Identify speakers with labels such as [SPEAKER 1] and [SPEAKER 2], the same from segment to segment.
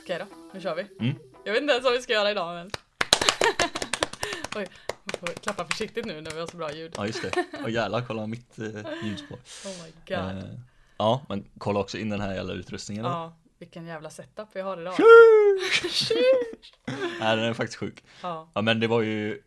[SPEAKER 1] Okej då, nu kör vi.
[SPEAKER 2] Mm.
[SPEAKER 1] Jag vet inte ens vad vi ska göra idag men... Oj, man får klappa försiktigt nu när vi har så bra ljud.
[SPEAKER 2] Ja just det. Och jävlar kolla mitt eh, ljudspår.
[SPEAKER 1] Oh my god.
[SPEAKER 2] Eh, ja men kolla också in den här jävla utrustningen. då.
[SPEAKER 1] ja, vilken jävla setup vi har idag.
[SPEAKER 2] Nej den är faktiskt sjuk.
[SPEAKER 1] ja,
[SPEAKER 2] Ja men det var ju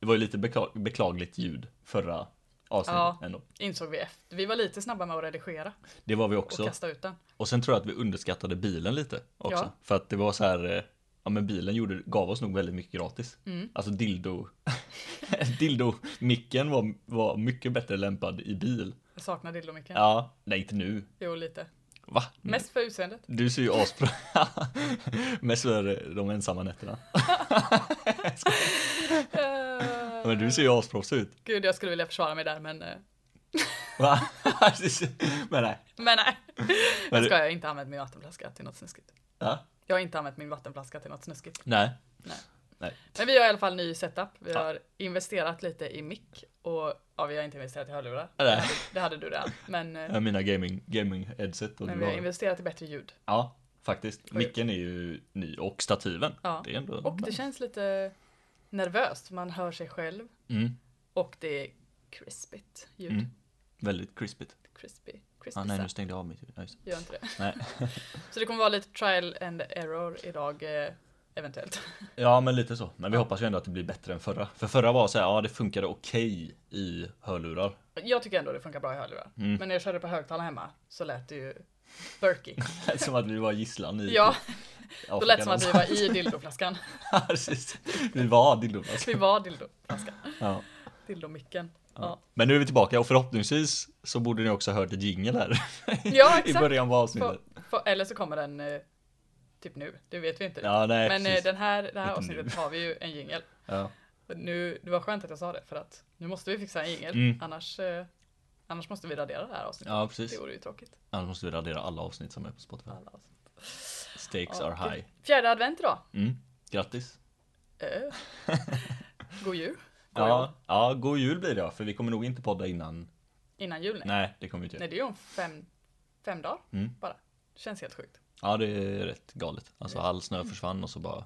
[SPEAKER 2] Det var ju lite beklag- beklagligt ljud förra avsnittet
[SPEAKER 1] Ja.
[SPEAKER 2] ändå.
[SPEAKER 1] insåg vi efter. Vi var lite snabba med att redigera
[SPEAKER 2] Det var vi
[SPEAKER 1] och
[SPEAKER 2] också.
[SPEAKER 1] kasta ut den.
[SPEAKER 2] Och sen tror jag att vi underskattade bilen lite också.
[SPEAKER 1] Ja.
[SPEAKER 2] För att det var så här eh, Ja men bilen gjorde, gav oss nog väldigt mycket gratis.
[SPEAKER 1] Mm.
[SPEAKER 2] Alltså dildo Dildo-micken var, var mycket bättre lämpad i bil.
[SPEAKER 1] Jag saknar dildomicken.
[SPEAKER 2] Ja, Mm. nej inte nu.
[SPEAKER 1] Jo, lite.
[SPEAKER 2] Va?
[SPEAKER 1] Mest för utseendet.
[SPEAKER 2] Du ser ju asbra Mest för de ensamma nätterna.
[SPEAKER 1] Eh,
[SPEAKER 2] Men du ser ju asproffs ut.
[SPEAKER 1] Gud, jag skulle vilja försvara mig där men... eh,
[SPEAKER 2] Va? Men nej.
[SPEAKER 1] Men nej.
[SPEAKER 2] Men
[SPEAKER 1] Jag
[SPEAKER 2] du-
[SPEAKER 1] ska jag har inte använt min vattenflaska till något snuskigt.
[SPEAKER 2] Ja?
[SPEAKER 1] Jag har inte använt min vattenflaska till något snuskigt.
[SPEAKER 2] Nej.
[SPEAKER 1] Men vi har i alla fall ny setup. Vi
[SPEAKER 2] Ja.
[SPEAKER 1] har investerat lite i mick och ja, vi har inte investerat i hörlurar.
[SPEAKER 2] Nej.
[SPEAKER 1] Det hade, det hade du redan. Men, eh,
[SPEAKER 2] Ja, Mina gaming, gaming headset och
[SPEAKER 1] men
[SPEAKER 2] du
[SPEAKER 1] vi har
[SPEAKER 2] har-
[SPEAKER 1] investerat i bättre ljud.
[SPEAKER 2] Ja, faktiskt. Micken är ju ny och stativen.
[SPEAKER 1] Ja.
[SPEAKER 2] Det är ändå...
[SPEAKER 1] Och det känns lite nervöst. Man hör sig själv
[SPEAKER 2] mm,
[SPEAKER 1] och det är crispigt ljud.
[SPEAKER 2] Mm. väldigt crispigt.
[SPEAKER 1] Crispy. Crispy
[SPEAKER 2] Ah, nej, nu
[SPEAKER 1] sound.
[SPEAKER 2] stängde jag av mitt ljud. Ja, just det.
[SPEAKER 1] Gör inte det.
[SPEAKER 2] Nej.
[SPEAKER 1] Så det kommer vara lite trial and error idag, eh, eventuellt.
[SPEAKER 2] Ja, men lite så. Men vi hoppas ju ändå att det blir bättre än förra. För förra var så här, ja det funkade okej i hörlurar.
[SPEAKER 1] Jag tycker ändå det funkar bra i hörlurar.
[SPEAKER 2] Mm.
[SPEAKER 1] Men när jag körde på högtalare hemma så lät det ju burky.
[SPEAKER 2] Som att vi var gisslan i
[SPEAKER 1] Ja,
[SPEAKER 2] Afrika
[SPEAKER 1] då lät det som att vi var i dildoflaskan.
[SPEAKER 2] Ja, precis. Vi var dildomask.
[SPEAKER 1] Vi var dildoflaskan.
[SPEAKER 2] Ja.
[SPEAKER 1] Dildomicken.
[SPEAKER 2] Ja.
[SPEAKER 1] Ja.
[SPEAKER 2] Men nu är vi tillbaka och förhoppningsvis så borde ni också ha hört ett jingel här
[SPEAKER 1] Ja,
[SPEAKER 2] i
[SPEAKER 1] exakt.
[SPEAKER 2] början på avsnittet.
[SPEAKER 1] Få- få- eller så kommer den eh, typ nu. Det vet vi inte.
[SPEAKER 2] Ja, nej,
[SPEAKER 1] Men eh,
[SPEAKER 2] precis.
[SPEAKER 1] den här, det här
[SPEAKER 2] Inte
[SPEAKER 1] avsnittet har vi ju en jingel.
[SPEAKER 2] Ja.
[SPEAKER 1] Och Nu, det var skönt att jag sa det för att nu måste vi fixa en jingel.
[SPEAKER 2] Mm.
[SPEAKER 1] Annars, eh, annars måste vi radera det här avsnittet.
[SPEAKER 2] ja,
[SPEAKER 1] Det
[SPEAKER 2] precis.
[SPEAKER 1] vore ju tråkigt.
[SPEAKER 2] Annars måste vi radera alla avsnitt som är på Spotify.
[SPEAKER 1] Alla avsnitt.
[SPEAKER 2] Stakes
[SPEAKER 1] Ja,
[SPEAKER 2] are
[SPEAKER 1] okej.
[SPEAKER 2] high.
[SPEAKER 1] Fjärde advent idag.
[SPEAKER 2] Mm. Grattis.
[SPEAKER 1] Eh. God jul. God jul.
[SPEAKER 2] Ja, ja, god jul blir det ja, för vi kommer nog inte podda innan.
[SPEAKER 1] Innan jul, nej. nej.
[SPEAKER 2] Nej, det kommer vi inte göra.
[SPEAKER 1] det är ju om fem, fem dagar
[SPEAKER 2] Mm.
[SPEAKER 1] bara. Känns helt sjukt.
[SPEAKER 2] Ja, det är rätt galet. Alltså all snö försvann och så bara.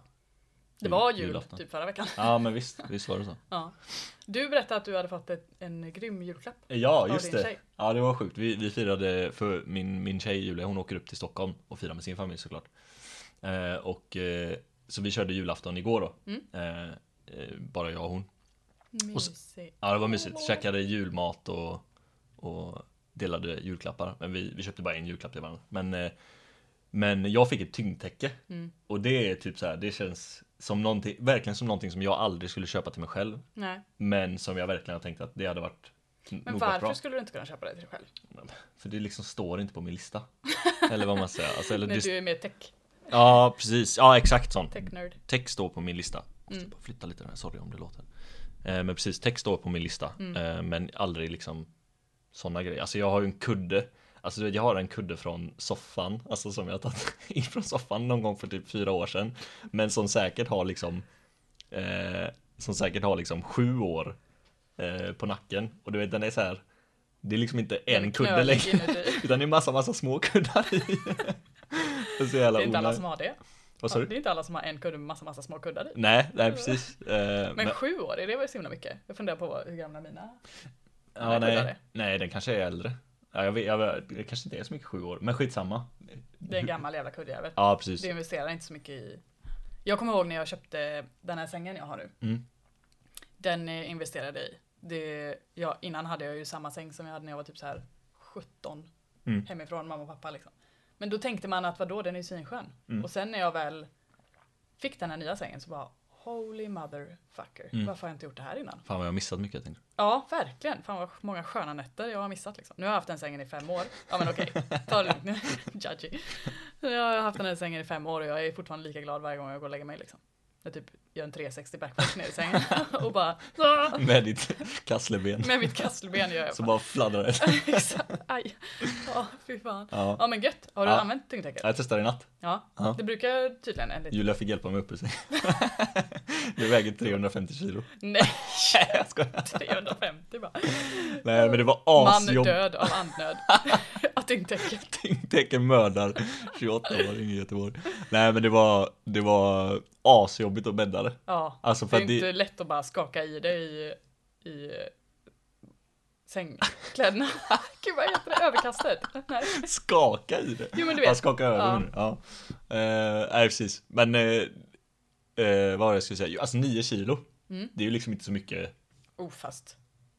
[SPEAKER 1] Det
[SPEAKER 2] Mm, Jul-
[SPEAKER 1] var jul
[SPEAKER 2] julafton.
[SPEAKER 1] typ förra veckan.
[SPEAKER 2] Ja, men visst, visst var det så.
[SPEAKER 1] Ja. Du berättade att du hade fått ett, en grym julklapp.
[SPEAKER 2] Ja,
[SPEAKER 1] din
[SPEAKER 2] just det.
[SPEAKER 1] tjej.
[SPEAKER 2] Ja, det var sjukt. Vi, vi firade för min, min tjej Julia, hon åker upp till Stockholm och firar med sin familj såklart. Eh, och eh, så vi körde julafton igår då.
[SPEAKER 1] Mm.
[SPEAKER 2] Eh, eh, bara jag och hon. Och så-
[SPEAKER 1] Mysigt.
[SPEAKER 2] Ja, det var mysigt. Käkade julmat och, och delade julklappar. Men vi, vi köpte bara en julklapp till varandra. Men, eh, men jag fick ett tyngdtäcke.
[SPEAKER 1] Mm.
[SPEAKER 2] Och det är typ så här, det känns som någonting, verkligen som någonting som jag aldrig skulle köpa till mig själv.
[SPEAKER 1] Nej.
[SPEAKER 2] Men som jag verkligen har tänkt att det hade varit
[SPEAKER 1] Men
[SPEAKER 2] nog varit
[SPEAKER 1] varför
[SPEAKER 2] bra.
[SPEAKER 1] skulle du inte kunna köpa det till dig själv?
[SPEAKER 2] För det liksom står inte på min lista. Eller vad man säger. Alltså, eller
[SPEAKER 1] När
[SPEAKER 2] det,
[SPEAKER 1] du är mer tech,
[SPEAKER 2] Ja, precis. Ja, exakt sånt.
[SPEAKER 1] tech-nerd.
[SPEAKER 2] Text står på min lista. Jag
[SPEAKER 1] Mm.
[SPEAKER 2] måste bara flytta lite den här, sorry om det låter. Eh, men precis, text står på min lista.
[SPEAKER 1] Mm.
[SPEAKER 2] Eh, men aldrig liksom sådana grejer. Alltså jag har ju en kudde. Alltså du vet, jag har en kudde från soffan, alltså som jag har tagit in från soffan någon gång för typ fyra år sedan. Men som säkert har liksom, eh, som säkert har liksom sju år eh, på nacken. Och du vet den är så här, det är liksom inte
[SPEAKER 1] är
[SPEAKER 2] en kudde
[SPEAKER 1] knölig
[SPEAKER 2] längre.
[SPEAKER 1] inuti.
[SPEAKER 2] Utan det är massa, massa små kuddar i. Det är så jävla
[SPEAKER 1] Det är inte alla
[SPEAKER 2] onödigt.
[SPEAKER 1] som har det.
[SPEAKER 2] Vad sa
[SPEAKER 1] Ja,
[SPEAKER 2] du?
[SPEAKER 1] det är inte alla som har en kudde med massa, massa små kuddar i.
[SPEAKER 2] Nej, nej precis. Eh,
[SPEAKER 1] Men
[SPEAKER 2] men-
[SPEAKER 1] sju år, är det väl så himla mycket? Jag funderar på vad- hur gamla mina...
[SPEAKER 2] ja,
[SPEAKER 1] kuddar
[SPEAKER 2] nej,
[SPEAKER 1] är.
[SPEAKER 2] nej, den kanske är äldre. Ja, jag vet, jag vet, det kanske inte är så mycket sju år, men skitsamma.
[SPEAKER 1] Det är en gammal jävla kuddjävel.
[SPEAKER 2] Ja,
[SPEAKER 1] Du
[SPEAKER 2] precis.
[SPEAKER 1] investerar inte så mycket i... Jag kommer ihåg när jag köpte den här sängen jag har nu.
[SPEAKER 2] Mm.
[SPEAKER 1] Den eh, investerade jag i. Det, ja, innan hade jag ju samma säng som jag hade när jag var typ så här 17.
[SPEAKER 2] Mm.
[SPEAKER 1] Hemifrån mamma och pappa liksom. Men då tänkte man att vadå, den är ju svinskön.
[SPEAKER 2] Mm.
[SPEAKER 1] Och sen när jag väl fick den här nya sängen så bara Holy motherfucker,
[SPEAKER 2] Mm.
[SPEAKER 1] varför har jag inte gjort det här innan?
[SPEAKER 2] Fan vad jag har missat mycket, jag tänkte.
[SPEAKER 1] Ja, verkligen. Fan vad många sköna nätter jag har missat liksom. Nu har jag haft den sängen i fem år. Ja men okej, ta det lugnt nu. Judgy. Jag har haft den här sängen i fem år och jag är fortfarande lika glad varje gång jag går och lägger mig liksom. Jag typ gör en 360 backflip ner i sängen och bara "Ah!"
[SPEAKER 2] Med ditt kassleben.
[SPEAKER 1] med mitt kasselben gör jag.
[SPEAKER 2] Så bara fladdrar det.
[SPEAKER 1] Exakt. Aj. Ja, fy fan.
[SPEAKER 2] Ja.
[SPEAKER 1] Ja men gött. Har du
[SPEAKER 2] Ja.
[SPEAKER 1] använt tyngdtäcket?
[SPEAKER 2] Jag testade i natt.
[SPEAKER 1] Ja.
[SPEAKER 2] Ja.
[SPEAKER 1] Det brukar tydligen en liten...
[SPEAKER 2] Julia fick hjälpa mig upp ur sig. Du väger 350 kilo.
[SPEAKER 1] Nej,
[SPEAKER 2] Jag skojar.
[SPEAKER 1] 350 bara.
[SPEAKER 2] Nej men det var
[SPEAKER 1] Man
[SPEAKER 2] asjobbigt.
[SPEAKER 1] död av andnöd. Tyngdtäcke.
[SPEAKER 2] Tyngdtäcken mördar 28-åring i Göteborg. Nej men det var, det var asjobbigt att bädda det.
[SPEAKER 1] Ja.
[SPEAKER 2] Alltså
[SPEAKER 1] Det
[SPEAKER 2] för
[SPEAKER 1] är
[SPEAKER 2] att det,
[SPEAKER 1] inte lätt att bara skaka i dig i, i eh, sängkläderna. Gud vad heter det? Överkastet? Nej.
[SPEAKER 2] skaka i det.
[SPEAKER 1] Jo men du
[SPEAKER 2] Han
[SPEAKER 1] vet.
[SPEAKER 2] skakar
[SPEAKER 1] Ja.
[SPEAKER 2] över nu. Ja. Eh, nej precis. Men eh, eh, vad var det jag skulle säga? Jo, Alltså 9 kilo.
[SPEAKER 1] Mm.
[SPEAKER 2] Det är ju liksom inte så mycket.
[SPEAKER 1] Oh fast.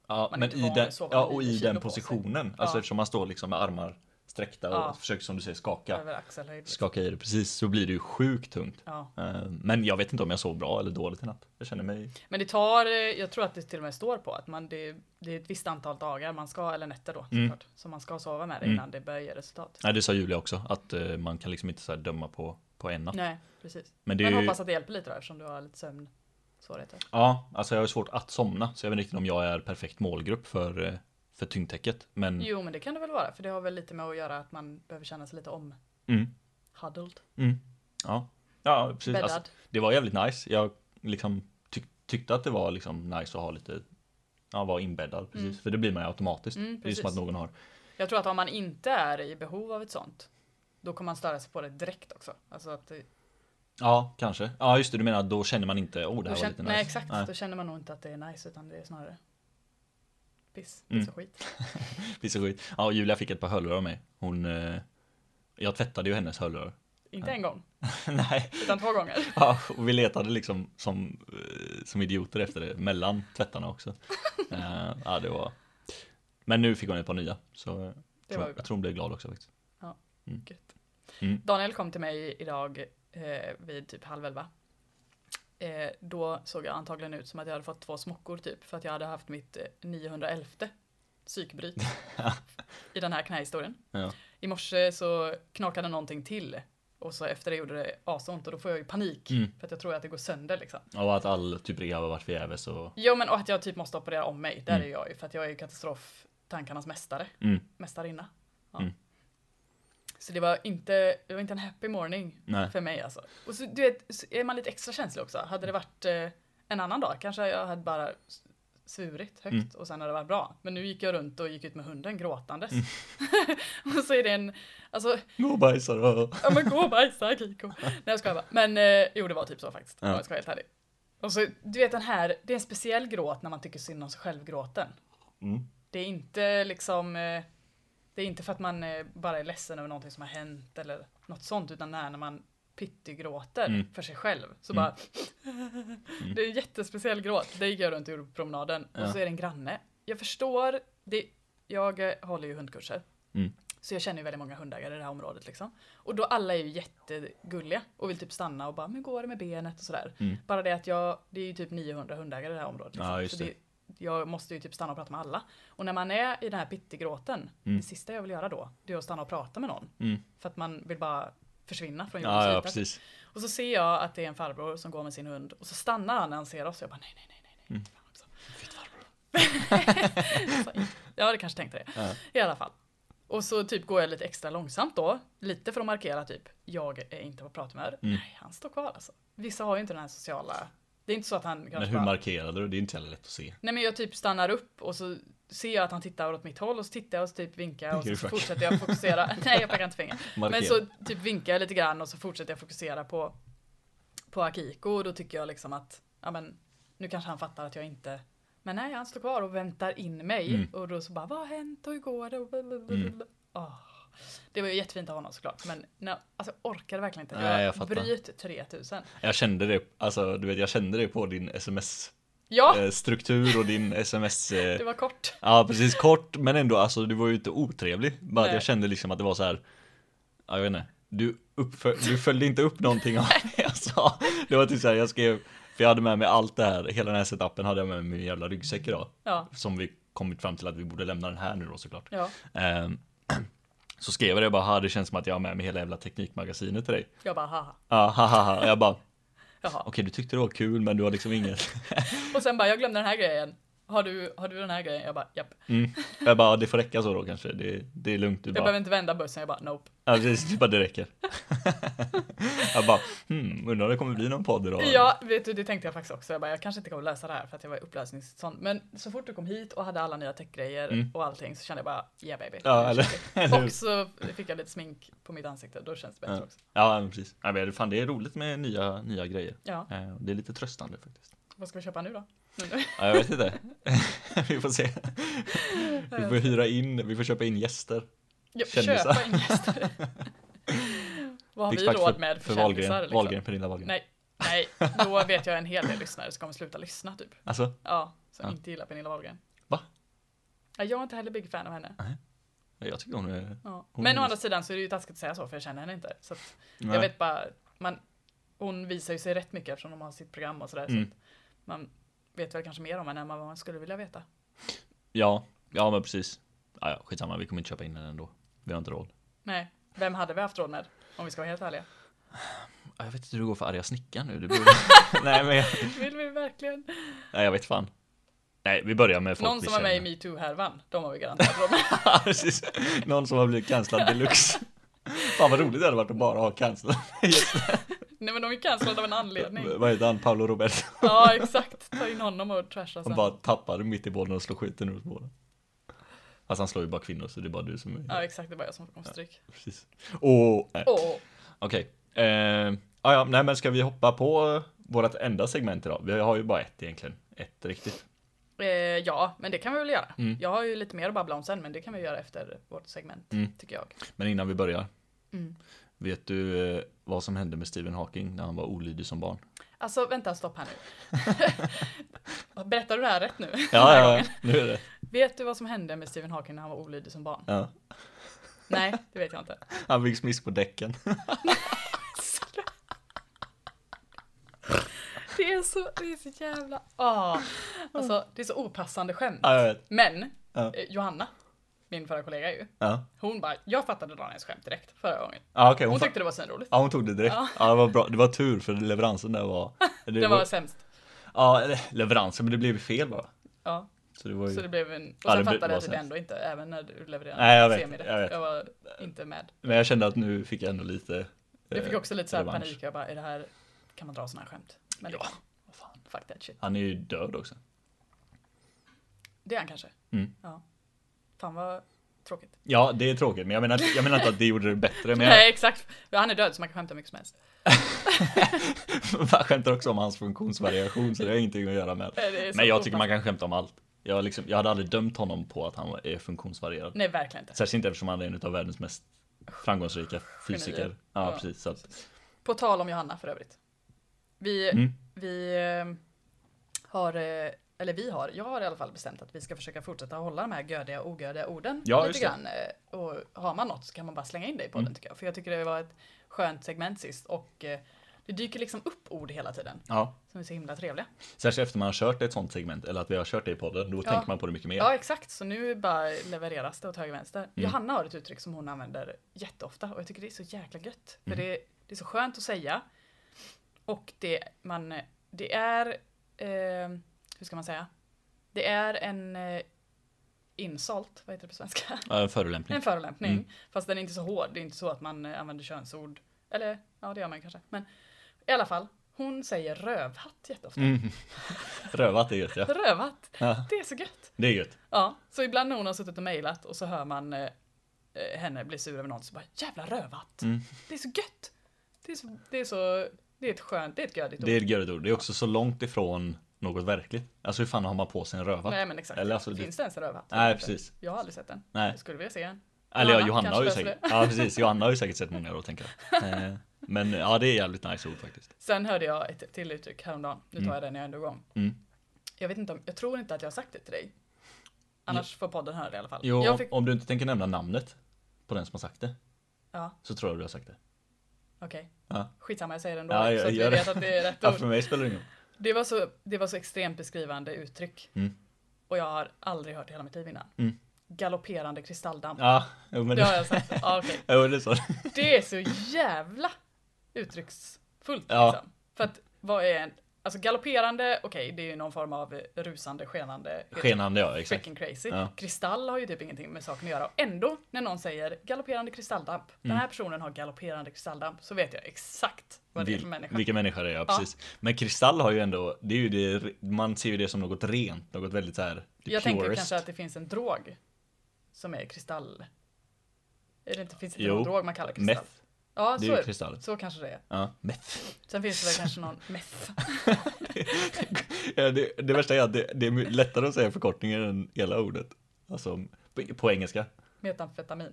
[SPEAKER 2] Ja,
[SPEAKER 1] Man är inte
[SPEAKER 2] men i
[SPEAKER 1] van
[SPEAKER 2] den,
[SPEAKER 1] att sova
[SPEAKER 2] ja,
[SPEAKER 1] med
[SPEAKER 2] och
[SPEAKER 1] 9
[SPEAKER 2] i
[SPEAKER 1] kilo
[SPEAKER 2] den
[SPEAKER 1] på sig.
[SPEAKER 2] positionen. Alltså
[SPEAKER 1] Ja.
[SPEAKER 2] eftersom man står liksom med armar sträckta och
[SPEAKER 1] Ja.
[SPEAKER 2] försöker som du säger skaka.
[SPEAKER 1] Över axelhöjd.
[SPEAKER 2] Skaka i det precis så blir det ju sjukt tungt.
[SPEAKER 1] Ja.
[SPEAKER 2] Eh, men jag vet inte om jag sov bra eller dåligt i natt. Jag känner mig
[SPEAKER 1] Men det tar, eh, jag tror att det till och med står på att man, det, det är ett visst antal dagar man ska, eller nätter då
[SPEAKER 2] Mm.
[SPEAKER 1] såklart, som man ska sova med det
[SPEAKER 2] Mm.
[SPEAKER 1] innan det börjar ge resultat.
[SPEAKER 2] Nej det sa Julia också, att eh, man kan liksom inte så här döma på, på en natt.
[SPEAKER 1] Nej, precis.
[SPEAKER 2] Men det är
[SPEAKER 1] Men
[SPEAKER 2] ju,
[SPEAKER 1] hoppas att det hjälper lite då eftersom du har lite sömnsvårigheter.
[SPEAKER 2] ja, alltså jag har svårt att somna så jag vet inte riktigt om jag är perfekt målgrupp för, eh, för tyngdtäcket. Men
[SPEAKER 1] Jo men det kan det väl vara, för det har väl lite med att göra att man behöver känna sig lite om
[SPEAKER 2] mm,
[SPEAKER 1] huddled,
[SPEAKER 2] mm, ja. ja, precis.
[SPEAKER 1] bäddad.
[SPEAKER 2] Alltså, det var jävligt nice. Jag liksom tyck, tyckte att det var liksom nice att ha lite, ja vara inbäddad precis.
[SPEAKER 1] Mm.
[SPEAKER 2] För det blir man ju automatiskt.
[SPEAKER 1] Mm,
[SPEAKER 2] det är
[SPEAKER 1] precis.
[SPEAKER 2] som att någon har,
[SPEAKER 1] Jag tror att om man inte är i behov av ett sånt, då kommer man störa sig på det direkt också. Alltså att det,
[SPEAKER 2] ja kanske. Ja just det, du menar då känner man inte, oh det
[SPEAKER 1] då
[SPEAKER 2] här var
[SPEAKER 1] kän-
[SPEAKER 2] lite nice.
[SPEAKER 1] nej exakt, då känner man nog inte att det är nice utan det är snarare piss, piss
[SPEAKER 2] Mm.
[SPEAKER 1] och skit.
[SPEAKER 2] Piss och skit. Ja, och Julia fick ett par hörlurar av mig. Hon, eh, jag tvättade ju hennes hörlurar.
[SPEAKER 1] Inte en gång,
[SPEAKER 2] nej.
[SPEAKER 1] utan två gånger.
[SPEAKER 2] Ja, och vi letade liksom som, eh, som idioter efter det, mellan tvättarna också. Eh, ja, det var... Men nu fick hon ett par nya, så eh,
[SPEAKER 1] Det
[SPEAKER 2] tror,
[SPEAKER 1] var ju bra.
[SPEAKER 2] jag tror hon blev glad också faktiskt.
[SPEAKER 1] Gött.
[SPEAKER 2] Mm.
[SPEAKER 1] Daniel kom till mig idag eh, vid typ halv elva. Eh, då såg jag antagligen ut som att jag hade fått två smockor typ för att jag hade haft mitt eh, 911 psykbryt i den här knähistorien.
[SPEAKER 2] Ja.
[SPEAKER 1] I morse så knakade någonting till och så efter det gjorde det asont och då får jag ju panik
[SPEAKER 2] Mm.
[SPEAKER 1] för att jag tror att det går sönder liksom.
[SPEAKER 2] Och att all typ rehab har varit förgäves och...
[SPEAKER 1] Jo men och att jag typ måste operera om mig, där
[SPEAKER 2] Mm.
[SPEAKER 1] är jag ju för att jag är ju katastroftankarnas mästare
[SPEAKER 2] Mm,
[SPEAKER 1] mästarinna. Ja.
[SPEAKER 2] Mm.
[SPEAKER 1] Så det var, inte, det var inte en happy morning
[SPEAKER 2] nej.
[SPEAKER 1] för mig alltså. Och så du vet, så är man lite extra känslig också. Hade det varit eh, en annan dag kanske jag hade bara s- svurit högt
[SPEAKER 2] Mm.
[SPEAKER 1] och sen hade det varit bra. Men nu gick jag runt och gick ut med hunden gråtandes.
[SPEAKER 2] Mm.
[SPEAKER 1] och så är det en, alltså,
[SPEAKER 2] Gå och bajsa då!
[SPEAKER 1] ja men gå och bajsa Kiko. Nej jag skojar bara. Men eh, jo det var typ så faktiskt.
[SPEAKER 2] Ja.
[SPEAKER 1] Om jag ska vara helt ärlig. Och så, du vet den här, det är en speciell gråt när man tycker synd om sig själv-gråten.
[SPEAKER 2] Mm.
[SPEAKER 1] Det är inte liksom eh, Det är inte för att man eh, bara är ledsen över någonting som har hänt eller något sånt utan det är när man pyttegråter
[SPEAKER 2] Mm.
[SPEAKER 1] för sig själv så
[SPEAKER 2] Mm.
[SPEAKER 1] bara Det är en jättespeciell gråt. Det gick jag runt och gjorde på promenaden
[SPEAKER 2] Ja.
[SPEAKER 1] och så är det en granne. Jag förstår det Jag eh, håller ju hundkurser
[SPEAKER 2] Mm.
[SPEAKER 1] så jag känner ju väldigt många hundägare i det här området liksom. Och då alla är ju jättegulliga och vill typ stanna och bara, men går det med benet och sådär.
[SPEAKER 2] Mm.
[SPEAKER 1] Bara det att jag, det är ju typ 900 hundägare i det här området. Liksom.
[SPEAKER 2] Ja, just
[SPEAKER 1] Så det, jag måste ju typ stanna och prata med alla. Och när man är i den här pyttegråten,
[SPEAKER 2] Mm.
[SPEAKER 1] det sista jag vill göra då, det är att stanna och prata med någon.
[SPEAKER 2] Mm.
[SPEAKER 1] För att man vill bara försvinna från jordens
[SPEAKER 2] Ja, ja,
[SPEAKER 1] yta. typ.
[SPEAKER 2] precis.
[SPEAKER 1] Och så ser jag att det är en farbror som går med sin hund och så stannar han när han ser oss. Jag bara nej, nej, nej, nej, nej.
[SPEAKER 2] Mm.
[SPEAKER 1] Fan också. Så, jag hade kanske tänkt det.
[SPEAKER 2] Ja.
[SPEAKER 1] I alla fall. Och så typ går jag lite extra långsamt då. Lite för att markera typ, jag är inte på prathumör.
[SPEAKER 2] Mm.
[SPEAKER 1] Nej, han står kvar alltså. Vissa har ju inte den här sociala... Det är inte så att han
[SPEAKER 2] Men
[SPEAKER 1] kanske
[SPEAKER 2] hur
[SPEAKER 1] bara...
[SPEAKER 2] markerade du? Det är inte heller lätt att se.
[SPEAKER 1] Nej men jag typ stannar upp och så ser jag att han tittar åt mitt håll och så tittar jag och så typ vinkar jag
[SPEAKER 2] Vinkar
[SPEAKER 1] och
[SPEAKER 2] du
[SPEAKER 1] så
[SPEAKER 2] fuck?
[SPEAKER 1] fortsätter jag fokusera. Nej jag pekar inte finger.
[SPEAKER 2] Markera.
[SPEAKER 1] Men så typ vinkar jag lite grann och så fortsätter jag fokusera på, på Akiko och då tycker jag liksom att ja, men, nu kanske han fattar att jag inte men nej, han står kvar och väntar in mig
[SPEAKER 2] Mm.
[SPEAKER 1] och då så bara vad har hänt och hur går det? Och blablabla.
[SPEAKER 2] Mm.
[SPEAKER 1] Åh. Ah. Det var ju jättefint av honom såklart men nej, alltså, jag orkade verkligen inte.
[SPEAKER 2] Nej, jag fattar.
[SPEAKER 1] bryt 3000.
[SPEAKER 2] Jag kände det, alltså du vet, jag kände det på din sms-struktur
[SPEAKER 1] Ja,
[SPEAKER 2] eh, och din sms... eh,
[SPEAKER 1] det var kort.
[SPEAKER 2] Ja precis, kort men ändå alltså du var ju inte otrevlig. Bara att
[SPEAKER 1] Nej.
[SPEAKER 2] jag kände liksom att det var så här. Ja, jag vet inte. Du, uppfö- du följde inte upp någonting av det jag sa. Det var typ så här, jag skrev, för jag hade med mig allt det här, hela den här setupen hade jag med mig i min jävla ryggsäck idag.
[SPEAKER 1] Ja,
[SPEAKER 2] Som vi kommit fram till att vi borde lämna den här nu då såklart.
[SPEAKER 1] ja.
[SPEAKER 2] Ehm, så skrev jag det bara, "Ha, det känns som att jag har med mig hela jävla teknikmagasinet till dig.
[SPEAKER 1] jag bara haha.
[SPEAKER 2] Ja, ha, ha, ha. Jag bara, okej
[SPEAKER 1] Jaha.
[SPEAKER 2] du tyckte det var kul men du har liksom inget.
[SPEAKER 1] Och sen bara jag glömde den här grejen. har du, har du den här grejen? Jag bara, japp.
[SPEAKER 2] Mm. Jag bara, det får räcka så då kanske. Det, det är lugnt. Du
[SPEAKER 1] Jag behöver
[SPEAKER 2] bara,
[SPEAKER 1] inte vända bussen. Jag bara, nope.
[SPEAKER 2] ja, precis, du bara, det räcker. jag bara, hmm, undrar om det kommer bli någon podd idag.
[SPEAKER 1] Ja, vet du, det tänkte jag faktiskt också. Jag bara, jag kanske inte kommer läsa det här för att jag var upplösningssån. Men så fort du kom hit och hade alla nya techgrejer
[SPEAKER 2] Mm.
[SPEAKER 1] och allting så kände jag bara, yeah baby.
[SPEAKER 2] Ja,
[SPEAKER 1] Nu
[SPEAKER 2] eller-
[SPEAKER 1] kör vi.
[SPEAKER 2] eller hur?
[SPEAKER 1] Och så fick jag lite smink på mitt ansikte. Då känns det bättre
[SPEAKER 2] Ja.
[SPEAKER 1] också.
[SPEAKER 2] Ja, men precis. Ja, men fan, det är roligt med nya, nya grejer.
[SPEAKER 1] Ja,
[SPEAKER 2] Eh, Det är lite tröstande faktiskt.
[SPEAKER 1] vad ska vi köpa nu då?
[SPEAKER 2] Ja, jag vet inte. vi får se. Vi får hyra in, vi får köpa in gäster.
[SPEAKER 1] Ja,
[SPEAKER 2] Kändisar.
[SPEAKER 1] Köpa en gäst. Vad har vi
[SPEAKER 2] Exakt
[SPEAKER 1] råd med för,
[SPEAKER 2] för
[SPEAKER 1] kändisar?
[SPEAKER 2] Wahlgren,
[SPEAKER 1] Liksom?
[SPEAKER 2] Wahlgren, Pernilla Wahlgren.
[SPEAKER 1] Nej, nej, då vet jag en hel del lyssnare som kommer sluta lyssna typ.
[SPEAKER 2] Alltså,
[SPEAKER 1] Ja, som
[SPEAKER 2] Ja.
[SPEAKER 1] inte gillar Pernilla Wahlgren.
[SPEAKER 2] Va?
[SPEAKER 1] Ja, jag är inte heller big fan av henne.
[SPEAKER 2] jag tycker hon är...
[SPEAKER 1] Ja.
[SPEAKER 2] Hon
[SPEAKER 1] Men å
[SPEAKER 2] är ju-
[SPEAKER 1] andra sidan så är det ju taskigt att säga så för jag känner henne inte. Så att jag
[SPEAKER 2] Nej.
[SPEAKER 1] vet bara, man, hon visar ju sig rätt mycket eftersom de har sitt program och sådär. Så
[SPEAKER 2] Mm.
[SPEAKER 1] att man vet väl kanske mer om henne än vad man skulle vilja veta.
[SPEAKER 2] Ja, ja men precis. Ja, ja, skitsamma, vi kommer inte köpa in den ändå. Vi har inte råd.
[SPEAKER 1] Nej, vem hade vi haft råd med? Om vi ska vara helt ärliga.
[SPEAKER 2] Ja, Jag vet inte hur det går för arga snickaren nu. Det blir... Nej, men jag...
[SPEAKER 1] Vill vi verkligen?
[SPEAKER 2] Nej, jag vet fan. Nej, vi börjar med folk
[SPEAKER 1] Någon
[SPEAKER 2] vi
[SPEAKER 1] som var med i
[SPEAKER 2] känner.
[SPEAKER 1] metoo-härvan, de har vi garanterat råd med.
[SPEAKER 2] Ja, precis. Någon som har blivit cancellad deluxe. Fan vad roligt det hade varit att bara ha cancellad.
[SPEAKER 1] Nej men de är cancellade av en anledning.
[SPEAKER 2] Vad heter han? Paolo Roberto.
[SPEAKER 1] Ja exakt, ta in honom och trasha
[SPEAKER 2] Han
[SPEAKER 1] sen.
[SPEAKER 2] bara tappar mitt i bollen och slår skiten ur bollen. Fast han slår ju bara kvinnor så det är bara du som är...
[SPEAKER 1] Ja exakt, det var jag som kom stryk.
[SPEAKER 2] Precis. Åh! nej.
[SPEAKER 1] Åh, oh,
[SPEAKER 2] Okej. Eh, ah, ja, nej men ska vi hoppa på vårt enda segment idag? Vi har ju bara ett egentligen. Ett riktigt.
[SPEAKER 1] eh, ja men det kan vi väl göra.
[SPEAKER 2] Mm.
[SPEAKER 1] Jag har ju lite mer att babbla om sen men det kan vi göra efter vårt segment
[SPEAKER 2] Mm.
[SPEAKER 1] tycker jag.
[SPEAKER 2] Men innan vi börjar.
[SPEAKER 1] Mm.
[SPEAKER 2] Vet du eh, vad som hände med Stephen Hawking när han var olydig som barn?
[SPEAKER 1] Alltså vänta, stopp här nu. Berättar du det här rätt nu?
[SPEAKER 2] Ja, ja, ja. nu är det.
[SPEAKER 1] Vet du vad som hände med Stephen Hawking när han var olydig som barn?
[SPEAKER 2] Ja.
[SPEAKER 1] Nej, det vet jag inte.
[SPEAKER 2] Han fick smisk på däcken.
[SPEAKER 1] Det är så, det är så jävla... Ah. Alltså, det är så opassande skämt.
[SPEAKER 2] Ja, jag vet.
[SPEAKER 1] Men,
[SPEAKER 2] Ja.
[SPEAKER 1] eh, Johanna, min förra kollega ju,
[SPEAKER 2] Ja,
[SPEAKER 1] hon bara, jag fattade Daniels skämt direkt förra gången.
[SPEAKER 2] ja okej.
[SPEAKER 1] Hon
[SPEAKER 2] hon, fa-
[SPEAKER 1] tyckte det var svinroligt.
[SPEAKER 2] ja, hon tog det direkt.
[SPEAKER 1] Ja.
[SPEAKER 2] Ja. det var bra. Det var tur för leveransen där var... Det
[SPEAKER 1] Den var sämst.
[SPEAKER 2] Ja, eller leveransen, men det blev ju fel bara.
[SPEAKER 1] Ja,
[SPEAKER 2] Så det var ju...
[SPEAKER 1] så det blev en... Och
[SPEAKER 2] Ja,
[SPEAKER 1] sen
[SPEAKER 2] det blev-
[SPEAKER 1] fattade jag
[SPEAKER 2] var
[SPEAKER 1] typ
[SPEAKER 2] sämst.
[SPEAKER 1] ändå inte, även när du levererade
[SPEAKER 2] Nej, jag vet,
[SPEAKER 1] semirätt.
[SPEAKER 2] jag vet.
[SPEAKER 1] jag var inte med.
[SPEAKER 2] Men jag kände att nu fick jag ändå lite...
[SPEAKER 1] Jag fick
[SPEAKER 2] eh,
[SPEAKER 1] också lite så här
[SPEAKER 2] revansch.
[SPEAKER 1] panik. Jag bara, är det här, kan man dra sådana här skämt? Men det,
[SPEAKER 2] Ja.
[SPEAKER 1] vad fan, fuck that shit.
[SPEAKER 2] Han är ju död också.
[SPEAKER 1] Det är han kanske.
[SPEAKER 2] Mm.
[SPEAKER 1] Ja. Fan vad tråkigt.
[SPEAKER 2] Ja, det är tråkigt, men jag menar, jag menar inte att det gjorde det bättre. Men jag
[SPEAKER 1] Nej, exakt. Ja, Han är död så man kan skämta hur mycket som helst.
[SPEAKER 2] jag skämtar också om hans funktionsvariation, så det har ingenting att göra med.
[SPEAKER 1] Nej, det är så
[SPEAKER 2] Men jag
[SPEAKER 1] opassande.
[SPEAKER 2] tycker man kan skämta om allt. Jag, liksom, jag hade aldrig dömt honom på att han är funktionsvarierad.
[SPEAKER 1] Nej, verkligen inte.
[SPEAKER 2] Särskilt inte eftersom han är en av världens mest framgångsrika fysiker.
[SPEAKER 1] Genier.
[SPEAKER 2] Ja,
[SPEAKER 1] Ja.
[SPEAKER 2] precis. Så att,
[SPEAKER 1] På tal om Johanna för övrigt. Vi,
[SPEAKER 2] Mm.
[SPEAKER 1] vi eh, har, eh, eller vi har, jag har i alla fall bestämt att vi ska försöka fortsätta hålla de här gödiga och ogödiga orden
[SPEAKER 2] Ja,
[SPEAKER 1] lite
[SPEAKER 2] just det.
[SPEAKER 1] grann. eh, Och har man något så kan man bara slänga in det i podden
[SPEAKER 2] Mm.
[SPEAKER 1] tycker jag. För jag tycker det var ett skönt segment sist och eh, det dyker liksom upp ord hela tiden
[SPEAKER 2] ja.
[SPEAKER 1] som är så himla trevliga.
[SPEAKER 2] Särskilt efter man har kört ett sånt segment, eller att vi har kört det i podden, då
[SPEAKER 1] Ja.
[SPEAKER 2] tänker man på det mycket mer.
[SPEAKER 1] Ja, exakt. Så nu bara levereras det åt höger och vänster. Johanna har ett uttryck som hon använder jätteofta och jag tycker det är så jäkla gött. För det, det är så skönt att säga. Och det, man, det är, eh, hur ska man säga? Det är en eh, insult, vad heter det på svenska?
[SPEAKER 2] Ja, en förolämpning.
[SPEAKER 1] En förolämpning. Fast den är inte så hård. Det är inte så att man eh, använder könsord. Eller, ja det gör man kanske. Men i alla fall, hon säger rövhatt jätteofta.
[SPEAKER 2] Mm. Rövat är gött ja.
[SPEAKER 1] Rövhatt,
[SPEAKER 2] ja.
[SPEAKER 1] det är så gött.
[SPEAKER 2] Det är gött.
[SPEAKER 1] Ja, så ibland när hon har suttit och mejlat och så hör man eh, eh, henne bli sur över något så bara jävla rövat.
[SPEAKER 2] Mm.
[SPEAKER 1] Det är så gött. Det är så, det är så, det är ett skönt, det är ett gödigt ord.
[SPEAKER 2] Det är ett görligt ord. Det är också så långt ifrån något verkligt. Alltså hur fan har man på sig en rövat?
[SPEAKER 1] Nej men exakt.
[SPEAKER 2] Eller alltså, det-
[SPEAKER 1] Finns det ens en rövhatt?
[SPEAKER 2] Nej, precis.
[SPEAKER 1] Jag har aldrig sett den.
[SPEAKER 2] Nej.
[SPEAKER 1] Jag skulle vilja se en.
[SPEAKER 2] Eller
[SPEAKER 1] Johanna
[SPEAKER 2] ja, Johanna har ju
[SPEAKER 1] kanske
[SPEAKER 2] säkert. Ja, precis. Johanna har ju säkert sett många då tänker jag. Eh, Men ja, det är jävligt nice ord faktiskt.
[SPEAKER 1] Sen hörde jag ett till uttryck häromdagen. Nu tar jag den när jag ändå är igång.
[SPEAKER 2] Mm.
[SPEAKER 1] Jag vet inte om, jag tror inte att jag har sagt det till dig. Annars får podden höra det i alla fall.
[SPEAKER 2] Jo,
[SPEAKER 1] jag
[SPEAKER 2] om-
[SPEAKER 1] fick,
[SPEAKER 2] om du inte tänker nämna namnet på den som har sagt det
[SPEAKER 1] ja,
[SPEAKER 2] så tror jag du har sagt det.
[SPEAKER 1] okej.
[SPEAKER 2] Ja.
[SPEAKER 1] Skitsamma, jag säger det ändå.
[SPEAKER 2] Ja, jag-
[SPEAKER 1] så att vi
[SPEAKER 2] gör det.
[SPEAKER 1] vet att det är rätt
[SPEAKER 2] Ja,
[SPEAKER 1] ord.
[SPEAKER 2] för mig spelar det ingen roll.
[SPEAKER 1] Det var, så, det var så extremt beskrivande uttryck.
[SPEAKER 2] Mm.
[SPEAKER 1] Och jag har aldrig hört det hela mitt liv innan.
[SPEAKER 2] Mm.
[SPEAKER 1] Galopperande kristalldamm.
[SPEAKER 2] Ja, jo, men
[SPEAKER 1] Det har
[SPEAKER 2] det,
[SPEAKER 1] jag sagt. Ja, okej.
[SPEAKER 2] jo, det är så.
[SPEAKER 1] Det är så jävla uttrycksfullt.
[SPEAKER 2] Ja.
[SPEAKER 1] Liksom. För att vad är en, Alltså galopperande, okej, det är ju någon form av rusande, skenande.
[SPEAKER 2] Skenande ja, exakt.
[SPEAKER 1] Freaking crazy.
[SPEAKER 2] Ja.
[SPEAKER 1] Kristall har ju typ ingenting med saken att göra. Och ändå, när någon säger galopperande kristalldamp,
[SPEAKER 2] Mm.
[SPEAKER 1] den här personen har galopperande kristalldamp, så vet jag exakt vad det är för
[SPEAKER 2] Vil-
[SPEAKER 1] människa.
[SPEAKER 2] Vilken människa det är, ja, precis. Men kristall har ju ändå, det är ju det, man ser ju det som något rent, något väldigt så här. the
[SPEAKER 1] jag tänker
[SPEAKER 2] purest.
[SPEAKER 1] kanske att det finns en drog som är kristall. Eller inte finns det
[SPEAKER 2] Jo.
[SPEAKER 1] någon drog man kallar kristall? Alltså-
[SPEAKER 2] Meth,
[SPEAKER 1] Ja,
[SPEAKER 2] det
[SPEAKER 1] så,
[SPEAKER 2] är ju
[SPEAKER 1] är
[SPEAKER 2] kristall.
[SPEAKER 1] så kanske det är.
[SPEAKER 2] Ja, meth.
[SPEAKER 1] Sen finns det väl kanske någon meth.
[SPEAKER 2] Ja, det, det värsta är att det, det är my- lättare att säga förkortningen än hela ordet. Alltså, på, på engelska.
[SPEAKER 1] Metamfetamin.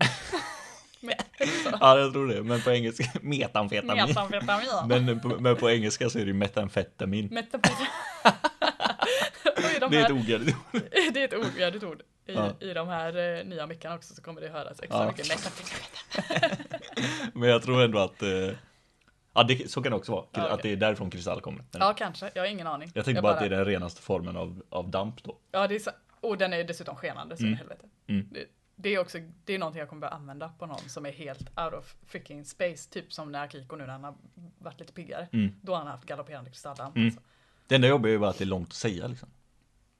[SPEAKER 2] Ja, jag tror det. Men på engelska, metamfetamin.
[SPEAKER 1] Metamfetamin.
[SPEAKER 2] Men på, men på engelska så är det ju metamfetamin.
[SPEAKER 1] Metamfetamin. Oj, de
[SPEAKER 2] Det är ett
[SPEAKER 1] här,
[SPEAKER 2] ogörligt ord.
[SPEAKER 1] det är ett ogärdigt ord. I,
[SPEAKER 2] Ja.
[SPEAKER 1] I de här eh, nya mickarna också så kommer det höras extra
[SPEAKER 2] Ja.
[SPEAKER 1] mycket metamfetamin.
[SPEAKER 2] Men jag tror ändå att, eh, ja det, så kan det också vara.
[SPEAKER 1] Ja, okej.
[SPEAKER 2] Att det är därifrån kristall kommer. Men
[SPEAKER 1] Ja, kanske. Jag har ingen aning.
[SPEAKER 2] Jag tänkte bara, att det är den renaste formen av, av damp då.
[SPEAKER 1] Ja, det är så... Och den är ju dessutom skenande så in i helvete.
[SPEAKER 2] Mm.
[SPEAKER 1] Det, det är också, det är någonting jag kommer börja använda på någon som är helt out of freaking space. Typ som när Akiko nu när han har varit lite piggare.
[SPEAKER 2] Mm.
[SPEAKER 1] Då har han haft galopperande kristalldamp.
[SPEAKER 2] Mm.
[SPEAKER 1] Alltså.
[SPEAKER 2] Det enda jobbiga är ju bara att det är långt att säga liksom.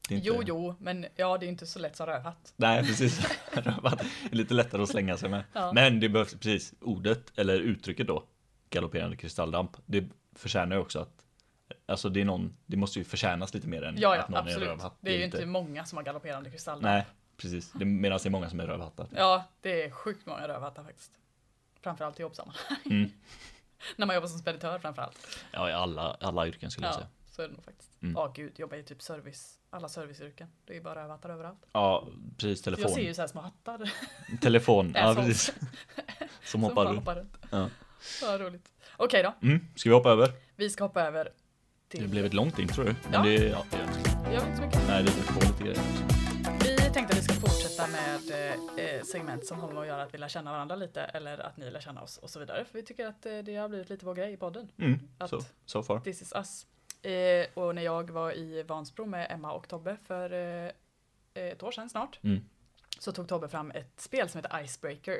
[SPEAKER 2] Det är inte-
[SPEAKER 1] Jo, jo, men ja, det är inte så lätt som rövhatt.
[SPEAKER 2] Nej, precis. Rabatt. Det är lite lättare att slänga sig med.
[SPEAKER 1] Ja.
[SPEAKER 2] Men det behövs precis ordet eller uttrycket då. Galopperande kristalldamp. Det förtjänar ju också att Alltså det är någon, det måste ju förtjänas lite mer än
[SPEAKER 1] Ja, ja,
[SPEAKER 2] Mm, att någon är
[SPEAKER 1] absolut.
[SPEAKER 2] rövhatt.
[SPEAKER 1] Det är ju inte många som har galopperande kristalldamp.
[SPEAKER 2] Nej, precis. Det- Medan det är många som är rövhattar.
[SPEAKER 1] Ja, det är sjukt många rövhattar faktiskt. Framförallt i jobbsammanhang.
[SPEAKER 2] Mm.
[SPEAKER 1] när man jobbar som speditör framförallt.
[SPEAKER 2] Ja, i alla, alla yrken skulle jag
[SPEAKER 1] Ja,
[SPEAKER 2] säga.
[SPEAKER 1] så är det nog faktiskt. Ja,
[SPEAKER 2] Mm.
[SPEAKER 1] gud, jobbar i typ service. Alla serviceyrken. Det är ju bara rövhattar överallt.
[SPEAKER 2] Ja, precis.
[SPEAKER 1] Jag
[SPEAKER 2] Telefon.
[SPEAKER 1] ser ju så här små hattar.
[SPEAKER 2] Telefon. Ja,
[SPEAKER 1] Assholes.
[SPEAKER 2] precis. Som hoppar
[SPEAKER 1] bara
[SPEAKER 2] runt.
[SPEAKER 1] runt.
[SPEAKER 2] Ja.
[SPEAKER 1] Vad roligt. Okej då,
[SPEAKER 2] Mm. Ska vi hoppa över?
[SPEAKER 1] vi ska hoppa över
[SPEAKER 2] Det
[SPEAKER 1] till...
[SPEAKER 2] blev ett långt intro. Men
[SPEAKER 1] Ja.
[SPEAKER 2] det, ja, det,
[SPEAKER 1] Jag vet inte så mycket.
[SPEAKER 2] nej, det är på lite grejer.
[SPEAKER 1] Vi tänkte att vi ska fortsätta med eh, eh, segment som har med att göra att vi lär känna varandra lite eller att ni lär känna oss och så vidare. För vi tycker att eh, det har blivit lite vår grej i podden.
[SPEAKER 2] Mm.
[SPEAKER 1] Att-
[SPEAKER 2] Så, so far.
[SPEAKER 1] This is us. Eh, och när jag var i Vansbro med Emma och Tobbe för eh, ett år sedan snart
[SPEAKER 2] Mm.
[SPEAKER 1] så tog Tobbe fram ett spel som heter Icebreaker.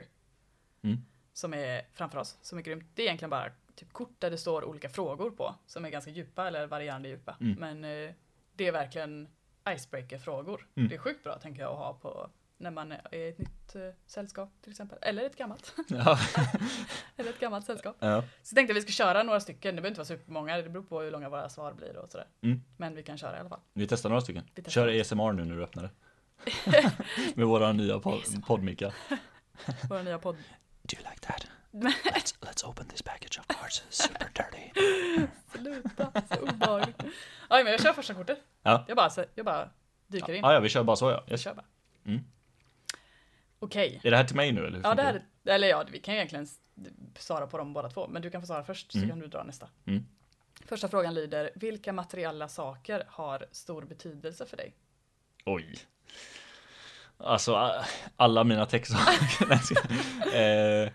[SPEAKER 2] Mm.
[SPEAKER 1] Som är framför oss, som är grymt. Det är egentligen bara typ kort där det står olika frågor på som är ganska djupa eller varierande djupa.
[SPEAKER 2] Mm.
[SPEAKER 1] Men eh, det är verkligen icebreaker-frågor.
[SPEAKER 2] Mm.
[SPEAKER 1] Det är sjukt bra tänker jag att ha på när man är i ett nytt eh, sällskap till exempel. Eller ett gammalt.
[SPEAKER 2] Ja.
[SPEAKER 1] eller ett gammalt sällskap.
[SPEAKER 2] ja.
[SPEAKER 1] Så tänkte jag att vi ska köra några stycken. Det behöver inte vara supermånga. Det beror på hur långa våra svar blir och sådär.
[SPEAKER 2] Mm.
[SPEAKER 1] Men vi kan köra i alla fall.
[SPEAKER 2] Vi testar några stycken.
[SPEAKER 1] Vi testar
[SPEAKER 2] Kör
[SPEAKER 1] några.
[SPEAKER 2] ASMR nu när du öppnar det. Med våra nya
[SPEAKER 1] ASMR.
[SPEAKER 2] pod- poddmicka.
[SPEAKER 1] Våra nya podd.
[SPEAKER 2] Do you like that? Let's, let's open this package of cards. Super dirty.
[SPEAKER 1] Sluta, så obehagligt. Aj, men jag kör första kortet.
[SPEAKER 2] Ja.
[SPEAKER 1] Jag, bara, jag bara dyker in.
[SPEAKER 2] Ah, Ja, ja, vi kör bara så ja.
[SPEAKER 1] Jag
[SPEAKER 2] Yes.
[SPEAKER 1] kör bara.
[SPEAKER 2] Mm.
[SPEAKER 1] Okej.
[SPEAKER 2] Är det här till mig nu eller? hur
[SPEAKER 1] Ja, det
[SPEAKER 2] funkar
[SPEAKER 1] här, är- eller ja, vi kan egentligen s- svara på dem båda två, men du kan få svara först så
[SPEAKER 2] Mm.
[SPEAKER 1] kan du dra nästa.
[SPEAKER 2] Mm.
[SPEAKER 1] Första frågan lyder, vilka materiella saker har stor betydelse för dig?
[SPEAKER 2] Oj. Alltså a- alla mina textsaker. Nej, jag skojar. eh,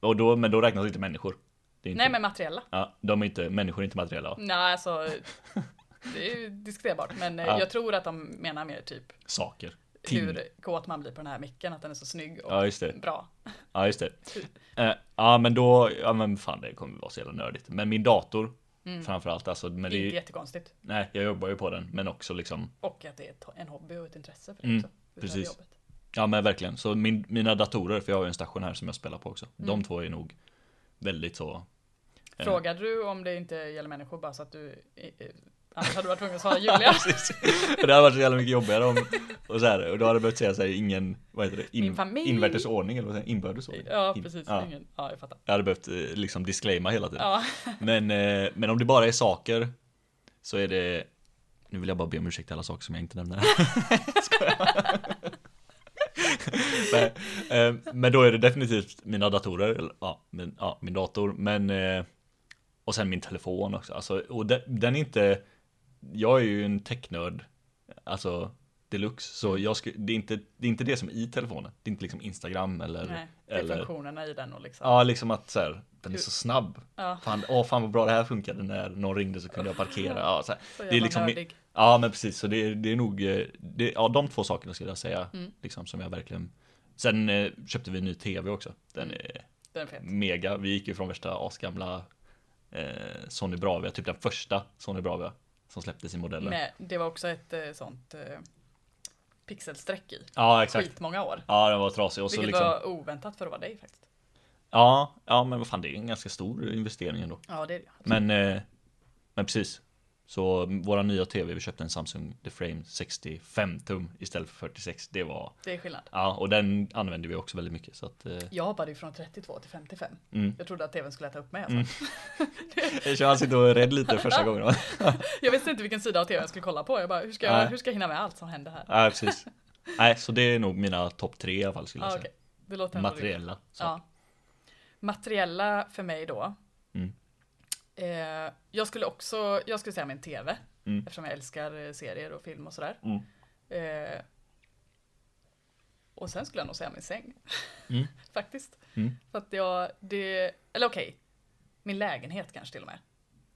[SPEAKER 2] och då, men då räknas inte människor. Det är inte,
[SPEAKER 1] Nej, men materiella.
[SPEAKER 2] ja, de är inte, människor är inte materiella.
[SPEAKER 1] Nej, alltså, det är ju diskuterbart, men eh,
[SPEAKER 2] Ja.
[SPEAKER 1] jag tror att de menar mer typ
[SPEAKER 2] Saker. Ting.
[SPEAKER 1] hur kåt man blir på den här micken, att den är så snygg och
[SPEAKER 2] Ja, just det.
[SPEAKER 1] bra.
[SPEAKER 2] Ja, just det.
[SPEAKER 1] Typ.
[SPEAKER 2] Eh, ja, men då, ja men fan det kommer vara så jävla nördigt. Men min dator
[SPEAKER 1] Mm.
[SPEAKER 2] framförallt alltså. Men det är ju,
[SPEAKER 1] Inte jättekonstigt.
[SPEAKER 2] Nej, jag jobbar ju på den, men också liksom
[SPEAKER 1] Och att det är ett, en hobby och ett intresse för dig
[SPEAKER 2] Mm,
[SPEAKER 1] också. utöver
[SPEAKER 2] precis.
[SPEAKER 1] jobbet.
[SPEAKER 2] Ja men verkligen, så min, mina datorer, för jag har ju en station här som jag spelar på också
[SPEAKER 1] Mm.
[SPEAKER 2] De två är nog väldigt så Eh.
[SPEAKER 1] Frågade du om det inte gäller människor bara så att du eh, eh, Annars hade du varit tvungen att svara Julia.
[SPEAKER 2] Det hade varit så jävla mycket jobbigare om och, så här, och då hade jag behövt säga så här, ingen, vad heter det?
[SPEAKER 1] Min familj.
[SPEAKER 2] Inbördes ordning eller vad säger jag? Inbördes ordning
[SPEAKER 1] Ja,
[SPEAKER 2] In-
[SPEAKER 1] precis.
[SPEAKER 2] ja.
[SPEAKER 1] Ingen. ja jag fattar.
[SPEAKER 2] Jag hade behövt eh, liksom disclaima hela tiden
[SPEAKER 1] Ja.
[SPEAKER 2] men, eh, men om det bara är saker Så är det Nu vill jag bara be om ursäkt till alla saker som jag inte nämner Skojar. Nej, eh, Men då är det definitivt mina datorer, eller, ja, min, ja, min dator, men eh, Och sen min telefon också, alltså, och de, den är inte Jag är ju en technörd Alltså deluxe, så jag sku, det, är inte, det är inte det som är i telefonen Det är inte liksom Instagram eller
[SPEAKER 1] Nej, det är
[SPEAKER 2] eller,
[SPEAKER 1] funktionerna i den och liksom. Ja.
[SPEAKER 2] Ja, liksom att så här, den är så snabb.
[SPEAKER 1] Ja.
[SPEAKER 2] Fan, åh, fan vad bra det här funkade när någon ringde så kunde jag parkera. Ja, så här.
[SPEAKER 1] Så
[SPEAKER 2] det är
[SPEAKER 1] jävla
[SPEAKER 2] liksom,
[SPEAKER 1] nördig.
[SPEAKER 2] ja men precis, så det, är- det är nog eh, det, ja, de två sakerna skulle jag säga.
[SPEAKER 1] Mm.
[SPEAKER 2] Liksom, som jag verkligen... Sen eh, köpte vi en ny tv också. Den
[SPEAKER 1] Mm.
[SPEAKER 2] är
[SPEAKER 1] Den är fet.
[SPEAKER 2] mega. Vi gick ju från värsta asgamla eh, Sony Bravia, typ den första Sony Bravia. som släpptes i modellen.
[SPEAKER 1] Med, det var också ett eh, sånt eh, pixelsträck i.
[SPEAKER 2] Ja, exakt.
[SPEAKER 1] Skitmånga år.
[SPEAKER 2] Ja, den var trasig. Och så
[SPEAKER 1] Vilket
[SPEAKER 2] liksom,
[SPEAKER 1] var oväntat för att vara dig faktiskt.
[SPEAKER 2] ja, ja, men vad fan, det är en ganska stor investering ändå.
[SPEAKER 1] Ja, det är det.
[SPEAKER 2] Men, eh, men precis. Så våra nya tv, vi köpte en Samsung The Frame 65 tum istället för 46. Det var,
[SPEAKER 1] Det är skillnad.
[SPEAKER 2] ja, och den använde vi också väldigt mycket. Så att, eh,
[SPEAKER 1] Jag hoppade ju från 32 till 55.
[SPEAKER 2] mm.
[SPEAKER 1] Jag trodde att tvn skulle äta upp mig. Alltså.
[SPEAKER 2] Jag känner att jag sitter och är rädd lite första gången. va?
[SPEAKER 1] Jag visste inte vilken sida av tvn jag skulle kolla på. Jag bara, hur ska jag,
[SPEAKER 2] Nej. Alltså.
[SPEAKER 1] hur ska jag hinna med allt som händer här?
[SPEAKER 2] Ja, precis. Nej, så det är nog mina topp tre i alla fall skulle jag
[SPEAKER 1] Ja,
[SPEAKER 2] säga.
[SPEAKER 1] okej. Det låter ändå rimligt.
[SPEAKER 2] Materiella saker.
[SPEAKER 1] Ja. Materiella för mig då.
[SPEAKER 2] Mm.
[SPEAKER 1] Eh, jag skulle också, jag skulle säga min TV.
[SPEAKER 2] Mm.
[SPEAKER 1] Eftersom jag älskar eh, serier och film och sådär.
[SPEAKER 2] Mm.
[SPEAKER 1] Eh, och sen skulle jag nog säga min säng.
[SPEAKER 2] Mm.
[SPEAKER 1] Faktiskt.
[SPEAKER 2] Mm.
[SPEAKER 1] För att jag, det, eller okej. Min lägenhet kanske till och med.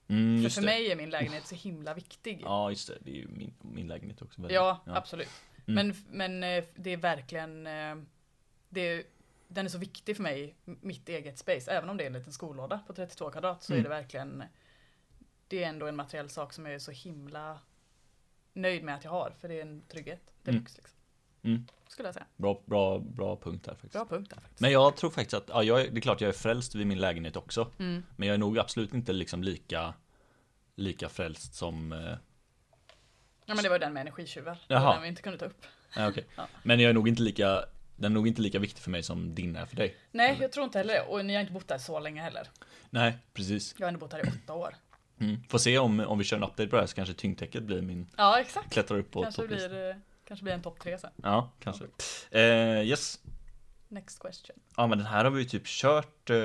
[SPEAKER 2] Mm,
[SPEAKER 1] För,
[SPEAKER 2] just
[SPEAKER 1] för
[SPEAKER 2] det.
[SPEAKER 1] mig är min lägenhet så himla viktig.
[SPEAKER 2] Ja, just det. Det är ju min, min lägenhet också. väldigt-
[SPEAKER 1] Ja, absolut.
[SPEAKER 2] Mm.
[SPEAKER 1] Men, men eh, det är verkligen, eh, det är, den är så viktig för mig, m- mitt eget space. Även om det är en liten skollåda på 32 kvadrat så
[SPEAKER 2] Mm.
[SPEAKER 1] är det verkligen, det är ändå en materiell sak som jag är så himla nöjd med att jag har. För det är en trygghet deluxe.
[SPEAKER 2] Mm.
[SPEAKER 1] Liksom,
[SPEAKER 2] Mm.
[SPEAKER 1] skulle jag säga.
[SPEAKER 2] Bra, bra, bra punkt här faktiskt.
[SPEAKER 1] Bra punkt där faktiskt.
[SPEAKER 2] Men jag tror faktiskt att, ja, jag, är- det är klart jag är frälst vid min lägenhet också.
[SPEAKER 1] Mm.
[SPEAKER 2] Men jag är nog absolut inte liksom lika, lika frälst som eh,
[SPEAKER 1] Ja men det var ju den med energitjuvar. Det
[SPEAKER 2] Jaha.
[SPEAKER 1] var Den vi inte kunde ta upp.
[SPEAKER 2] Nej, okej.
[SPEAKER 1] Ja.
[SPEAKER 2] Men jag är nog inte lika, den är nog inte lika viktig för mig som din är för dig.
[SPEAKER 1] Nej jag tror inte heller det. Och ni har inte bott där så länge heller.
[SPEAKER 2] Nej, precis.
[SPEAKER 1] Jag har ändå bott här i åtta år.
[SPEAKER 2] Mm. Får se om, om vi kör en update på det här så kanske tyngdtäcket blir min,
[SPEAKER 1] Ja exakt.
[SPEAKER 2] klättrar upp på
[SPEAKER 1] Kanske
[SPEAKER 2] topplistan.
[SPEAKER 1] blir, eh, kanske blir en topp tre sen.
[SPEAKER 2] Ja, kanske. Eh, yes.
[SPEAKER 1] Next question.
[SPEAKER 2] Ja, men den här har vi ju typ kört eh,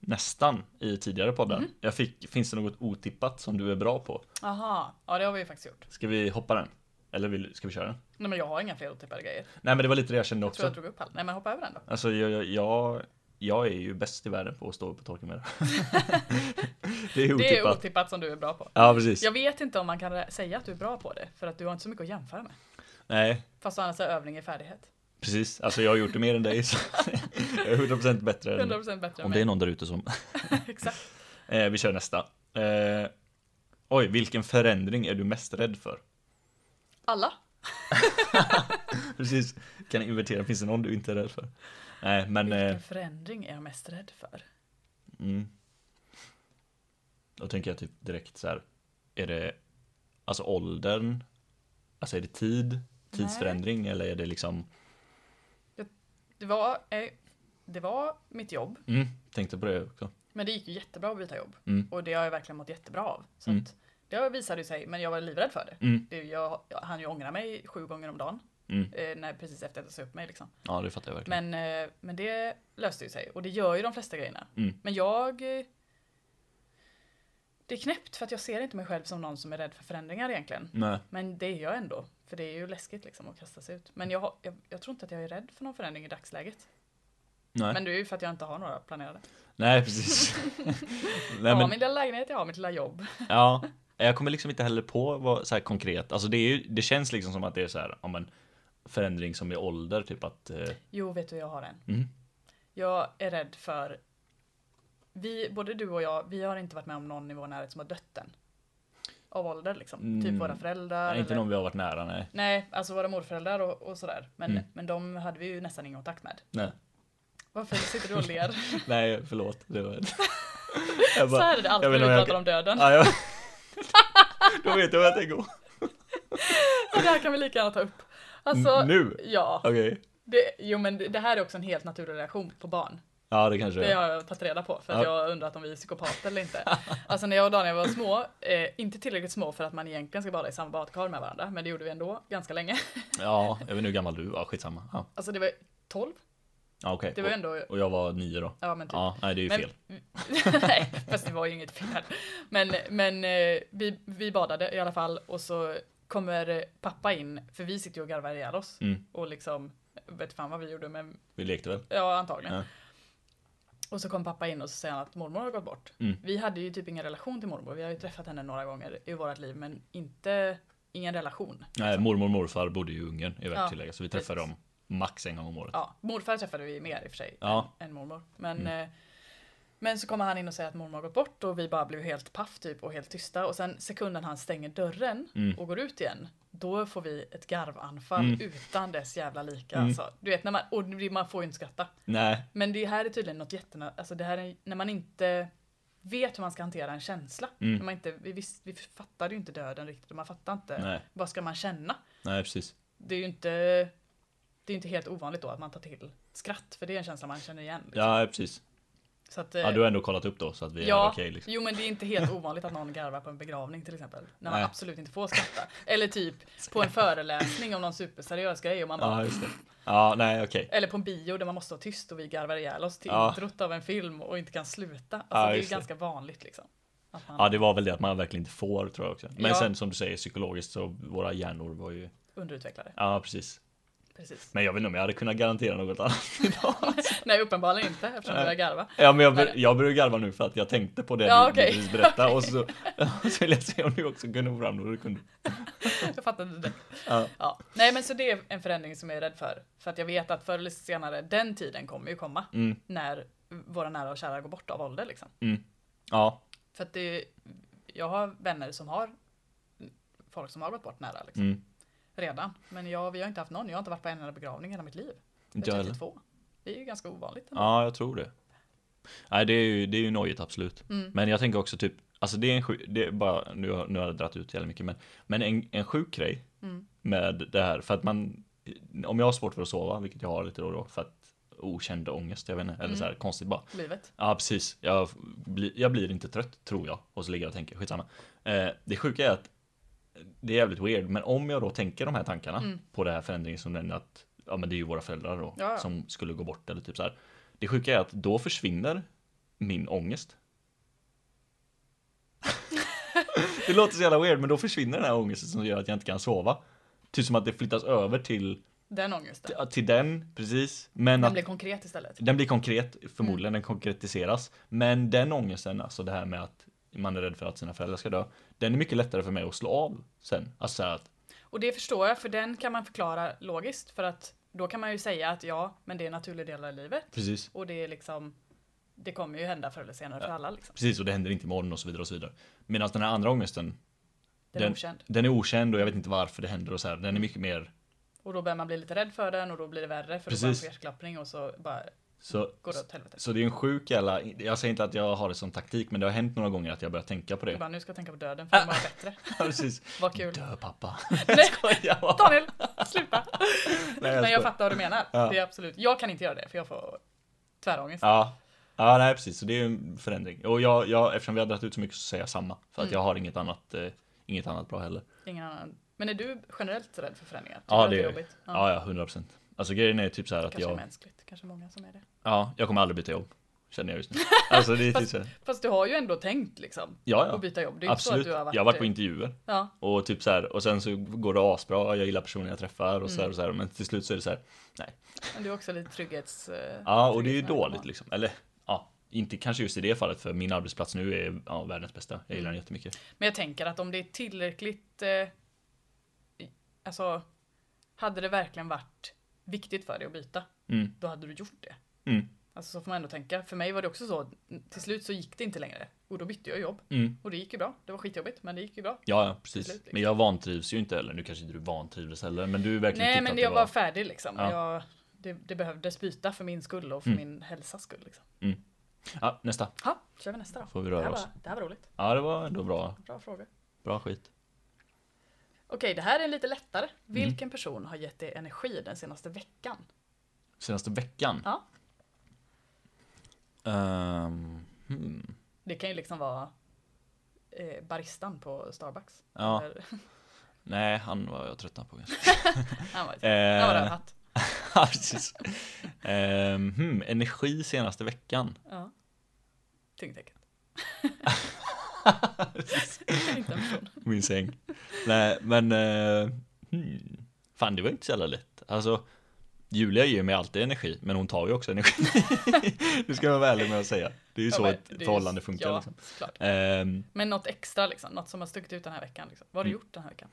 [SPEAKER 2] nästan i tidigare poddar.
[SPEAKER 1] Mm.
[SPEAKER 2] Jag fick, finns det något otippat som du är bra på?
[SPEAKER 1] Aha, ja det har vi ju faktiskt gjort.
[SPEAKER 2] Ska vi hoppa den? Eller vill, ska vi köra den?
[SPEAKER 1] Nej men jag har inga fler otippade grejer.
[SPEAKER 2] Nej, men det var lite det jag kände
[SPEAKER 1] Jag tror
[SPEAKER 2] också.
[SPEAKER 1] jag drog upp allt. Nej men hoppa över den då.
[SPEAKER 2] Alltså jag, jag, jag, jag är ju bäst i världen på att stå upp och torka med Det är
[SPEAKER 1] Det är
[SPEAKER 2] otippat.
[SPEAKER 1] otippat som du är bra på.
[SPEAKER 2] Ja precis.
[SPEAKER 1] Jag vet inte om man kan rä- säga att du är bra på det, för att du har inte så mycket att jämföra med.
[SPEAKER 2] Nej,
[SPEAKER 1] Fast å andra sidan övning är färdighet.
[SPEAKER 2] precis. Alltså jag har gjort det mer än dig så jag är 100% bättre. Än,
[SPEAKER 1] 100% bättre än
[SPEAKER 2] om det är
[SPEAKER 1] mig.
[SPEAKER 2] någon där ute som...
[SPEAKER 1] Exakt.
[SPEAKER 2] Eh, vi kör nästa. Eh, oj, vilken förändring är du mest rädd för?
[SPEAKER 1] Alla?
[SPEAKER 2] Precis. Kan jag invertera, finns det någon du inte är rädd för? Nej, men... Eh,
[SPEAKER 1] Vilken förändring är jag mest rädd för?
[SPEAKER 2] mm. Då tänker jag typ direkt så här. Är det alltså åldern? Alltså är det tid? Tidsförändring eller är det liksom?
[SPEAKER 1] Det var, eh, det var mitt jobb,
[SPEAKER 2] Mm, tänkte på det också.
[SPEAKER 1] men det gick ju jättebra att byta jobb.
[SPEAKER 2] Mm.
[SPEAKER 1] Och det har jag verkligen mått jättebra av. Så
[SPEAKER 2] Mm.
[SPEAKER 1] att, det visade ju sig, men jag var livrädd för det.
[SPEAKER 2] Mm,
[SPEAKER 1] det jag, jag hann ju ångra mig sju gånger om dagen,
[SPEAKER 2] mm.
[SPEAKER 1] eh, när, precis efter att jag sa upp mig. Liksom.
[SPEAKER 2] Ja, det fattar jag verkligen.
[SPEAKER 1] Men, eh, men det löste ju sig och det gör ju de flesta grejerna.
[SPEAKER 2] Mm.
[SPEAKER 1] Men jag... eh, Det är knäppt för att jag ser inte mig själv som någon som är rädd för förändringar egentligen.
[SPEAKER 2] Nej,
[SPEAKER 1] Men det är jag ändå. För det är ju läskigt liksom att kasta sig ut. Men jag, har- jag, jag tror inte att jag är rädd för någon förändring i dagsläget.
[SPEAKER 2] nej,
[SPEAKER 1] Men det är ju för att jag inte har några planerade.
[SPEAKER 2] nej precis. nej,
[SPEAKER 1] Jag har
[SPEAKER 2] men,
[SPEAKER 1] min lilla lägenhet, jag har mitt lilla jobb.
[SPEAKER 2] ja, jag kommer liksom inte heller på vad så här konkret. Alltså det, är ju, det känns liksom som att det är så här, ja men förändring som i ålder, typ att eh,
[SPEAKER 1] Jo, vet du, jag har en.
[SPEAKER 2] Mm.
[SPEAKER 1] Jag är rädd för... Vi, både du och jag, vi har inte varit med om någon i vår närhet som har dött än. Av ålder liksom. Typ
[SPEAKER 2] Mm.
[SPEAKER 1] våra föräldrar.
[SPEAKER 2] nej, inte
[SPEAKER 1] eller-
[SPEAKER 2] någon vi har varit nära, nej.
[SPEAKER 1] Nej, alltså våra morföräldrar och, och sådär. Men,
[SPEAKER 2] Mm.
[SPEAKER 1] men de hade vi ju nästan ingen kontakt med.
[SPEAKER 2] Nej,
[SPEAKER 1] Varför sitter du och ler?
[SPEAKER 2] nej förlåt. Det var... jag
[SPEAKER 1] Så här är det alltid
[SPEAKER 2] jag vet
[SPEAKER 1] när vi
[SPEAKER 2] inte om jag
[SPEAKER 1] pratar
[SPEAKER 2] kan-
[SPEAKER 1] om döden.
[SPEAKER 2] ja, jag... Då vet jag vad jag tänker gå.
[SPEAKER 1] Det här kan vi lika gärna ta upp. Alltså,
[SPEAKER 2] Nu?
[SPEAKER 1] ja.
[SPEAKER 2] Okej.
[SPEAKER 1] Det, jo men det, det här är också en helt naturlig reaktion på barn.
[SPEAKER 2] Ja, det kanske det
[SPEAKER 1] Det
[SPEAKER 2] är.
[SPEAKER 1] har jag tagit reda på för att
[SPEAKER 2] Ja.
[SPEAKER 1] jag har undrat om vi är psykopater eller inte. Alltså när jag och Daniel var små, eh, inte tillräckligt små för att man egentligen ska bada i samma badkar med varandra, men det gjorde vi ändå ganska länge.
[SPEAKER 2] Ja, jag vet inte hur gammal du var. Skitsamma. Ja,
[SPEAKER 1] Alltså det var 12,
[SPEAKER 2] ja okej.
[SPEAKER 1] det var ju
[SPEAKER 2] Och-
[SPEAKER 1] ändå,
[SPEAKER 2] Och jag var nio då.
[SPEAKER 1] ja men typ.
[SPEAKER 2] Ja, nej det är ju
[SPEAKER 1] Men-
[SPEAKER 2] fel.
[SPEAKER 1] Nej, fast det var ju inget fel. Men, men eh, vi, vi badade i alla fall och så kommer eh, pappa in, för vi sitter ju och garvar ihjäl oss
[SPEAKER 2] Mm,
[SPEAKER 1] och liksom, vet fan vad vi gjorde, men
[SPEAKER 2] vi lekte väl?
[SPEAKER 1] ja antagligen.
[SPEAKER 2] Ja.
[SPEAKER 1] Och så kom pappa in och så säger han att mormor har gått bort.
[SPEAKER 2] Mm.
[SPEAKER 1] Vi hade ju typ ingen relation till mormor, vi har ju träffat henne några gånger i vårt liv, men inte, ingen relation.
[SPEAKER 2] Nej, mormor och morfar bodde ju i Ungern i
[SPEAKER 1] Ja,
[SPEAKER 2] världstillägget så vi träffade
[SPEAKER 1] precis.
[SPEAKER 2] dem max en gång om året.
[SPEAKER 1] Ja, morfar träffade vi mer i och för sig
[SPEAKER 2] Ja. Mm.
[SPEAKER 1] än mormor. Men, eh, Men så kommer han in och säger att mormor har gått bort och vi bara blev helt paff typ och helt tysta. Och sen sekunden han stänger dörren
[SPEAKER 2] Mm.
[SPEAKER 1] och går ut igen, då får vi ett garvanfall
[SPEAKER 2] Mm.
[SPEAKER 1] utan dess jävla lika.
[SPEAKER 2] Mm.
[SPEAKER 1] Alltså, du vet, när man, och man får ju inte skratta.
[SPEAKER 2] Nej,
[SPEAKER 1] Men det här är tydligen något jättena... Alltså det här är när man inte vet hur man ska hantera en känsla.
[SPEAKER 2] Mm.
[SPEAKER 1] När man inte, vi, visst, vi fattade ju inte döden riktigt. Man fattar inte.
[SPEAKER 2] nej,
[SPEAKER 1] Vad ska man känna?
[SPEAKER 2] nej precis.
[SPEAKER 1] Det är ju inte... Det är ju inte helt ovanligt då att man tar till skratt. För det är en känsla man känner igen. liksom.
[SPEAKER 2] Ja, precis.
[SPEAKER 1] Så att, eh,
[SPEAKER 2] Ja, du har ändå kollat upp då så att vi är
[SPEAKER 1] Ja.
[SPEAKER 2] okej liksom.
[SPEAKER 1] Jo men det är inte helt ovanligt att någon garvar på en begravning till exempel. När man
[SPEAKER 2] Nej.
[SPEAKER 1] absolut inte får skratta. Eller typ på en föreläsning om någon superseriös grej och man bara
[SPEAKER 2] Ja, just det. Ja, nej, okej.
[SPEAKER 1] Eller på en bio där man måste vara tyst och vi garvar ihjäl oss till
[SPEAKER 2] Ja.
[SPEAKER 1] introt av en film och inte kan sluta. Alltså
[SPEAKER 2] Ja,
[SPEAKER 1] det är ju
[SPEAKER 2] just det.
[SPEAKER 1] ganska vanligt liksom. Att man
[SPEAKER 2] Ja, det var väl det att man verkligen inte får tror jag också. Men
[SPEAKER 1] Ja.
[SPEAKER 2] sen som du säger psykologiskt så våra hjärnor var ju,
[SPEAKER 1] underutvecklar det.
[SPEAKER 2] ja precis.
[SPEAKER 1] Precis.
[SPEAKER 2] Men jag vet inte om jag hade kunnat garantera något annat.
[SPEAKER 1] Nej uppenbarligen inte eftersom du
[SPEAKER 2] Nej.
[SPEAKER 1] börjar garva.
[SPEAKER 2] Ja, men jag,
[SPEAKER 1] Nej.
[SPEAKER 2] bör- jag började garva nu för att jag tänkte på det
[SPEAKER 1] Ja,
[SPEAKER 2] du
[SPEAKER 1] okej.
[SPEAKER 2] precis berättade och så, så ville jag se om du också kunde få fram något du kunde.
[SPEAKER 1] Jag fattade det.
[SPEAKER 2] Ja.
[SPEAKER 1] Ja. Nej men så det är en förändring som jag är rädd för. För att jag vet att förr eller senare, den tiden kommer ju komma.
[SPEAKER 2] Mm,
[SPEAKER 1] När våra nära och kära går bort av ålder liksom.
[SPEAKER 2] ja,
[SPEAKER 1] För att det, jag har vänner som har folk som har gått bort nära liksom,
[SPEAKER 2] mm.
[SPEAKER 1] redan. Men jag, vi har inte haft någon. Jag har inte varit på en enda begravning i hela mitt liv.
[SPEAKER 2] Inte jag
[SPEAKER 1] är
[SPEAKER 2] heller.
[SPEAKER 1] 32. Det är ju ganska ovanligt. ändå.
[SPEAKER 2] Ja, jag tror det. Nej, det är ju, det är ju nojigt absolut.
[SPEAKER 1] Mm.
[SPEAKER 2] Men jag tänker också typ, alltså det är en sjuk, det är bara, nu, har- nu har jag dragit ut jävligt mycket, men, men en, en sjuk grej
[SPEAKER 1] Mm.
[SPEAKER 2] med det här, för att man, om jag har svårt för att sova, vilket jag har lite då och då, för att okänd ångest, jag vet inte, eller
[SPEAKER 1] Mm.
[SPEAKER 2] så här konstigt bara.
[SPEAKER 1] Livet.
[SPEAKER 2] Ja, precis. Jag, blir- jag blir inte trött, tror jag. Och så ligger jag och tänker, skitsamma. Eh, det sjuka är att det är jävligt weird, men om jag då tänker de här tankarna
[SPEAKER 1] Mm.
[SPEAKER 2] på det här förändringen som den att, ja men det är ju våra föräldrar då,
[SPEAKER 1] Ja, ja.
[SPEAKER 2] som skulle gå bort eller typ så här. Det sjuka är att då försvinner min ångest. det låter så jävla weird, men då försvinner den här ångesten som gör att jag inte kan sova. Typ som att det flyttas över till,
[SPEAKER 1] Den ångesten.
[SPEAKER 2] till den, precis. Men
[SPEAKER 1] Den
[SPEAKER 2] att
[SPEAKER 1] blir konkret istället.
[SPEAKER 2] den blir konkret,
[SPEAKER 1] Mm.
[SPEAKER 2] förmodligen den konkretiseras. Men den ångesten, alltså det här med att man är rädd för att sina föräldrar ska dö. Den är mycket lättare för mig att slå av sen. Alltså så här att,
[SPEAKER 1] Och det förstår jag, för den kan man förklara logiskt. För att då kan man ju säga att ja, men det är en naturlig del av livet.
[SPEAKER 2] precis,
[SPEAKER 1] Och det är liksom, det kommer ju hända förr eller senare för alla. Liksom.
[SPEAKER 2] precis och det händer inte imorgon och så vidare och så vidare. Medan den här andra ångesten,
[SPEAKER 1] Den är
[SPEAKER 2] Den-
[SPEAKER 1] okänd.
[SPEAKER 2] den är okänd och jag vet inte varför det händer och så här. Den är mycket mer,
[SPEAKER 1] Och då börjar man bli lite rädd för den och då blir det värre för då
[SPEAKER 2] Precis.
[SPEAKER 1] får man hjärtklappning och så bara
[SPEAKER 2] så,
[SPEAKER 1] Mm, går det åt helvete.
[SPEAKER 2] så det är en sjuk jävla, jag säger inte att jag har det som taktik men det har hänt några gånger att jag börjar tänka på
[SPEAKER 1] Du
[SPEAKER 2] det.
[SPEAKER 1] bara, nu ska jag tänka på döden för att må bättre.
[SPEAKER 2] precis.
[SPEAKER 1] Vad kul.
[SPEAKER 2] Dö pappa.
[SPEAKER 1] Nej,
[SPEAKER 2] Skojar bara.
[SPEAKER 1] Daniel, sluta.
[SPEAKER 2] Nej,
[SPEAKER 1] Men
[SPEAKER 2] skojar.
[SPEAKER 1] jag fattar vad du menar.
[SPEAKER 2] Ja.
[SPEAKER 1] Det är absolut. Jag kan inte göra det för jag får tvärångest.
[SPEAKER 2] Ja. ja, nej precis. Så det är ju en förändring. Och jag, jag, eftersom vi har dragit ut så mycket så säger jag samma. För att
[SPEAKER 1] Mm.
[SPEAKER 2] jag har inget annat, eh, inget annat bra heller.
[SPEAKER 1] Ingen annan. Men är du generellt rädd för förändringar? Tycker
[SPEAKER 2] Ja,
[SPEAKER 1] du att
[SPEAKER 2] det
[SPEAKER 1] är
[SPEAKER 2] är-
[SPEAKER 1] jobbigt? Ja.
[SPEAKER 2] Ja, ja, 100 procent. Alltså grejen är typ så här att
[SPEAKER 1] Kanske är
[SPEAKER 2] jag,
[SPEAKER 1] mänskligt. Kanske många som är det.
[SPEAKER 2] ja, jag kommer aldrig byta jobb. Känner jag just nu. Alltså det är typ så här.
[SPEAKER 1] Fast du har ju ändå tänkt liksom
[SPEAKER 2] Ja,
[SPEAKER 1] att
[SPEAKER 2] ja.
[SPEAKER 1] byta jobb. Det är ju inte så att
[SPEAKER 2] Absolut.
[SPEAKER 1] du har varit... eh,
[SPEAKER 2] Jag har varit på intervjuer.
[SPEAKER 1] Ja,
[SPEAKER 2] Och typ så här, och sen så går det asbra, jag gillar personen jag träffar och så här
[SPEAKER 1] Mm.
[SPEAKER 2] och så här. Men till slut så är det så här,
[SPEAKER 1] men du är också lite trygghets... eh,
[SPEAKER 2] ja och det är ju
[SPEAKER 1] trygghetsnära.
[SPEAKER 2] dåligt liksom. Eller ja, inte kanske just i det fallet för min arbetsplats nu är ja, världens bästa. Jag gillar den jättemycket.
[SPEAKER 1] Men jag tänker att om det är tillräckligt... Eh, i- alltså, hade det verkligen varit viktigt för dig att byta,
[SPEAKER 2] Mm,
[SPEAKER 1] då hade du gjort det.
[SPEAKER 2] mm,
[SPEAKER 1] Alltså så får man ändå tänka. För mig var det också så, till slut så gick det inte längre. Och då bytte jag jobb.
[SPEAKER 2] mm.
[SPEAKER 1] Och det gick ju bra. Det var skitjobbigt, men det gick ju bra.
[SPEAKER 2] Ja, ja, precis.
[SPEAKER 1] Absolut, liksom.
[SPEAKER 2] Men jag vantrivs ju inte heller. Nu kanske inte du vantrivdes heller, men du är verkligen
[SPEAKER 1] Nej,
[SPEAKER 2] tyckte
[SPEAKER 1] men
[SPEAKER 2] att
[SPEAKER 1] det
[SPEAKER 2] det
[SPEAKER 1] jag
[SPEAKER 2] var...
[SPEAKER 1] var färdig liksom.
[SPEAKER 2] Ja.
[SPEAKER 1] Jag, det, det behövdes byta för min skull och för
[SPEAKER 2] Mm.
[SPEAKER 1] min hälsas skull. Liksom.
[SPEAKER 2] Ja, nästa.
[SPEAKER 1] Ha, kör vi nästa då.
[SPEAKER 2] Får vi
[SPEAKER 1] Det här,
[SPEAKER 2] röra oss.
[SPEAKER 1] var, det här var roligt.
[SPEAKER 2] Ja, det var ändå bra.
[SPEAKER 1] Bra fråga.
[SPEAKER 2] Bra skit.
[SPEAKER 1] Okej, det här är lite lättare.
[SPEAKER 2] Mm.
[SPEAKER 1] Vilken person har gett dig energi den senaste veckan?
[SPEAKER 2] Senaste veckan.
[SPEAKER 1] Ja.
[SPEAKER 2] Ehm, hmm.
[SPEAKER 1] Det kan ju liksom vara eh, baristan på Starbucks.
[SPEAKER 2] Ja,
[SPEAKER 1] Eller,
[SPEAKER 2] nej, han var jag tröttnat på. kanske.
[SPEAKER 1] han var, han var
[SPEAKER 2] Eh,
[SPEAKER 1] rödhatt.
[SPEAKER 2] ja, precis. Ehm, hmm, energi senaste veckan.
[SPEAKER 1] Ja. Tyngdtäcket. Inte en person.
[SPEAKER 2] Min säng. nej, men... eh, hmm. Fan, det var inte så jävla lätt. Alltså, Julia ger mig alltid energi, men hon tar ju också energi. det ska jag vara ärlig med att säga. Det är ju
[SPEAKER 1] Ja,
[SPEAKER 2] så
[SPEAKER 1] men
[SPEAKER 2] ett
[SPEAKER 1] det är ju-
[SPEAKER 2] förhållande funkar.
[SPEAKER 1] Ja,
[SPEAKER 2] Liksom.
[SPEAKER 1] såklart.
[SPEAKER 2] Ehm,
[SPEAKER 1] Men något extra liksom, något som har stuckit ut den här veckan. Liksom. Vad har du
[SPEAKER 2] Mm.
[SPEAKER 1] gjort den här veckan?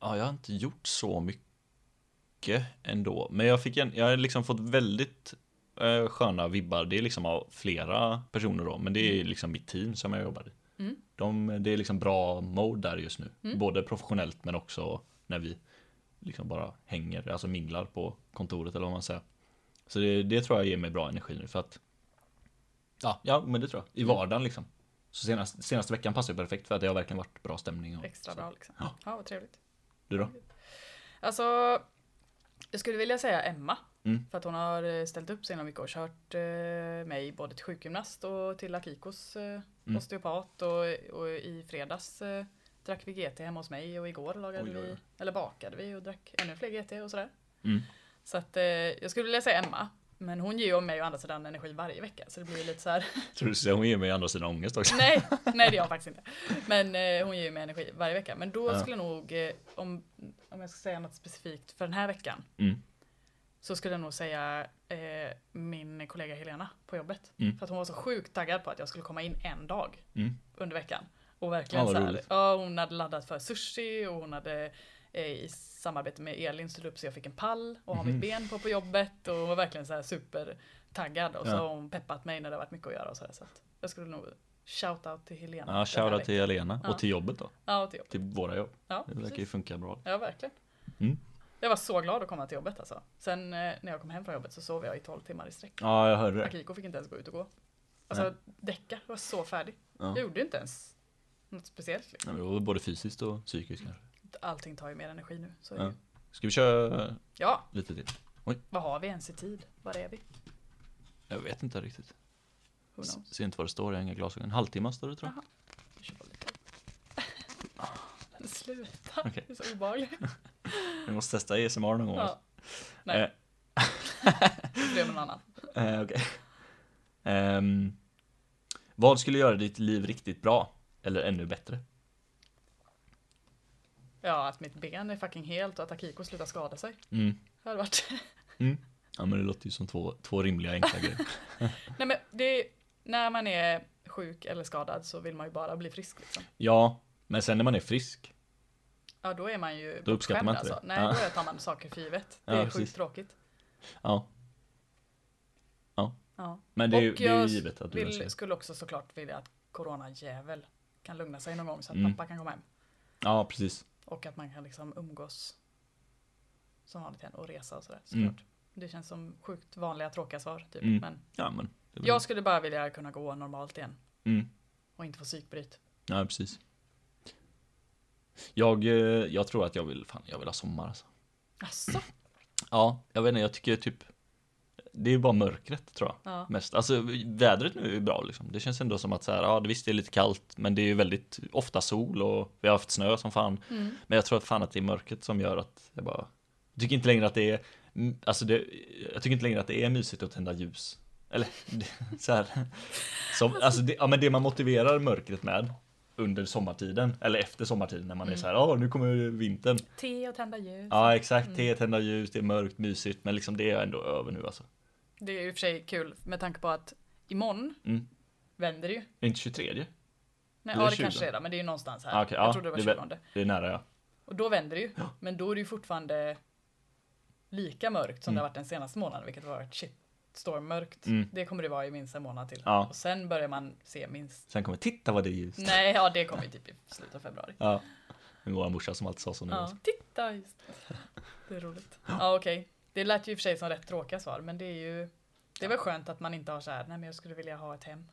[SPEAKER 2] Ja, jag har inte gjort så mycket ändå. Men jag, fick en, jag har liksom fått väldigt eh, sköna vibbar. Det är liksom av flera personer då, men det är liksom mitt team som jag jobbar i.
[SPEAKER 1] Mm.
[SPEAKER 2] De, det är liksom bra mode där just nu,
[SPEAKER 1] Mm.
[SPEAKER 2] både professionellt men också när vi liksom bara hänger, alltså minglar på kontoret eller vad man säger. Så det, det tror jag ger mig bra energi nu för att Ja, ja men det tror jag. I
[SPEAKER 1] Mm.
[SPEAKER 2] vardagen liksom. Så senast, senaste veckan passar ju perfekt för att det har verkligen varit bra stämning. Och,
[SPEAKER 1] Extra
[SPEAKER 2] så.
[SPEAKER 1] bra liksom.
[SPEAKER 2] Ja.
[SPEAKER 1] Ja, vad trevligt.
[SPEAKER 2] Du då?
[SPEAKER 1] Alltså, jag skulle vilja säga Emma.
[SPEAKER 2] Mm.
[SPEAKER 1] För att hon har eh, ställt upp så himla mycket och kört eh, mig både till sjukgymnast och till Akikos eh,
[SPEAKER 2] Mm.
[SPEAKER 1] osteopat. Och, och i fredags eh, drack vi GT hemma hos mig och igår lagade
[SPEAKER 2] Oj, oj, oj.
[SPEAKER 1] vi, eller bakade vi och drack ännu fler GT och sådär.
[SPEAKER 2] Mm.
[SPEAKER 1] Så att eh, jag skulle vilja säga Emma. Men hon ger ju mig å andra sidan energi varje vecka så det blir ju lite så här
[SPEAKER 2] Tror du säger hon ger mig andra sidan ångest också?
[SPEAKER 1] Nej, nej det gör hon faktiskt inte. Men eh, hon ger ju mig energi varje vecka. Men då
[SPEAKER 2] Ja.
[SPEAKER 1] skulle jag nog, eh, om, om jag ska säga något specifikt för den här veckan,
[SPEAKER 2] Mm.
[SPEAKER 1] så skulle jag nog säga eh, min kollega Helena på jobbet.
[SPEAKER 2] Mm.
[SPEAKER 1] För att hon var så sjukt taggad på att jag skulle komma in en dag
[SPEAKER 2] Mm.
[SPEAKER 1] under veckan. Och verkligen
[SPEAKER 2] Ja, vad
[SPEAKER 1] så här,
[SPEAKER 2] roligt.
[SPEAKER 1] ja, hon hade laddat för sushi och hon hade eh, i samarbete med Elin ställt upp så jag fick en pall och har
[SPEAKER 2] Mhm.
[SPEAKER 1] mitt ben på på jobbet och hon var verkligen så här supertaggad och så
[SPEAKER 2] Ja.
[SPEAKER 1] har hon peppat mig när det har varit mycket att göra och så, här, så att jag skulle nog shout out till Helena.
[SPEAKER 2] Ja, shoutout
[SPEAKER 1] till...
[SPEAKER 2] till Helena
[SPEAKER 1] Ja.
[SPEAKER 2] och till jobbet då.
[SPEAKER 1] Ja, och till jobbet.
[SPEAKER 2] Till våra jobb.
[SPEAKER 1] Ja,
[SPEAKER 2] Det verkar ju
[SPEAKER 1] precis.
[SPEAKER 2] funka bra.
[SPEAKER 1] ja, verkligen.
[SPEAKER 2] Mm.
[SPEAKER 1] Jag var så glad att komma till jobbet alltså. Sen eh, när jag kom hem från jobbet så sov jag i 12 timmar i sträck.
[SPEAKER 2] Ja, jag hörde det.
[SPEAKER 1] Akiko fick inte ens gå ut och gå. Alltså,
[SPEAKER 2] Nej.
[SPEAKER 1] däcka, jag var så färdig.
[SPEAKER 2] Ja.
[SPEAKER 1] Jag gjorde inte ens något speciellt. liksom.
[SPEAKER 2] Nej, men det var både fysiskt och psykiskt kanske.
[SPEAKER 1] Allting tar ju mer energi nu. Så är det
[SPEAKER 2] Ja.
[SPEAKER 1] ju.
[SPEAKER 2] Ska vi köra
[SPEAKER 1] ja,
[SPEAKER 2] lite till?
[SPEAKER 1] vad har vi ens i tid? Var är vi?
[SPEAKER 2] Jag vet inte riktigt.
[SPEAKER 1] Who knows?
[SPEAKER 2] Ser inte vad det står, jag har inga glasögon. En halvtimme står det tror jag.
[SPEAKER 1] Vi kör lite. Sluta,
[SPEAKER 2] Okej.
[SPEAKER 1] det är så obehagligt.
[SPEAKER 2] Vi måste testa ASMR någon gång.
[SPEAKER 1] Ja. Nej.
[SPEAKER 2] Eh.
[SPEAKER 1] det är någon annan.
[SPEAKER 2] Eh, okej. Ehm, vad skulle göra ditt liv riktigt bra? Eller ännu bättre?
[SPEAKER 1] Ja, att mitt ben är fucking helt och att Akiko slutar skada sig.
[SPEAKER 2] Mm.
[SPEAKER 1] Det hade varit...
[SPEAKER 2] Ja men det låter ju som två, två rimliga enkla grejer.
[SPEAKER 1] Nej men det är, när man är sjuk eller skadad så vill man ju bara bli frisk liksom.
[SPEAKER 2] Ja, men sen när man är frisk.
[SPEAKER 1] Ja, då är man ju
[SPEAKER 2] Då uppskattar man
[SPEAKER 1] bortskämd, alltså.
[SPEAKER 2] inte det.
[SPEAKER 1] Nej,
[SPEAKER 2] Ja.
[SPEAKER 1] då tar man saker för givet. Det
[SPEAKER 2] Ja,
[SPEAKER 1] är sjukt
[SPEAKER 2] precis.
[SPEAKER 1] tråkigt.
[SPEAKER 2] Ja,
[SPEAKER 1] Ja.
[SPEAKER 2] men det är, ju-
[SPEAKER 1] Och
[SPEAKER 2] det är
[SPEAKER 1] jag
[SPEAKER 2] ju givet att du vill...
[SPEAKER 1] Vill, skulle också såklart vilja att coronajävel kan lugna sig någon gång så att
[SPEAKER 2] Mm.
[SPEAKER 1] pappa kan komma hem.
[SPEAKER 2] Ja, precis.
[SPEAKER 1] Och att man kan liksom umgås som vanligt igen och resa och sådär
[SPEAKER 2] Mm.
[SPEAKER 1] såklart. Det känns som sjukt vanliga tråkiga svar typ.
[SPEAKER 2] Mm.
[SPEAKER 1] Men
[SPEAKER 2] Ja, men. Det är väl-
[SPEAKER 1] jag skulle bara vilja kunna gå normalt igen
[SPEAKER 2] Mm.
[SPEAKER 1] och inte få psykbryt.
[SPEAKER 2] Ja, precis. Jag, eh, jag tror att jag vill, fan, jag vill ha sommar alltså.
[SPEAKER 1] Jaså?
[SPEAKER 2] Ja, jag vet inte, jag tycker typ Det är bara mörkret tror jag
[SPEAKER 1] Ja.
[SPEAKER 2] mest. Alltså vädret nu är bra liksom. Det känns ändå som att så här, ja det visst det är lite kallt men det är ju väldigt ofta sol och vi har haft snö som fan.
[SPEAKER 1] Mm.
[SPEAKER 2] Men jag tror att fan att det är mörkret som gör att jag bara jag tycker inte längre att det är mm, Alltså det, jag tycker inte längre att det är mysigt att tända ljus. Eller det- så här. Som, alltså det, ja, men det man motiverar mörkret med under sommartiden eller efter sommartiden när man är
[SPEAKER 1] Mm.
[SPEAKER 2] så här, ja nu kommer vintern.
[SPEAKER 1] Te och tända ljus.
[SPEAKER 2] Ja exakt,
[SPEAKER 1] Mm.
[SPEAKER 2] te, tända ljus, det är mörkt, mysigt men liksom det är ändå över nu alltså.
[SPEAKER 1] Det är ju i och för sig kul med tanke på att imorgon
[SPEAKER 2] Mm.
[SPEAKER 1] vänder det ju.
[SPEAKER 2] Är det inte 23?
[SPEAKER 1] Nej,
[SPEAKER 2] Det är
[SPEAKER 1] ja, det
[SPEAKER 2] 20.
[SPEAKER 1] kanske det är då, men det är ju någonstans här.
[SPEAKER 2] Ah, okej,
[SPEAKER 1] jag
[SPEAKER 2] ja,
[SPEAKER 1] trodde det var
[SPEAKER 2] det är väl-
[SPEAKER 1] 20.
[SPEAKER 2] Det är nära ja.
[SPEAKER 1] Och då vänder det ju. Men då är det ju fortfarande lika mörkt som det har varit den senaste månaden, vilket har varit shitstormmörkt.
[SPEAKER 2] Mm.
[SPEAKER 1] Det kommer det vara i minst en månad till.
[SPEAKER 2] Ja.
[SPEAKER 1] Och sen börjar man se minst
[SPEAKER 2] Sen kommer titta vad det är ljust.
[SPEAKER 1] Nej, ja det kommer ju typ i slutet av februari.
[SPEAKER 2] Ja. Det var vår morsa som alltid sa så nu.
[SPEAKER 1] Ja, titta just det. Det är roligt. Ja, okej. Det lät ju i och för sig som rätt tråkiga svar, men det är ju det är väl skönt att man inte har så här, nej men jag skulle vilja ha ett hem.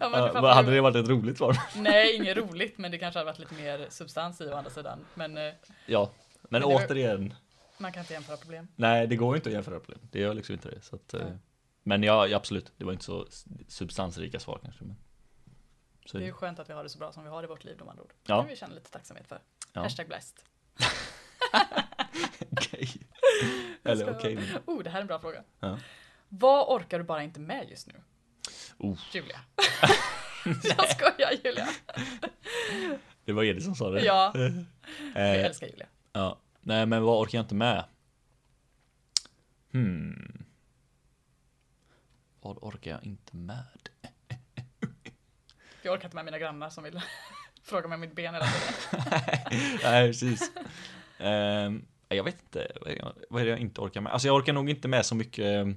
[SPEAKER 1] ja, men
[SPEAKER 2] Ja,
[SPEAKER 1] det
[SPEAKER 2] vad
[SPEAKER 1] fattar
[SPEAKER 2] hade
[SPEAKER 1] du.
[SPEAKER 2] det varit ett roligt svar?
[SPEAKER 1] Nej, inget roligt, men det kanske hade varit lite mer substans i å andra sidan. Men eh,
[SPEAKER 2] ja, men
[SPEAKER 1] det var-
[SPEAKER 2] återigen.
[SPEAKER 1] man kan inte jämföra problem.
[SPEAKER 2] Nej, det går ju inte att jämföra problem. Det gör liksom inte det. Så att, eh,
[SPEAKER 1] Nej.
[SPEAKER 2] Men ja, ja, absolut. Det var inte så s- substansrika svar kanske. Men... Så,
[SPEAKER 1] Det är ju skönt att vi har det så bra som vi har i vårt liv, de andra ord. Det
[SPEAKER 2] Ja.
[SPEAKER 1] kan vi känna lite tacksamhet för.
[SPEAKER 2] Ja.
[SPEAKER 1] Hashtag blessed.
[SPEAKER 2] okej. Eller okej. men-
[SPEAKER 1] Oh, det här är en bra fråga.
[SPEAKER 2] Ja.
[SPEAKER 1] Vad orkar du bara inte med just nu?
[SPEAKER 2] Oh.
[SPEAKER 1] Julia. jag skojar Julia.
[SPEAKER 2] Det var Edith som sa det.
[SPEAKER 1] Ja, jag
[SPEAKER 2] Eh,
[SPEAKER 1] älskar Julia.
[SPEAKER 2] ja. Nej, men vad orkar jag inte med? Hmm. Vad orkar jag inte med?
[SPEAKER 1] Jag orkar inte med mina grannar som vill fråga mig om mitt ben hela tiden.
[SPEAKER 2] Nej, precis. Ehm, jag vet inte, vad är det jag- vad är det jag inte orkar med? Alltså jag orkar nog inte med så mycket eh,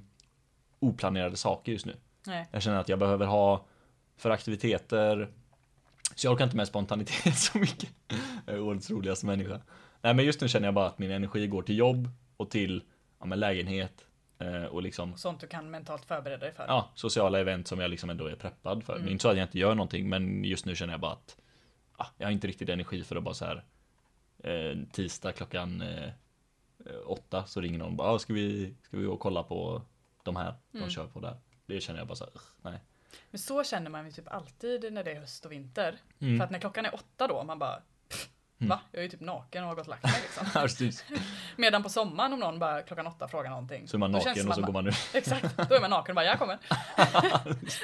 [SPEAKER 2] oplanerade saker just nu.
[SPEAKER 1] Nej.
[SPEAKER 2] Jag känner att jag behöver ha för aktiviteter. Så jag orkar inte med spontanitet så mycket. Jag är årets roligaste människa. Nej men just nu känner jag bara att min energi går till jobb och till ja, men lägenhet eh, och liksom
[SPEAKER 1] Sånt du kan mentalt förbereda dig för.
[SPEAKER 2] ja, sociala event som jag liksom ändå är preppad för.
[SPEAKER 1] Mm.
[SPEAKER 2] Det är inte så att jag inte gör någonting men just nu känner jag bara att ah, jag har inte riktigt energi för att bara så här eh, tisdag klockan eh, eh, åtta så ringer någon och bara ah, ska vi, ska vi gå och kolla på de här
[SPEAKER 1] Mm.
[SPEAKER 2] de kör på där. Det känner jag bara så här, "Ugh, nej.
[SPEAKER 1] Men så känner man ju typ alltid när det är höst och vinter.
[SPEAKER 2] Mm.
[SPEAKER 1] För att när klockan är åtta då, man bara pff, Va? Jag är ju typ naken och har gått och lagt mig liksom.
[SPEAKER 2] Ja, precis.
[SPEAKER 1] Medan på sommaren om någon bara klockan åtta frågar någonting.
[SPEAKER 2] Så är man
[SPEAKER 1] då känns det som
[SPEAKER 2] naken
[SPEAKER 1] att
[SPEAKER 2] och så går man ut.
[SPEAKER 1] Exakt, då är man naken och bara jag kommer.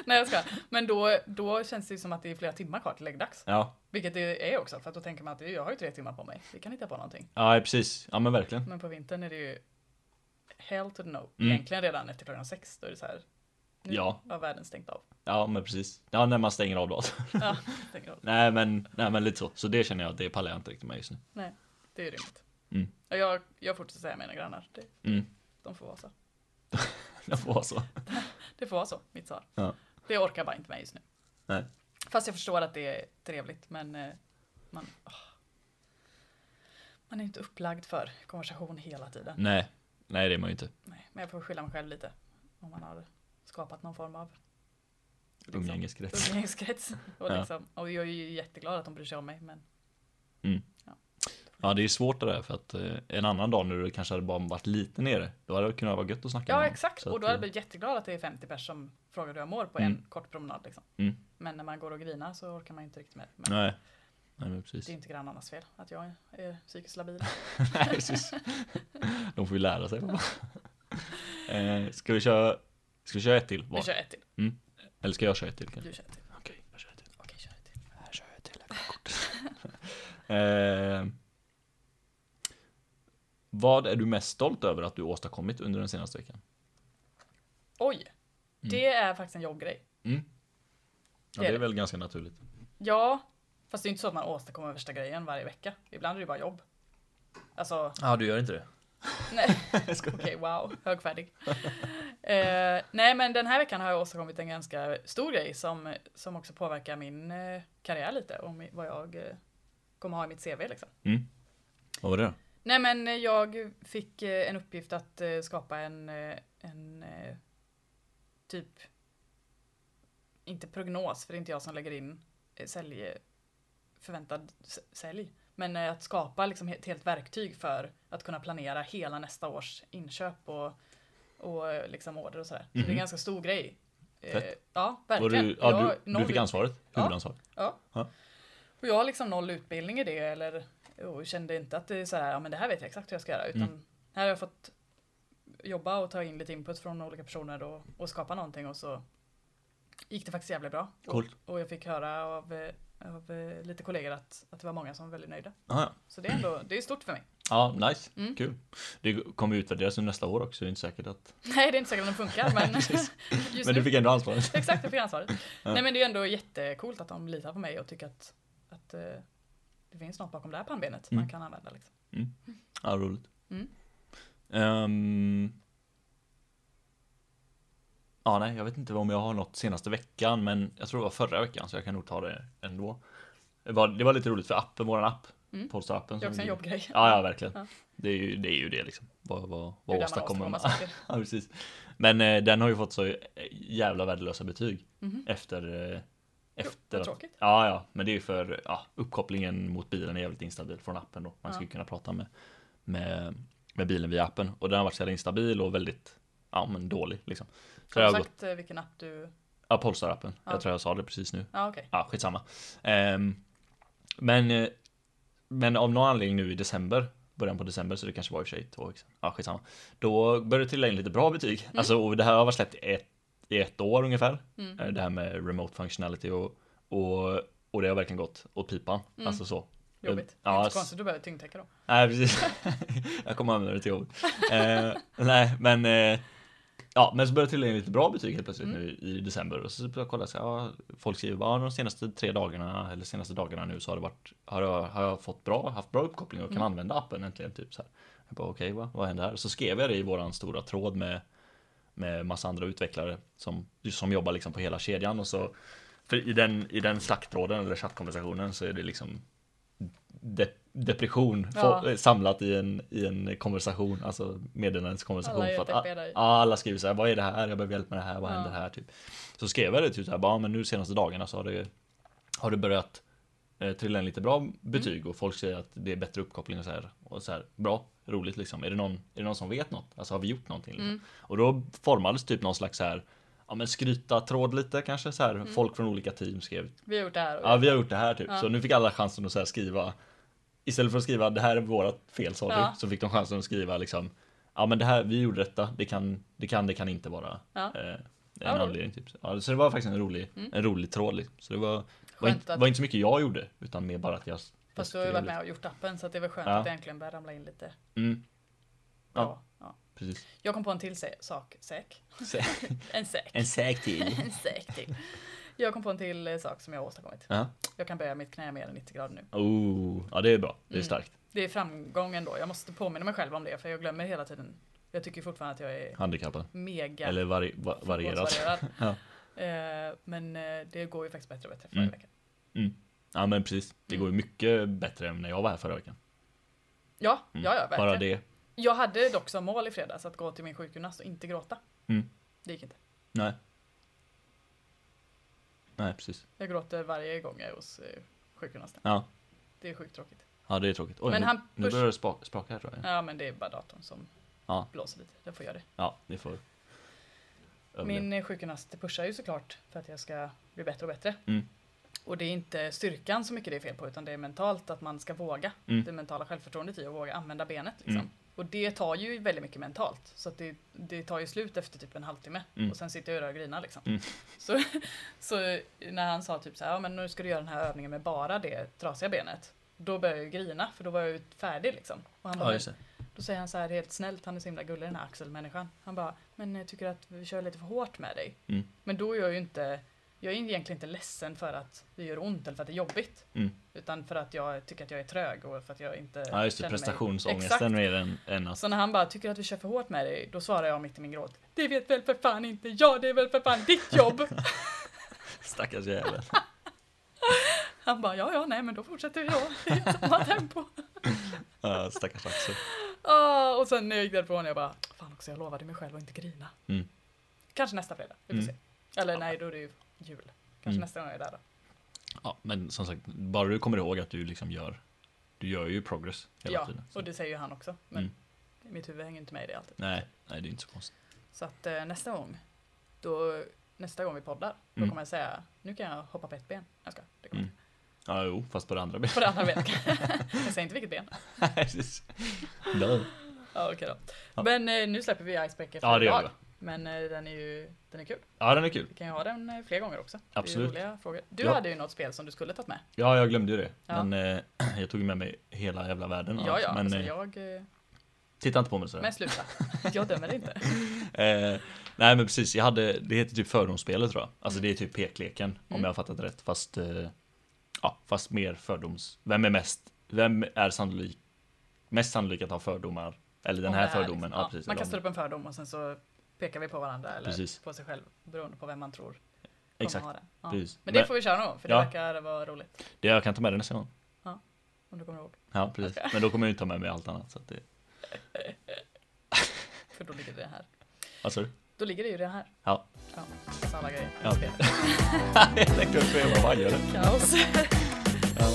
[SPEAKER 1] Nej jag ska. Men då, då känns det ju som att det är flera timmar kvar till läggdags.
[SPEAKER 2] Ja,
[SPEAKER 1] Vilket det är också, för att då tänker man att jag har ju tre timmar på mig. Vi kan hitta på någonting.
[SPEAKER 2] ja precis. Ja men verkligen.
[SPEAKER 1] Men på vintern är det ju hell to the no.
[SPEAKER 2] Mm.
[SPEAKER 1] Egentligen redan efter klockan sex, då är det så här. Nu
[SPEAKER 2] Ja.
[SPEAKER 1] har världen stängt av.
[SPEAKER 2] Ja men precis. Ja när man stänger av då.
[SPEAKER 1] Ja, tänker jag.
[SPEAKER 2] nej, men, nej men lite så. Så det känner jag att det pallar jag inte riktigt med just nu.
[SPEAKER 1] Nej, det är ju rimligt.
[SPEAKER 2] Mm.
[SPEAKER 1] Och jag, jag fortsätter säga mina grannar. Det,
[SPEAKER 2] Mm.
[SPEAKER 1] de får vara så.
[SPEAKER 2] Det får vara så.
[SPEAKER 1] Det får vara så, mitt svar.
[SPEAKER 2] Ja.
[SPEAKER 1] Det orkar bara inte med just nu.
[SPEAKER 2] Nej.
[SPEAKER 1] Fast jag förstår att det är trevligt, men eh, man, åh. man är ju inte upplagd för konversation hela tiden.
[SPEAKER 2] Nej. Nej det är man ju inte.
[SPEAKER 1] Nej, men jag får skylla mig själv lite. Om man har skapat någon form av Liksom.
[SPEAKER 2] Umgängeskrets.
[SPEAKER 1] umgängeskrets. Och,
[SPEAKER 2] Ja.
[SPEAKER 1] liksom, och jag är ju jätteglad att de bryr sig om mig, men
[SPEAKER 2] Ja det är svårt det där för att eh, en annan dag när du kanske hade bara varit lite nere. Då hade det kunnat vara gött att snacka
[SPEAKER 1] Ja
[SPEAKER 2] med
[SPEAKER 1] exakt,
[SPEAKER 2] Så att,
[SPEAKER 1] och då är jag
[SPEAKER 2] eh,
[SPEAKER 1] blivit jätteglad att det är 50 pers som frågar hur jag mår på en
[SPEAKER 2] Mm.
[SPEAKER 1] kort promenad. Liksom.
[SPEAKER 2] Mm.
[SPEAKER 1] Men när man går och grinar så orkar man inte riktigt med. Men
[SPEAKER 2] Nej. Nej men
[SPEAKER 1] det är
[SPEAKER 2] precis.
[SPEAKER 1] ju inte grannarnas fel att jag är psykiskt labil.
[SPEAKER 2] nej precis. De får ju lära sig. eh, ska vi köra, ska vi köra ett till?
[SPEAKER 1] Vi
[SPEAKER 2] Var?
[SPEAKER 1] kör ett till.
[SPEAKER 2] Eller ska jag köra ett till kanske?
[SPEAKER 1] Du kör ett till.
[SPEAKER 2] Okej, jag kör ett till.
[SPEAKER 1] Okej, kör ett till.
[SPEAKER 2] Här kör jag till kort. eh, vad är du mest stolt över att du åstadkommit under den senaste veckan?
[SPEAKER 1] Oj!
[SPEAKER 2] Mm.
[SPEAKER 1] Det är faktiskt en jobbgrej.
[SPEAKER 2] Ja,
[SPEAKER 1] Det
[SPEAKER 2] det
[SPEAKER 1] är
[SPEAKER 2] är
[SPEAKER 1] det.
[SPEAKER 2] väl ganska naturligt.
[SPEAKER 1] Ja, fast det är inte så att man åstadkommer värsta grejen varje vecka. Ibland är det ju bara jobb. Alltså,
[SPEAKER 2] Ja, du gör inte det.
[SPEAKER 1] nej. Okej, wow. Högfärdig. Eh, nej, men den här veckan har jag åstadkommit en ganska stor grej som, som också påverkar min eh, karriär lite och mi- vad jag eh, kommer ha i mitt CV liksom.
[SPEAKER 2] Vad var det då?
[SPEAKER 1] Nej men eh, jag fick eh, en uppgift att eh, skapa en, eh, en eh, typ, inte prognos, för det är inte jag som lägger in eh, sälj, förväntad s- sälj, men eh, att skapa liksom ett helt verktyg för att kunna planera hela nästa års inköp och, och eh, liksom order och sådär. Så det är
[SPEAKER 2] Mhm.
[SPEAKER 1] en ganska stor grej. Eh,
[SPEAKER 2] Fett.
[SPEAKER 1] Ja,
[SPEAKER 2] Var
[SPEAKER 1] verkligen.
[SPEAKER 2] du, ja,
[SPEAKER 1] Jag-
[SPEAKER 2] du,
[SPEAKER 1] noll
[SPEAKER 2] du fick
[SPEAKER 1] ut-
[SPEAKER 2] ansvaret,
[SPEAKER 1] Ja.
[SPEAKER 2] huvudansvaret.
[SPEAKER 1] och jag har liksom noll utbildning i det eller och kände inte att det är så här, ja men det här vet jag exakt hur jag ska göra. Utan
[SPEAKER 2] Mm.
[SPEAKER 1] här har jag fått jobba och ta in lite input från olika personer och, och skapa någonting och så gick det faktiskt jävligt bra.
[SPEAKER 2] Coolt.
[SPEAKER 1] Och, och jag fick höra av, eh, av eh, lite kollegor att, att det var många som var väldigt nöjda.
[SPEAKER 2] Ah, ja.
[SPEAKER 1] Så det är ändå, det är stort för mig.
[SPEAKER 2] ja, nice.
[SPEAKER 1] Mm.
[SPEAKER 2] Kul. Det kommer utvärderas under nästa år också, det är inte säkert att...
[SPEAKER 1] Nej det är inte säkert att den funkar men just
[SPEAKER 2] Men
[SPEAKER 1] nu
[SPEAKER 2] du fick ändå ansvaret.
[SPEAKER 1] Exakt, jag fick ansvaret.
[SPEAKER 2] Ja.
[SPEAKER 1] Nej men det är ju ändå jättecoolt att de litar på mig och tycker att, att eh, det finns något bakom det här pannbenet man
[SPEAKER 2] Mm.
[SPEAKER 1] kan använda. Liksom.
[SPEAKER 2] Ja, roligt.
[SPEAKER 1] Mm.
[SPEAKER 2] Ehm. ja, nej, jag vet inte om jag har något senaste veckan, men jag tror det var förra veckan, så jag kan nog ta det ändå. Det var, det var lite roligt för appen, våran app,
[SPEAKER 1] Mm.
[SPEAKER 2] Polestar-appen.
[SPEAKER 1] Det är
[SPEAKER 2] som
[SPEAKER 1] också en
[SPEAKER 2] vi-
[SPEAKER 1] jobbgrej.
[SPEAKER 2] Ja, ja, verkligen.
[SPEAKER 1] Ja.
[SPEAKER 2] Det, är ju, det är ju det liksom. Vad, vad,
[SPEAKER 1] Hur
[SPEAKER 2] vad
[SPEAKER 1] där man
[SPEAKER 2] åstadkommer man?
[SPEAKER 1] saker.
[SPEAKER 2] Ja, precis. Men eh, den har ju fått så eh, jävla värdelösa betyg
[SPEAKER 1] Mhm.
[SPEAKER 2] efter... Eh, efter
[SPEAKER 1] Vad
[SPEAKER 2] att
[SPEAKER 1] tråkigt.
[SPEAKER 2] Ja, ja, men det är ju för ja, uppkopplingen mot bilen är jävligt instabil från appen då. Man
[SPEAKER 1] Ja.
[SPEAKER 2] ska ju kunna prata med, med, med bilen via appen och den har varit så jävla instabil och väldigt ja, men dålig liksom. Så jag
[SPEAKER 1] Har du
[SPEAKER 2] har gått,
[SPEAKER 1] sagt eh, vilken app du...
[SPEAKER 2] ja, Polestar-appen.
[SPEAKER 1] Ja.
[SPEAKER 2] Jag tror jag sa det precis nu.
[SPEAKER 1] Ja, okej.
[SPEAKER 2] Ja, skitsamma. Ehm, men, eh, men av någon anledning nu i december, början på december, så det kanske var i och för sig två veckor sedan. Ja, skitsamma. Då började det trilla in lite bra betyg. Alltså, och det här har varit släppt i ett, i ett år ungefär.
[SPEAKER 1] Mm.
[SPEAKER 2] Eh, Det här med remote functionality och, och, och det har verkligen gått åt pipan. Alltså så.
[SPEAKER 1] Jobbigt.
[SPEAKER 2] Ja,
[SPEAKER 1] det är inte
[SPEAKER 2] ass-
[SPEAKER 1] så konstigt, du behöver tyngdtäcka då.
[SPEAKER 2] Nej, precis. jag kommer använda det till jobbet. Eh, nej, men eh, Ja, men så började det trilla in lite bra betyg helt plötsligt
[SPEAKER 1] Mm.
[SPEAKER 2] nu i december. Och så började jag kolla, så, här, ja, folk skriver bara "Ja, de senaste tre dagarna eller senaste dagarna nu så har, det varit, har, jag, har jag fått bra, haft bra uppkoppling och
[SPEAKER 1] Mm.
[SPEAKER 2] kan använda appen äntligen. Typ, så här. Jag bara okej, va? vad händer här? Så skrev jag det i våran stora tråd med, med massa andra utvecklare som, som jobbar liksom på hela kedjan. Och så, för i den, i den slacktråden eller chattkonversationen så är det liksom de, depression
[SPEAKER 1] Ja.
[SPEAKER 2] få- samlat i en, i en konversation, alltså meddelandekonversation.
[SPEAKER 1] Alla är
[SPEAKER 2] för att ah,
[SPEAKER 1] deppiga där.
[SPEAKER 2] a- alla skriver så här, vad är det här? Jag behöver hjälp med det här, vad
[SPEAKER 1] Ja.
[SPEAKER 2] händer här? Typ. Så skrev jag det typ så här, bara, "Ja, men nu senaste dagarna så har det, har det börjat eh, trilla in lite bra betyg och folk säger att det är bättre uppkoppling och så här. Och så här bra, roligt liksom. Är det, någon, är det någon som vet något? Alltså har vi gjort någonting? Liksom? Och då formades typ någon slags så här, ja men skryta tråd lite kanske så här. Folk från olika team skrev
[SPEAKER 1] Vi har gjort det här. Och
[SPEAKER 2] Ja vi har gjort det här typ. Så nu fick alla chansen att så här skriva Istället för att skriva det här är vårat fel sa du.
[SPEAKER 1] Ja.
[SPEAKER 2] Så fick de chansen att skriva liksom Ja men det här, vi gjorde detta. Det kan, det kan, det kan inte vara
[SPEAKER 1] Ja.
[SPEAKER 2] eh, en
[SPEAKER 1] Ja, roligt. Mm.
[SPEAKER 2] anledning typ. Ja, så det var faktiskt en rolig, en rolig tråd liksom. Så det var, var,
[SPEAKER 1] Skönt
[SPEAKER 2] inte,
[SPEAKER 1] att-
[SPEAKER 2] var inte så mycket jag gjorde utan mer bara att jag
[SPEAKER 1] Fast du har ju varit med och gjort appen så att det var skönt
[SPEAKER 2] Ja.
[SPEAKER 1] att det äntligen började ramla in lite.
[SPEAKER 2] Mm, Ja.
[SPEAKER 1] bra. Ja.
[SPEAKER 2] precis.
[SPEAKER 1] Jag kom på en till se- sak. Säk?
[SPEAKER 2] Sä-
[SPEAKER 1] En säk.
[SPEAKER 2] en säk till.
[SPEAKER 1] En säk till. Jag kom på en till eh, sak som jag har åstadkommit.
[SPEAKER 2] Ja.
[SPEAKER 1] Jag kan böja mitt knä mer än 90 grader nu.
[SPEAKER 2] Oh, ja det är bra. Det är
[SPEAKER 1] Mm.
[SPEAKER 2] starkt.
[SPEAKER 1] Det är framgången då. Jag måste påminna mig själv om det för jag glömmer hela tiden. Jag tycker fortfarande att jag är
[SPEAKER 2] Handikappad.
[SPEAKER 1] mega
[SPEAKER 2] Eller vari, va, varierad.
[SPEAKER 1] fotbollsvarierad.
[SPEAKER 2] Ja.
[SPEAKER 1] Eh, Men eh, det går ju faktiskt bättre och bättre förra
[SPEAKER 2] Mm.
[SPEAKER 1] veckan.
[SPEAKER 2] Ja men precis. Det
[SPEAKER 1] Mm.
[SPEAKER 2] går ju mycket bättre än när jag var här förra veckan.
[SPEAKER 1] Ja,
[SPEAKER 2] Mm.
[SPEAKER 1] ja, ja, verkligen.
[SPEAKER 2] Bara det.
[SPEAKER 1] Jag hade dock som mål i fredags att gå till min sjukgymnast och inte gråta.
[SPEAKER 2] Mm.
[SPEAKER 1] Det gick inte.
[SPEAKER 2] Nej. Nej, precis.
[SPEAKER 1] Jag gråter varje gång jag är hos eh, sjukgymnasten.
[SPEAKER 2] Ja.
[SPEAKER 1] Det är sjukt tråkigt.
[SPEAKER 2] Ja, det är tråkigt. Oj,
[SPEAKER 1] Men
[SPEAKER 2] nu,
[SPEAKER 1] han
[SPEAKER 2] nu
[SPEAKER 1] push-
[SPEAKER 2] börjar det spaka, spaka här tror jag.
[SPEAKER 1] Ja men det är bara datorn som
[SPEAKER 2] Ja.
[SPEAKER 1] blåser lite. Den får göra det.
[SPEAKER 2] Ja, ni får. överleva.
[SPEAKER 1] Min eh, sjukgymnast pushar ju såklart för att jag ska bli bättre och bättre.
[SPEAKER 2] Mm.
[SPEAKER 1] Och det är inte styrkan så mycket det är fel på utan det är mentalt att man ska våga.
[SPEAKER 2] Mm.
[SPEAKER 1] Det mentala självförtroendet i att våga använda benet. Liksom.
[SPEAKER 2] Mm.
[SPEAKER 1] Och det tar ju väldigt mycket mentalt. Så att det, det tar ju slut efter typ en halvtimme.
[SPEAKER 2] Mm.
[SPEAKER 1] Och sen sitter jag där och grinar liksom.
[SPEAKER 2] Mm.
[SPEAKER 1] Så, så när han sa typ så här, ja men nu ska du göra den här övningen med bara det trasiga benet. Då började jag ju grina för då var jag ju färdig liksom. Och han bara,
[SPEAKER 2] Ja, just det.
[SPEAKER 1] då säger han så här helt snällt, han är så himla gullig den här axelmänniskan. Han bara, men jag tycker att vi kör lite för hårt med dig.
[SPEAKER 2] Mm.
[SPEAKER 1] Men då är jag ju inte, jag är egentligen inte ledsen för att det gör ont eller för att det är jobbigt.
[SPEAKER 2] Mm.
[SPEAKER 1] Utan för att jag tycker att jag är trög och för att jag inte
[SPEAKER 2] Ja, just det.
[SPEAKER 1] känner mig-
[SPEAKER 2] Prestationsångesten
[SPEAKER 1] Exakt.
[SPEAKER 2] mer än, än att...
[SPEAKER 1] Så när han bara, tycker du att vi kör för hårt med dig? Då svarar jag mitt i min gråt, det vet väl för fan inte jag, det är väl för fan ditt jobb.
[SPEAKER 2] Stackars jävel.
[SPEAKER 1] han bara, ja ja nej men då fortsätter vi då, i samma tempo.
[SPEAKER 2] Ja, stackars Axel.
[SPEAKER 1] Ah, och sen när jag gick därifrån, jag bara, fan också jag lovade mig själv att inte grina.
[SPEAKER 2] Mm.
[SPEAKER 1] Kanske nästa fredag, vi får
[SPEAKER 2] Mm.
[SPEAKER 1] se. Eller nej, då är det ju jul. Kanske
[SPEAKER 2] Mm.
[SPEAKER 1] nästa gång jag är där då.
[SPEAKER 2] Ja, men som sagt, bara du kommer ihåg att du liksom gör... Du gör ju progress hela
[SPEAKER 1] ja,
[SPEAKER 2] tiden. Så.
[SPEAKER 1] och det säger ju han också. Men
[SPEAKER 2] Mm.
[SPEAKER 1] mitt huvud hänger inte med i det alltid.
[SPEAKER 2] Nej, nej, det är inte så konstigt.
[SPEAKER 1] Så att eh, nästa gång, då, nästa gång vi poddar, då
[SPEAKER 2] Mm.
[SPEAKER 1] kommer jag säga, nu kan jag hoppa på ett ben. Jag ska, det kommer
[SPEAKER 2] Mm. Ja, jo, fast på det andra
[SPEAKER 1] jag. På det andra benet. jag säger inte vilket ben.
[SPEAKER 2] benet. Precis. Dö.
[SPEAKER 1] Ja, okej då.
[SPEAKER 2] Ja.
[SPEAKER 1] Men eh, nu släpper vi Icebreaker för
[SPEAKER 2] Ja, det gör
[SPEAKER 1] idag.
[SPEAKER 2] vi.
[SPEAKER 1] Men eh, den är ju den är kul.
[SPEAKER 2] Ja, den är kul.
[SPEAKER 1] Vi kan ju ha den eh, fler gånger också. Det är
[SPEAKER 2] Absolut.
[SPEAKER 1] ju roliga frågor. Du
[SPEAKER 2] Ja.
[SPEAKER 1] hade ju något spel som du skulle tagit med.
[SPEAKER 2] Ja, jag glömde ju det.
[SPEAKER 1] Ja.
[SPEAKER 2] Men eh, jag tog ju med mig hela jävla världen.
[SPEAKER 1] Ja,
[SPEAKER 2] annars.
[SPEAKER 1] ja,
[SPEAKER 2] Men
[SPEAKER 1] alltså,
[SPEAKER 2] eh,
[SPEAKER 1] jag... eh,
[SPEAKER 2] titta inte på mig sådär.
[SPEAKER 1] Men sluta. Jag dömer inte.
[SPEAKER 2] Eh, nej men precis, jag hade, det heter typ fördomsspelet tror jag. Alltså det är typ pekleken om
[SPEAKER 1] Mm.
[SPEAKER 2] jag har fattat rätt. Fast, eh, ja, fast mer fördoms... Vem är mest, vem är sannolik, mest sannolik att ha fördomar? Eller den
[SPEAKER 1] Om
[SPEAKER 2] här,
[SPEAKER 1] det
[SPEAKER 2] fördomen.
[SPEAKER 1] liksom.
[SPEAKER 2] Ja, precis,
[SPEAKER 1] man
[SPEAKER 2] eller om-
[SPEAKER 1] kastar upp en fördom och sen så pekar vi på varandra eller
[SPEAKER 2] Precis.
[SPEAKER 1] på sig själv beroende på vem man tror kommer
[SPEAKER 2] Exakt.
[SPEAKER 1] ha den. Ja.
[SPEAKER 2] Precis.
[SPEAKER 1] Men det
[SPEAKER 2] Men-
[SPEAKER 1] får vi köra någon gång för det
[SPEAKER 2] Ja.
[SPEAKER 1] verkar vara roligt.
[SPEAKER 2] Det, jag kan ta med det nästa gång.
[SPEAKER 1] Om du kommer ihåg.
[SPEAKER 2] Ja, precis. Men då kommer jag ju ta med mig allt annat. Så att det,
[SPEAKER 1] För då ligger det här.
[SPEAKER 2] vad sa du?
[SPEAKER 1] Då ligger det ju det här.
[SPEAKER 2] Ja.
[SPEAKER 1] ja. Alltså alla grejer.
[SPEAKER 2] Ja.
[SPEAKER 1] Spel.
[SPEAKER 2] jag tänkte också, jag bara, vad gör du?
[SPEAKER 1] Kaos.
[SPEAKER 2] Ja.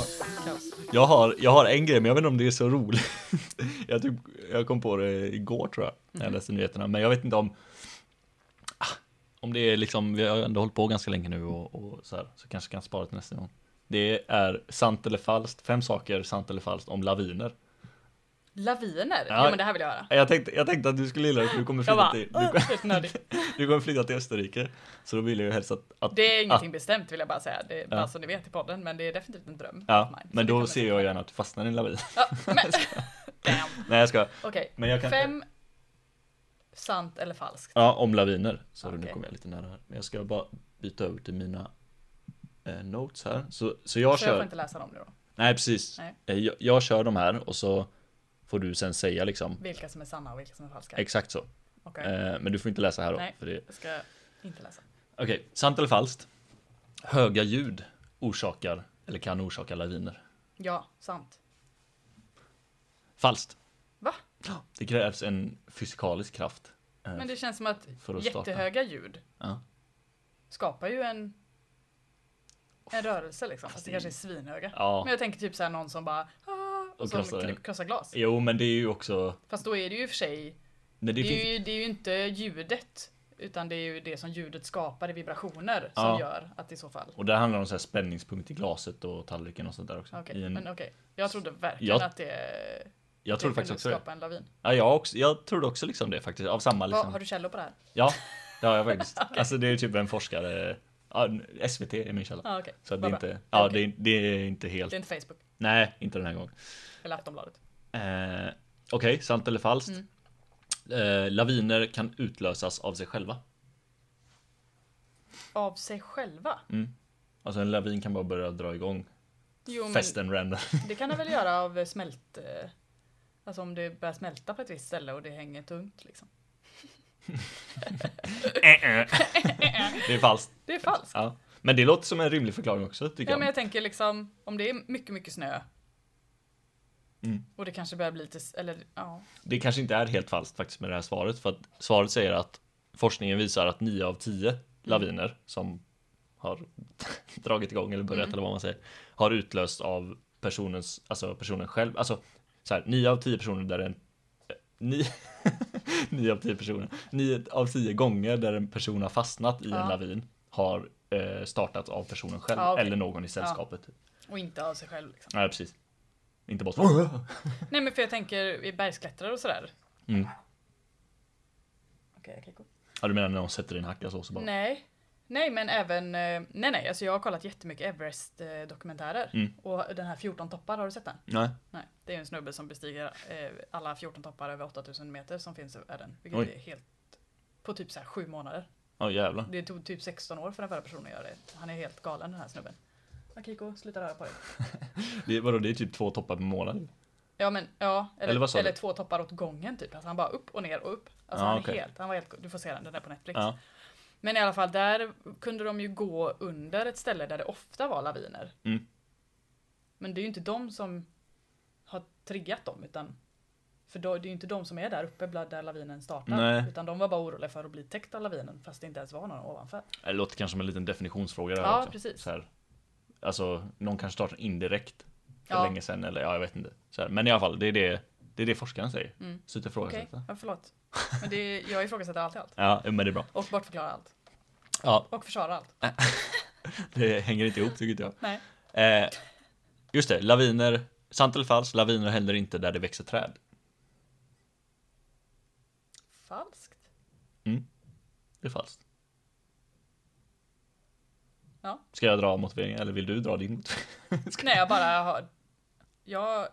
[SPEAKER 1] Kaos.
[SPEAKER 2] Jag har, jag har en grej, men jag vet inte om det är så roligt. jag, typ, jag kom på det igår tror jag, när
[SPEAKER 1] Mm.
[SPEAKER 2] jag läste nyheterna. Men jag vet inte om... Ah, Om det är liksom, vi har ändå hållit på ganska länge nu och, och så här, så kanske jag kan spara till nästa gång. Det är sant eller falskt, fem saker sant eller falskt om laviner.
[SPEAKER 1] Laviner.
[SPEAKER 2] Ja.
[SPEAKER 1] Jo men det här vill jag höra.
[SPEAKER 2] Jag tänkte, jag tänkte att du skulle gilla det, för du kommer
[SPEAKER 1] Jag
[SPEAKER 2] flytta
[SPEAKER 1] bara,
[SPEAKER 2] till,
[SPEAKER 1] "Åh,
[SPEAKER 2] du,
[SPEAKER 1] helt nördig.
[SPEAKER 2] du kommer flytta till Österrike. Så då vill jag ju helst att... att
[SPEAKER 1] Det är ingenting
[SPEAKER 2] att,
[SPEAKER 1] bestämt vill jag bara säga. Det är bara
[SPEAKER 2] Ja.
[SPEAKER 1] som ni vet i podden men det är definitivt en dröm.
[SPEAKER 2] Ja,
[SPEAKER 1] of mine. Så
[SPEAKER 2] men
[SPEAKER 1] det
[SPEAKER 2] då
[SPEAKER 1] kan vi-
[SPEAKER 2] ser jag gärna att du fastnar i en lavin.
[SPEAKER 1] Ja, men... Damn.
[SPEAKER 2] Nej jag ska.
[SPEAKER 1] Okej,
[SPEAKER 2] Men jag kan...
[SPEAKER 1] fem Sant eller falskt?
[SPEAKER 2] Ja, om laviner. Så du, nu
[SPEAKER 1] Okej.
[SPEAKER 2] kommer jag lite nära här. Men jag ska bara byta över till mina eh, notes här. Så, så jag
[SPEAKER 1] så jag
[SPEAKER 2] kör.
[SPEAKER 1] får inte läsa dem nu då?
[SPEAKER 2] Nej, precis.
[SPEAKER 1] Nej.
[SPEAKER 2] Eh, Jag, jag kör de här och så får du sen säga liksom.
[SPEAKER 1] Vilka som är sanna och vilka som är falska?
[SPEAKER 2] Exakt så.
[SPEAKER 1] Okej,
[SPEAKER 2] Eh, men du får inte läsa här då.
[SPEAKER 1] Nej.
[SPEAKER 2] för det-
[SPEAKER 1] jag ska inte läsa.
[SPEAKER 2] Okej, sant eller falskt? Höga ljud orsakar eller kan orsaka laviner.
[SPEAKER 1] Ja, sant.
[SPEAKER 2] Falskt.
[SPEAKER 1] Va?
[SPEAKER 2] Det krävs en fysikalisk kraft. eh,
[SPEAKER 1] Men det känns som att
[SPEAKER 2] för att starta.
[SPEAKER 1] jättehöga ljud
[SPEAKER 2] Ja.
[SPEAKER 1] skapar ju en, en rörelse liksom. Fast det
[SPEAKER 2] det-
[SPEAKER 1] kanske är svinhöga.
[SPEAKER 2] Ja.
[SPEAKER 1] Men jag tänker typ såhär någon som bara "Ah", och,
[SPEAKER 2] Och
[SPEAKER 1] som
[SPEAKER 2] krossar-
[SPEAKER 1] krossar, krossar glas.
[SPEAKER 2] Jo, men det är ju också...
[SPEAKER 1] Fast då är det ju i och för sig,
[SPEAKER 2] Nej,
[SPEAKER 1] det,
[SPEAKER 2] det finns...
[SPEAKER 1] är ju, det är ju inte ljudet. Utan det är ju det som ljudet skapar i vibrationer som
[SPEAKER 2] Ja.
[SPEAKER 1] gör att i så fall.
[SPEAKER 2] Och där handlar det om så här spänningspunkt i glaset och tallriken och sånt där också.
[SPEAKER 1] Okej,
[SPEAKER 2] I en...
[SPEAKER 1] men okej. Jag trodde verkligen
[SPEAKER 2] Jag-
[SPEAKER 1] att det,
[SPEAKER 2] jag
[SPEAKER 1] det
[SPEAKER 2] tror faktiskt också det.
[SPEAKER 1] skapa en lavin.
[SPEAKER 2] Ja, jag, också, jag trodde också liksom det faktiskt. Av samma
[SPEAKER 1] Va,
[SPEAKER 2] liksom.
[SPEAKER 1] har du källor på det här?
[SPEAKER 2] Ja, det har jag faktiskt. Alltså det är typ en forskare. Ja, SVT är min källa.
[SPEAKER 1] Ja, okej.
[SPEAKER 2] Så att det
[SPEAKER 1] Vad
[SPEAKER 2] är
[SPEAKER 1] bra.
[SPEAKER 2] inte, ja,
[SPEAKER 1] Okej.
[SPEAKER 2] det, är- det är inte helt.
[SPEAKER 1] Det är inte Facebook
[SPEAKER 2] Nej, inte den här gången.
[SPEAKER 1] eller Aftonbladet.
[SPEAKER 2] Eh, Okej, sant eller falskt?
[SPEAKER 1] Mm.
[SPEAKER 2] Eh, laviner kan utlösas av sig själva.
[SPEAKER 1] Av sig själva?
[SPEAKER 2] Alltså en lavin kan bara börja dra igång
[SPEAKER 1] Jo, men
[SPEAKER 2] festen random.
[SPEAKER 1] det kan den väl göra av eh, smält... eh, Alltså om det börjar smälta på ett visst ställe och det hänger tungt liksom.
[SPEAKER 2] det är falskt.
[SPEAKER 1] Det är falskt.
[SPEAKER 2] Ja. Men det låter som en rimlig förklaring också tycker
[SPEAKER 1] Ja,
[SPEAKER 2] jag.
[SPEAKER 1] men jag tänker liksom om det är mycket, mycket snö.
[SPEAKER 2] Mm.
[SPEAKER 1] Och det kanske börjar bli lite, s- eller ja.
[SPEAKER 2] Det kanske inte är helt falskt faktiskt med det här svaret för att svaret säger att forskningen visar att 9 av 10
[SPEAKER 1] Mm.
[SPEAKER 2] laviner som har dragit igång eller börjat eller vad man säger har utlösts av personens, alltså personen själv. Alltså så här, 9 av 10 personer där en eh, ni- 9 av 10 personer, 9 av 10 gånger där en person har fastnat i
[SPEAKER 1] Ja.
[SPEAKER 2] en lavin har eh, startats av personen själv
[SPEAKER 1] Ja, okej.
[SPEAKER 2] eller någon i sällskapet.
[SPEAKER 1] Och inte av sig själv liksom.
[SPEAKER 2] Nej, precis. Inte bara
[SPEAKER 1] Nej, men för jag tänker i bergsklättrare och sådär.
[SPEAKER 2] Mm.
[SPEAKER 1] Okej, jag kan gå.
[SPEAKER 2] Ja, du menar när de sätter in hacka så, så bara.
[SPEAKER 1] Nej. Nej, men även, eh, nej nej, alltså jag har kollat jättemycket Everest-dokumentärer.
[SPEAKER 2] Mm.
[SPEAKER 1] Och den här 14 toppar, har du sett den?
[SPEAKER 2] Nej.
[SPEAKER 1] Nej, det är en snubbe som bestiger eh, alla 14 toppar över 8000 meter som finns i världen. Vilket
[SPEAKER 2] Oj.
[SPEAKER 1] är helt på typ så här sju månader.
[SPEAKER 2] Ja jävlar.
[SPEAKER 1] Det tog typ 16 år för den förra personen att göra det. Han är helt galen den här snubben. Akiko, sluta röra på dig.
[SPEAKER 2] Det, vadå, det är typ två toppar per månad?
[SPEAKER 1] Ja men ja, eller,
[SPEAKER 2] Eller vad
[SPEAKER 1] eller,
[SPEAKER 2] sa du?
[SPEAKER 1] två toppar åt gången typ. Alltså han bara upp och ner och upp. Alltså
[SPEAKER 2] Ja,
[SPEAKER 1] han, är
[SPEAKER 2] okej.
[SPEAKER 1] helt, han var helt, du får se den, den är på Netflix.
[SPEAKER 2] Ja.
[SPEAKER 1] Men i alla fall, där kunde de ju gå under ett ställe där det ofta var laviner.
[SPEAKER 2] Mm.
[SPEAKER 1] Men det är ju inte de som har triggat dem, utan för då, det är ju inte de som är där uppe bland- där lavinen startar.
[SPEAKER 2] Nej.
[SPEAKER 1] Utan de var bara oroliga för att bli täckt av lavinen, fast det inte ens var någon ovanför.
[SPEAKER 2] Det låter kanske som en liten definitionsfråga där
[SPEAKER 1] Ja,
[SPEAKER 2] också.
[SPEAKER 1] precis.
[SPEAKER 2] Så här, alltså, någon kanske startar indirekt för
[SPEAKER 1] Ja.
[SPEAKER 2] länge sedan eller ja, jag vet inte. Så här, men i alla fall, det är det, det, är det forskaren säger.
[SPEAKER 1] Mm.
[SPEAKER 2] Sluta
[SPEAKER 1] Okej,
[SPEAKER 2] ifrågasätta.
[SPEAKER 1] ja, förlåt. Men det är, jag ifrågasätter alltid allt.
[SPEAKER 2] Ja, men det är bra.
[SPEAKER 1] Och bortförklarar allt.
[SPEAKER 2] Ja,
[SPEAKER 1] Och försvarar allt.
[SPEAKER 2] det hänger inte ihop tycker inte jag.
[SPEAKER 1] Nej.
[SPEAKER 2] Eh, just det, laviner. Sant eller falskt, laviner händer inte där det växer träd.
[SPEAKER 1] Falskt?
[SPEAKER 2] Det är falskt.
[SPEAKER 1] Ja.
[SPEAKER 2] Ska jag dra motiveringen eller vill du dra din motivering?
[SPEAKER 1] Nej, jag bara har... Jag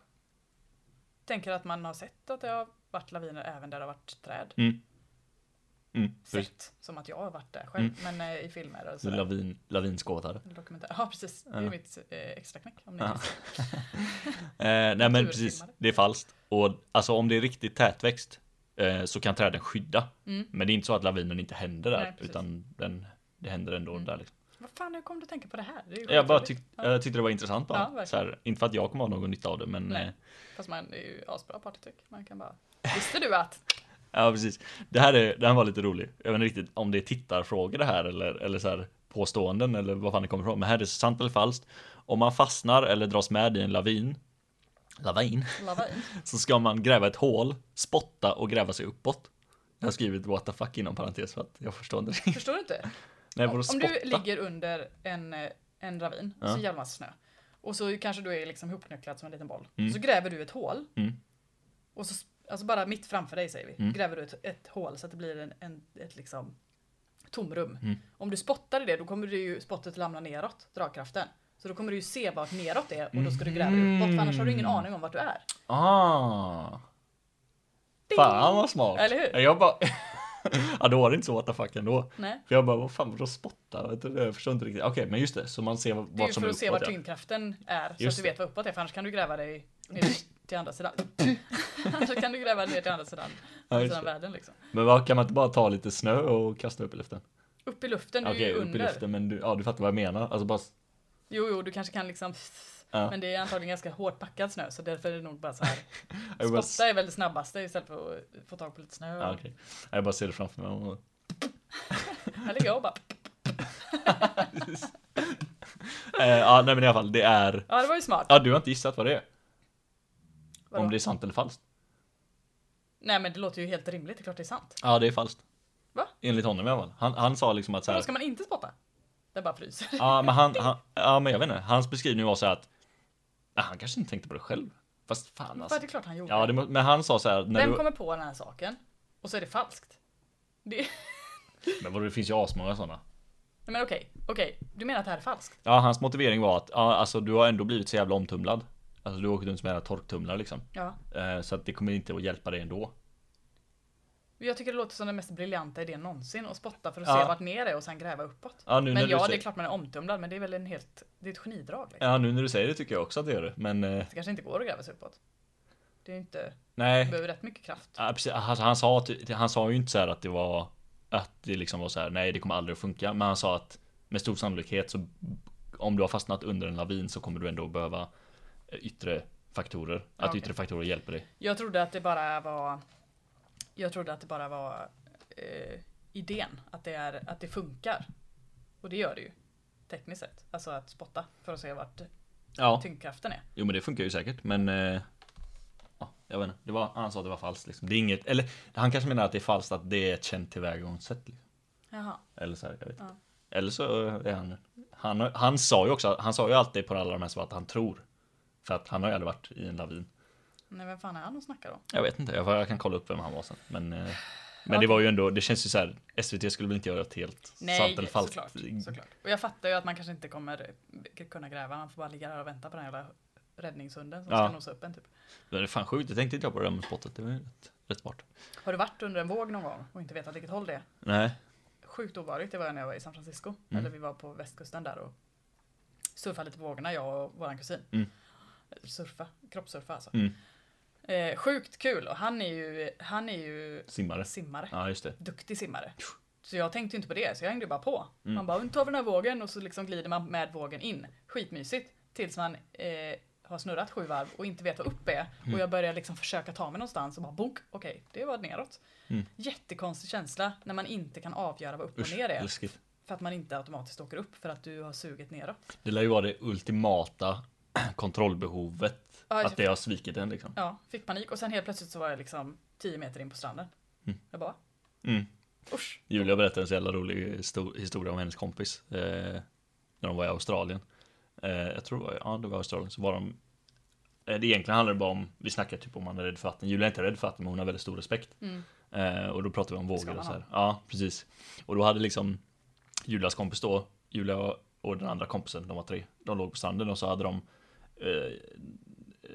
[SPEAKER 1] tänker att man har sett att det har varit laviner även där det har varit träd.
[SPEAKER 2] Mm, precis. Mm.
[SPEAKER 1] Sett, som att jag har varit där själv, men eh, i filmer och sådär.
[SPEAKER 2] Lavin, lavinskådare.
[SPEAKER 1] Eller dokumentär. Ja, precis. Det är
[SPEAKER 2] Ja.
[SPEAKER 1] mitt eh, extraknäck. Om ni
[SPEAKER 2] Ja.
[SPEAKER 1] vill.
[SPEAKER 2] Eh, nej men precis,
[SPEAKER 1] Naturfilmare.
[SPEAKER 2] det är falskt. Och alltså om det är riktigt tätväxt eh, så kan träden skydda.
[SPEAKER 1] Mm.
[SPEAKER 2] Men det är inte så att lavinen inte händer där,
[SPEAKER 1] Nej, precis.
[SPEAKER 2] utan den, det händer ändå där. Liksom.
[SPEAKER 1] Vad fan, hur kom du att tänka på det här? Det är ju
[SPEAKER 2] Jag, bara
[SPEAKER 1] skitroligt.
[SPEAKER 2] tyck,
[SPEAKER 1] Ja.
[SPEAKER 2] jag tyckte det var intressant
[SPEAKER 1] Ja,
[SPEAKER 2] bara.
[SPEAKER 1] verkligen.
[SPEAKER 2] så här, inte för att jag kommer ha någon nytta av det, men
[SPEAKER 1] Nej.
[SPEAKER 2] eh,
[SPEAKER 1] Fast man är ju asbra partytrick. Man kan bara... Visste du att?
[SPEAKER 2] ja precis. Det här, är, det här var lite rolig. Jag vet inte riktigt om det är tittarfrågor det här eller, eller så här påståenden eller vad fan det kommer ifrån. Men här är det sant eller falskt. Om man fastnar eller dras med i en lavin, lavin,
[SPEAKER 1] Lavin.
[SPEAKER 2] så ska man gräva ett hål, spotta och gräva sig uppåt. Jag har skrivit what the fuck inom parentes för att jag förstår inte riktigt.
[SPEAKER 1] Förstår du inte?
[SPEAKER 2] Nej, vadå
[SPEAKER 1] Om
[SPEAKER 2] spotta?
[SPEAKER 1] du ligger under en, eh, en ravin, och så
[SPEAKER 2] Ja.
[SPEAKER 1] jävla massa snö. Och så kanske du är liksom ihopknucklad som en liten boll.
[SPEAKER 2] Mm.
[SPEAKER 1] Så gräver du ett hål.
[SPEAKER 2] Mm.
[SPEAKER 1] Och så, alltså bara mitt framför dig säger vi,
[SPEAKER 2] Mm.
[SPEAKER 1] gräver du ett, ett hål så att det blir en, en, ett liksom tomrum.
[SPEAKER 2] Mm.
[SPEAKER 1] Om du spottar i det, då kommer det ju spottet ramla neråt, dragkraften. Så då kommer du ju se vart neråt är och då ska du gräva dig uppåt, för annars har du ingen
[SPEAKER 2] Mm.
[SPEAKER 1] aning om vart du är.
[SPEAKER 2] Ah,
[SPEAKER 1] Ding!
[SPEAKER 2] fan vad smart.
[SPEAKER 1] Eller hur?
[SPEAKER 2] Jag bara, ja, då var det inte så what the fuck ändå.
[SPEAKER 1] Nej.
[SPEAKER 2] För jag bara, vad fan vadå spotta? Vet du, Jag förstår inte riktigt. Okej, men just det, så man ser
[SPEAKER 1] Det är
[SPEAKER 2] vad
[SPEAKER 1] ju
[SPEAKER 2] som
[SPEAKER 1] för
[SPEAKER 2] är
[SPEAKER 1] att se var
[SPEAKER 2] uppåt. Ja.
[SPEAKER 1] tyngdkraften är. Så att
[SPEAKER 2] Just
[SPEAKER 1] du
[SPEAKER 2] det. Mm.
[SPEAKER 1] vet vad uppåt är. För annars kan du gräva dig ner till andra sidan. annars kan du gräva ner till andra sidan.
[SPEAKER 2] Ja,
[SPEAKER 1] andra
[SPEAKER 2] just
[SPEAKER 1] sidan
[SPEAKER 2] det.
[SPEAKER 1] världen liksom.
[SPEAKER 2] Men vad, kan man inte bara ta lite snö och kasta upp i luften?
[SPEAKER 1] Upp i luften, du är
[SPEAKER 2] Okej,
[SPEAKER 1] ju
[SPEAKER 2] upp i
[SPEAKER 1] under.
[SPEAKER 2] luften, men du, ja, du fattar vad jag menar. Alltså bara, s-
[SPEAKER 1] Jo, jo, du kanske kan liksom.
[SPEAKER 2] Ja.
[SPEAKER 1] Men det är antagligen ganska hårt packad snö. Så därför är det nog bara så här.
[SPEAKER 2] jag bara, s-
[SPEAKER 1] Spotta är väl det snabbaste istället för att få tag på lite snö.
[SPEAKER 2] ja, okej. jag bara ser det framför mig. och-
[SPEAKER 1] Här ligger jag och bara.
[SPEAKER 2] Eh, ja, nej men i alla fall, det är...
[SPEAKER 1] Ja, det var ju smart.
[SPEAKER 2] Ja, du har inte gissat vad det är.
[SPEAKER 1] Vadå?
[SPEAKER 2] Om det är sant eller falskt.
[SPEAKER 1] Nej, men det låter ju helt rimligt. Det är klart det är sant.
[SPEAKER 2] Ja, det är falskt.
[SPEAKER 1] Va?
[SPEAKER 2] Enligt honom i alla fall. Han, han sa liksom att så
[SPEAKER 1] Då
[SPEAKER 2] här,
[SPEAKER 1] ska man inte spotta. Det bara fryser.
[SPEAKER 2] Ja, men han, han, ja, men jag vet inte. Hans beskrivning var så här att ja, han kanske inte tänkte på det själv. Fast fan
[SPEAKER 1] För
[SPEAKER 2] alltså.
[SPEAKER 1] det är klart han gjorde.
[SPEAKER 2] Ja, det, må- men han sa så här. När
[SPEAKER 1] Vem
[SPEAKER 2] du,
[SPEAKER 1] kommer på den här saken? Och så är det falskt. Det... Nej,
[SPEAKER 2] men vadå, det finns ju asmånga sådana.
[SPEAKER 1] men okej, okej. Du menar att det här är falskt?
[SPEAKER 2] Ja, hans motivering var att ja, alltså, du har ändå blivit så jävla omtumlad. Alltså du har åkt runt som en jävla torktumlare liksom.
[SPEAKER 1] Ja.
[SPEAKER 2] Eh, så att det kommer inte att hjälpa dig ändå.
[SPEAKER 1] Jag tycker det låter som den mest briljanta idén någonsin att spotta för att
[SPEAKER 2] Ja.
[SPEAKER 1] se vart ner är och sen gräva uppåt.
[SPEAKER 2] Ja, nu när
[SPEAKER 1] men
[SPEAKER 2] du
[SPEAKER 1] ja, det
[SPEAKER 2] säger-
[SPEAKER 1] är klart man är omtumlad, men det är väl en helt... Det är ett genidrag. Liksom.
[SPEAKER 2] Ja, nu när du säger det tycker jag också att det gör det. Men eh,
[SPEAKER 1] Det kanske inte går att gräva sig uppåt. Det är inte... Det
[SPEAKER 2] nej.
[SPEAKER 1] behöver rätt mycket kraft.
[SPEAKER 2] Ja, precis, alltså, han, sa, ty- han sa ju inte så här att det var att det liksom var så här. Nej, det kommer aldrig att funka. Men han sa att med stor sannolikhet så om du har fastnat under en lavin så kommer du ändå behöva eh, yttre faktorer. Att
[SPEAKER 1] okej.
[SPEAKER 2] yttre faktorer hjälper dig.
[SPEAKER 1] Jag trodde att det bara var... Jag trodde att det bara var eh, idén. Att det, är, att det funkar. Och det gör det ju. Tekniskt sett. Alltså att spotta för att se vart
[SPEAKER 2] Ja,
[SPEAKER 1] tyngdkraften är.
[SPEAKER 2] jo, men det funkar ju säkert, men. Eh, ja, jag vet inte. Det var han sa att det var falskt liksom. Det är inget eller han kanske menar att det är falskt att det är ett känt tillvägagångssätt. Liksom.
[SPEAKER 1] Jaha.
[SPEAKER 2] Eller så här, jag vet inte.
[SPEAKER 1] Ja.
[SPEAKER 2] Eller så är han, han Han sa ju också, han sa ju alltid på alla de här så att han tror. För att han har ju aldrig varit i en lavin.
[SPEAKER 1] Nej, vem fan är han och snackar om?
[SPEAKER 2] Jag vet inte, jag, jag kan kolla upp vem han var sen. Men, eh, men det var ju ändå, det känns ju så här, SVT skulle väl inte göra ett helt sant eller falskt.
[SPEAKER 1] såklart, såklart. Och jag fattar ju att man kanske inte kommer eh, kunna gräva. Man får bara ligga där och vänta på den jävla räddningshunden som
[SPEAKER 2] Ja.
[SPEAKER 1] ska nosa upp en. Typ.
[SPEAKER 2] Men det är fan sjukt, det tänkte inte jag på det där med spottet. Det var ju rätt, rätt smart.
[SPEAKER 1] Har du varit under en våg någon gång och inte vetat vilket håll det är?
[SPEAKER 2] Nej.
[SPEAKER 1] Sjukt obehagligt. Det var jag när jag var i San Francisco.
[SPEAKER 2] Mm.
[SPEAKER 1] Eller vi var på västkusten där och surfade lite på vågorna, jag och våran kusin.
[SPEAKER 2] Mm.
[SPEAKER 1] Surfa, kroppssurfa alltså.
[SPEAKER 2] Mm.
[SPEAKER 1] Eh, sjukt kul och han är ju, han är ju
[SPEAKER 2] Simmare.
[SPEAKER 1] simmare.
[SPEAKER 2] Ja, just det.
[SPEAKER 1] duktig simmare. Så jag tänkte ju inte på det, så jag hängde ju bara på.
[SPEAKER 2] Mm.
[SPEAKER 1] Man bara, nu tar vi den här vågen och så liksom glider man med vågen in. Skitmysigt. Tills man eh, har snurrat sju varv och inte vet vad upp är.
[SPEAKER 2] Mm.
[SPEAKER 1] Och jag börjar liksom försöka ta mig någonstans och bara bok, okej, det var neråt.
[SPEAKER 2] Mm.
[SPEAKER 1] Jättekonstig känsla när man inte kan avgöra vad upp och
[SPEAKER 2] Usch,
[SPEAKER 1] ner är.
[SPEAKER 2] läskigt.
[SPEAKER 1] För att man inte automatiskt åker upp för att du har sugit neråt.
[SPEAKER 2] Det lär ju vara det ultimata kontrollbehovet.
[SPEAKER 1] Ja,
[SPEAKER 2] att det har svikit en liksom.
[SPEAKER 1] Ja, fick panik och sen helt plötsligt så var jag liksom 10 meter in på stranden.
[SPEAKER 2] Mm.
[SPEAKER 1] Jag bara,
[SPEAKER 2] Mm.
[SPEAKER 1] usch.
[SPEAKER 2] Julia berättade en så jävla rolig histo- historia om hennes kompis. Eh, när de var i Australien. Eh, jag tror det var, ja, det var Australien. Så var de, eh, det egentligen handlar det bara om, vi snackar typ om man är rädd för vatten. Julia är inte rädd för vatten men hon har väldigt stor respekt.
[SPEAKER 1] Mm.
[SPEAKER 2] Eh, och då pratade vi om
[SPEAKER 1] ska
[SPEAKER 2] vågor
[SPEAKER 1] man
[SPEAKER 2] och så här. Ja, precis. Och då hade liksom Julias kompis då, Julia och- och den andra kompisen, de var tre, de låg på stranden och så hade de eh,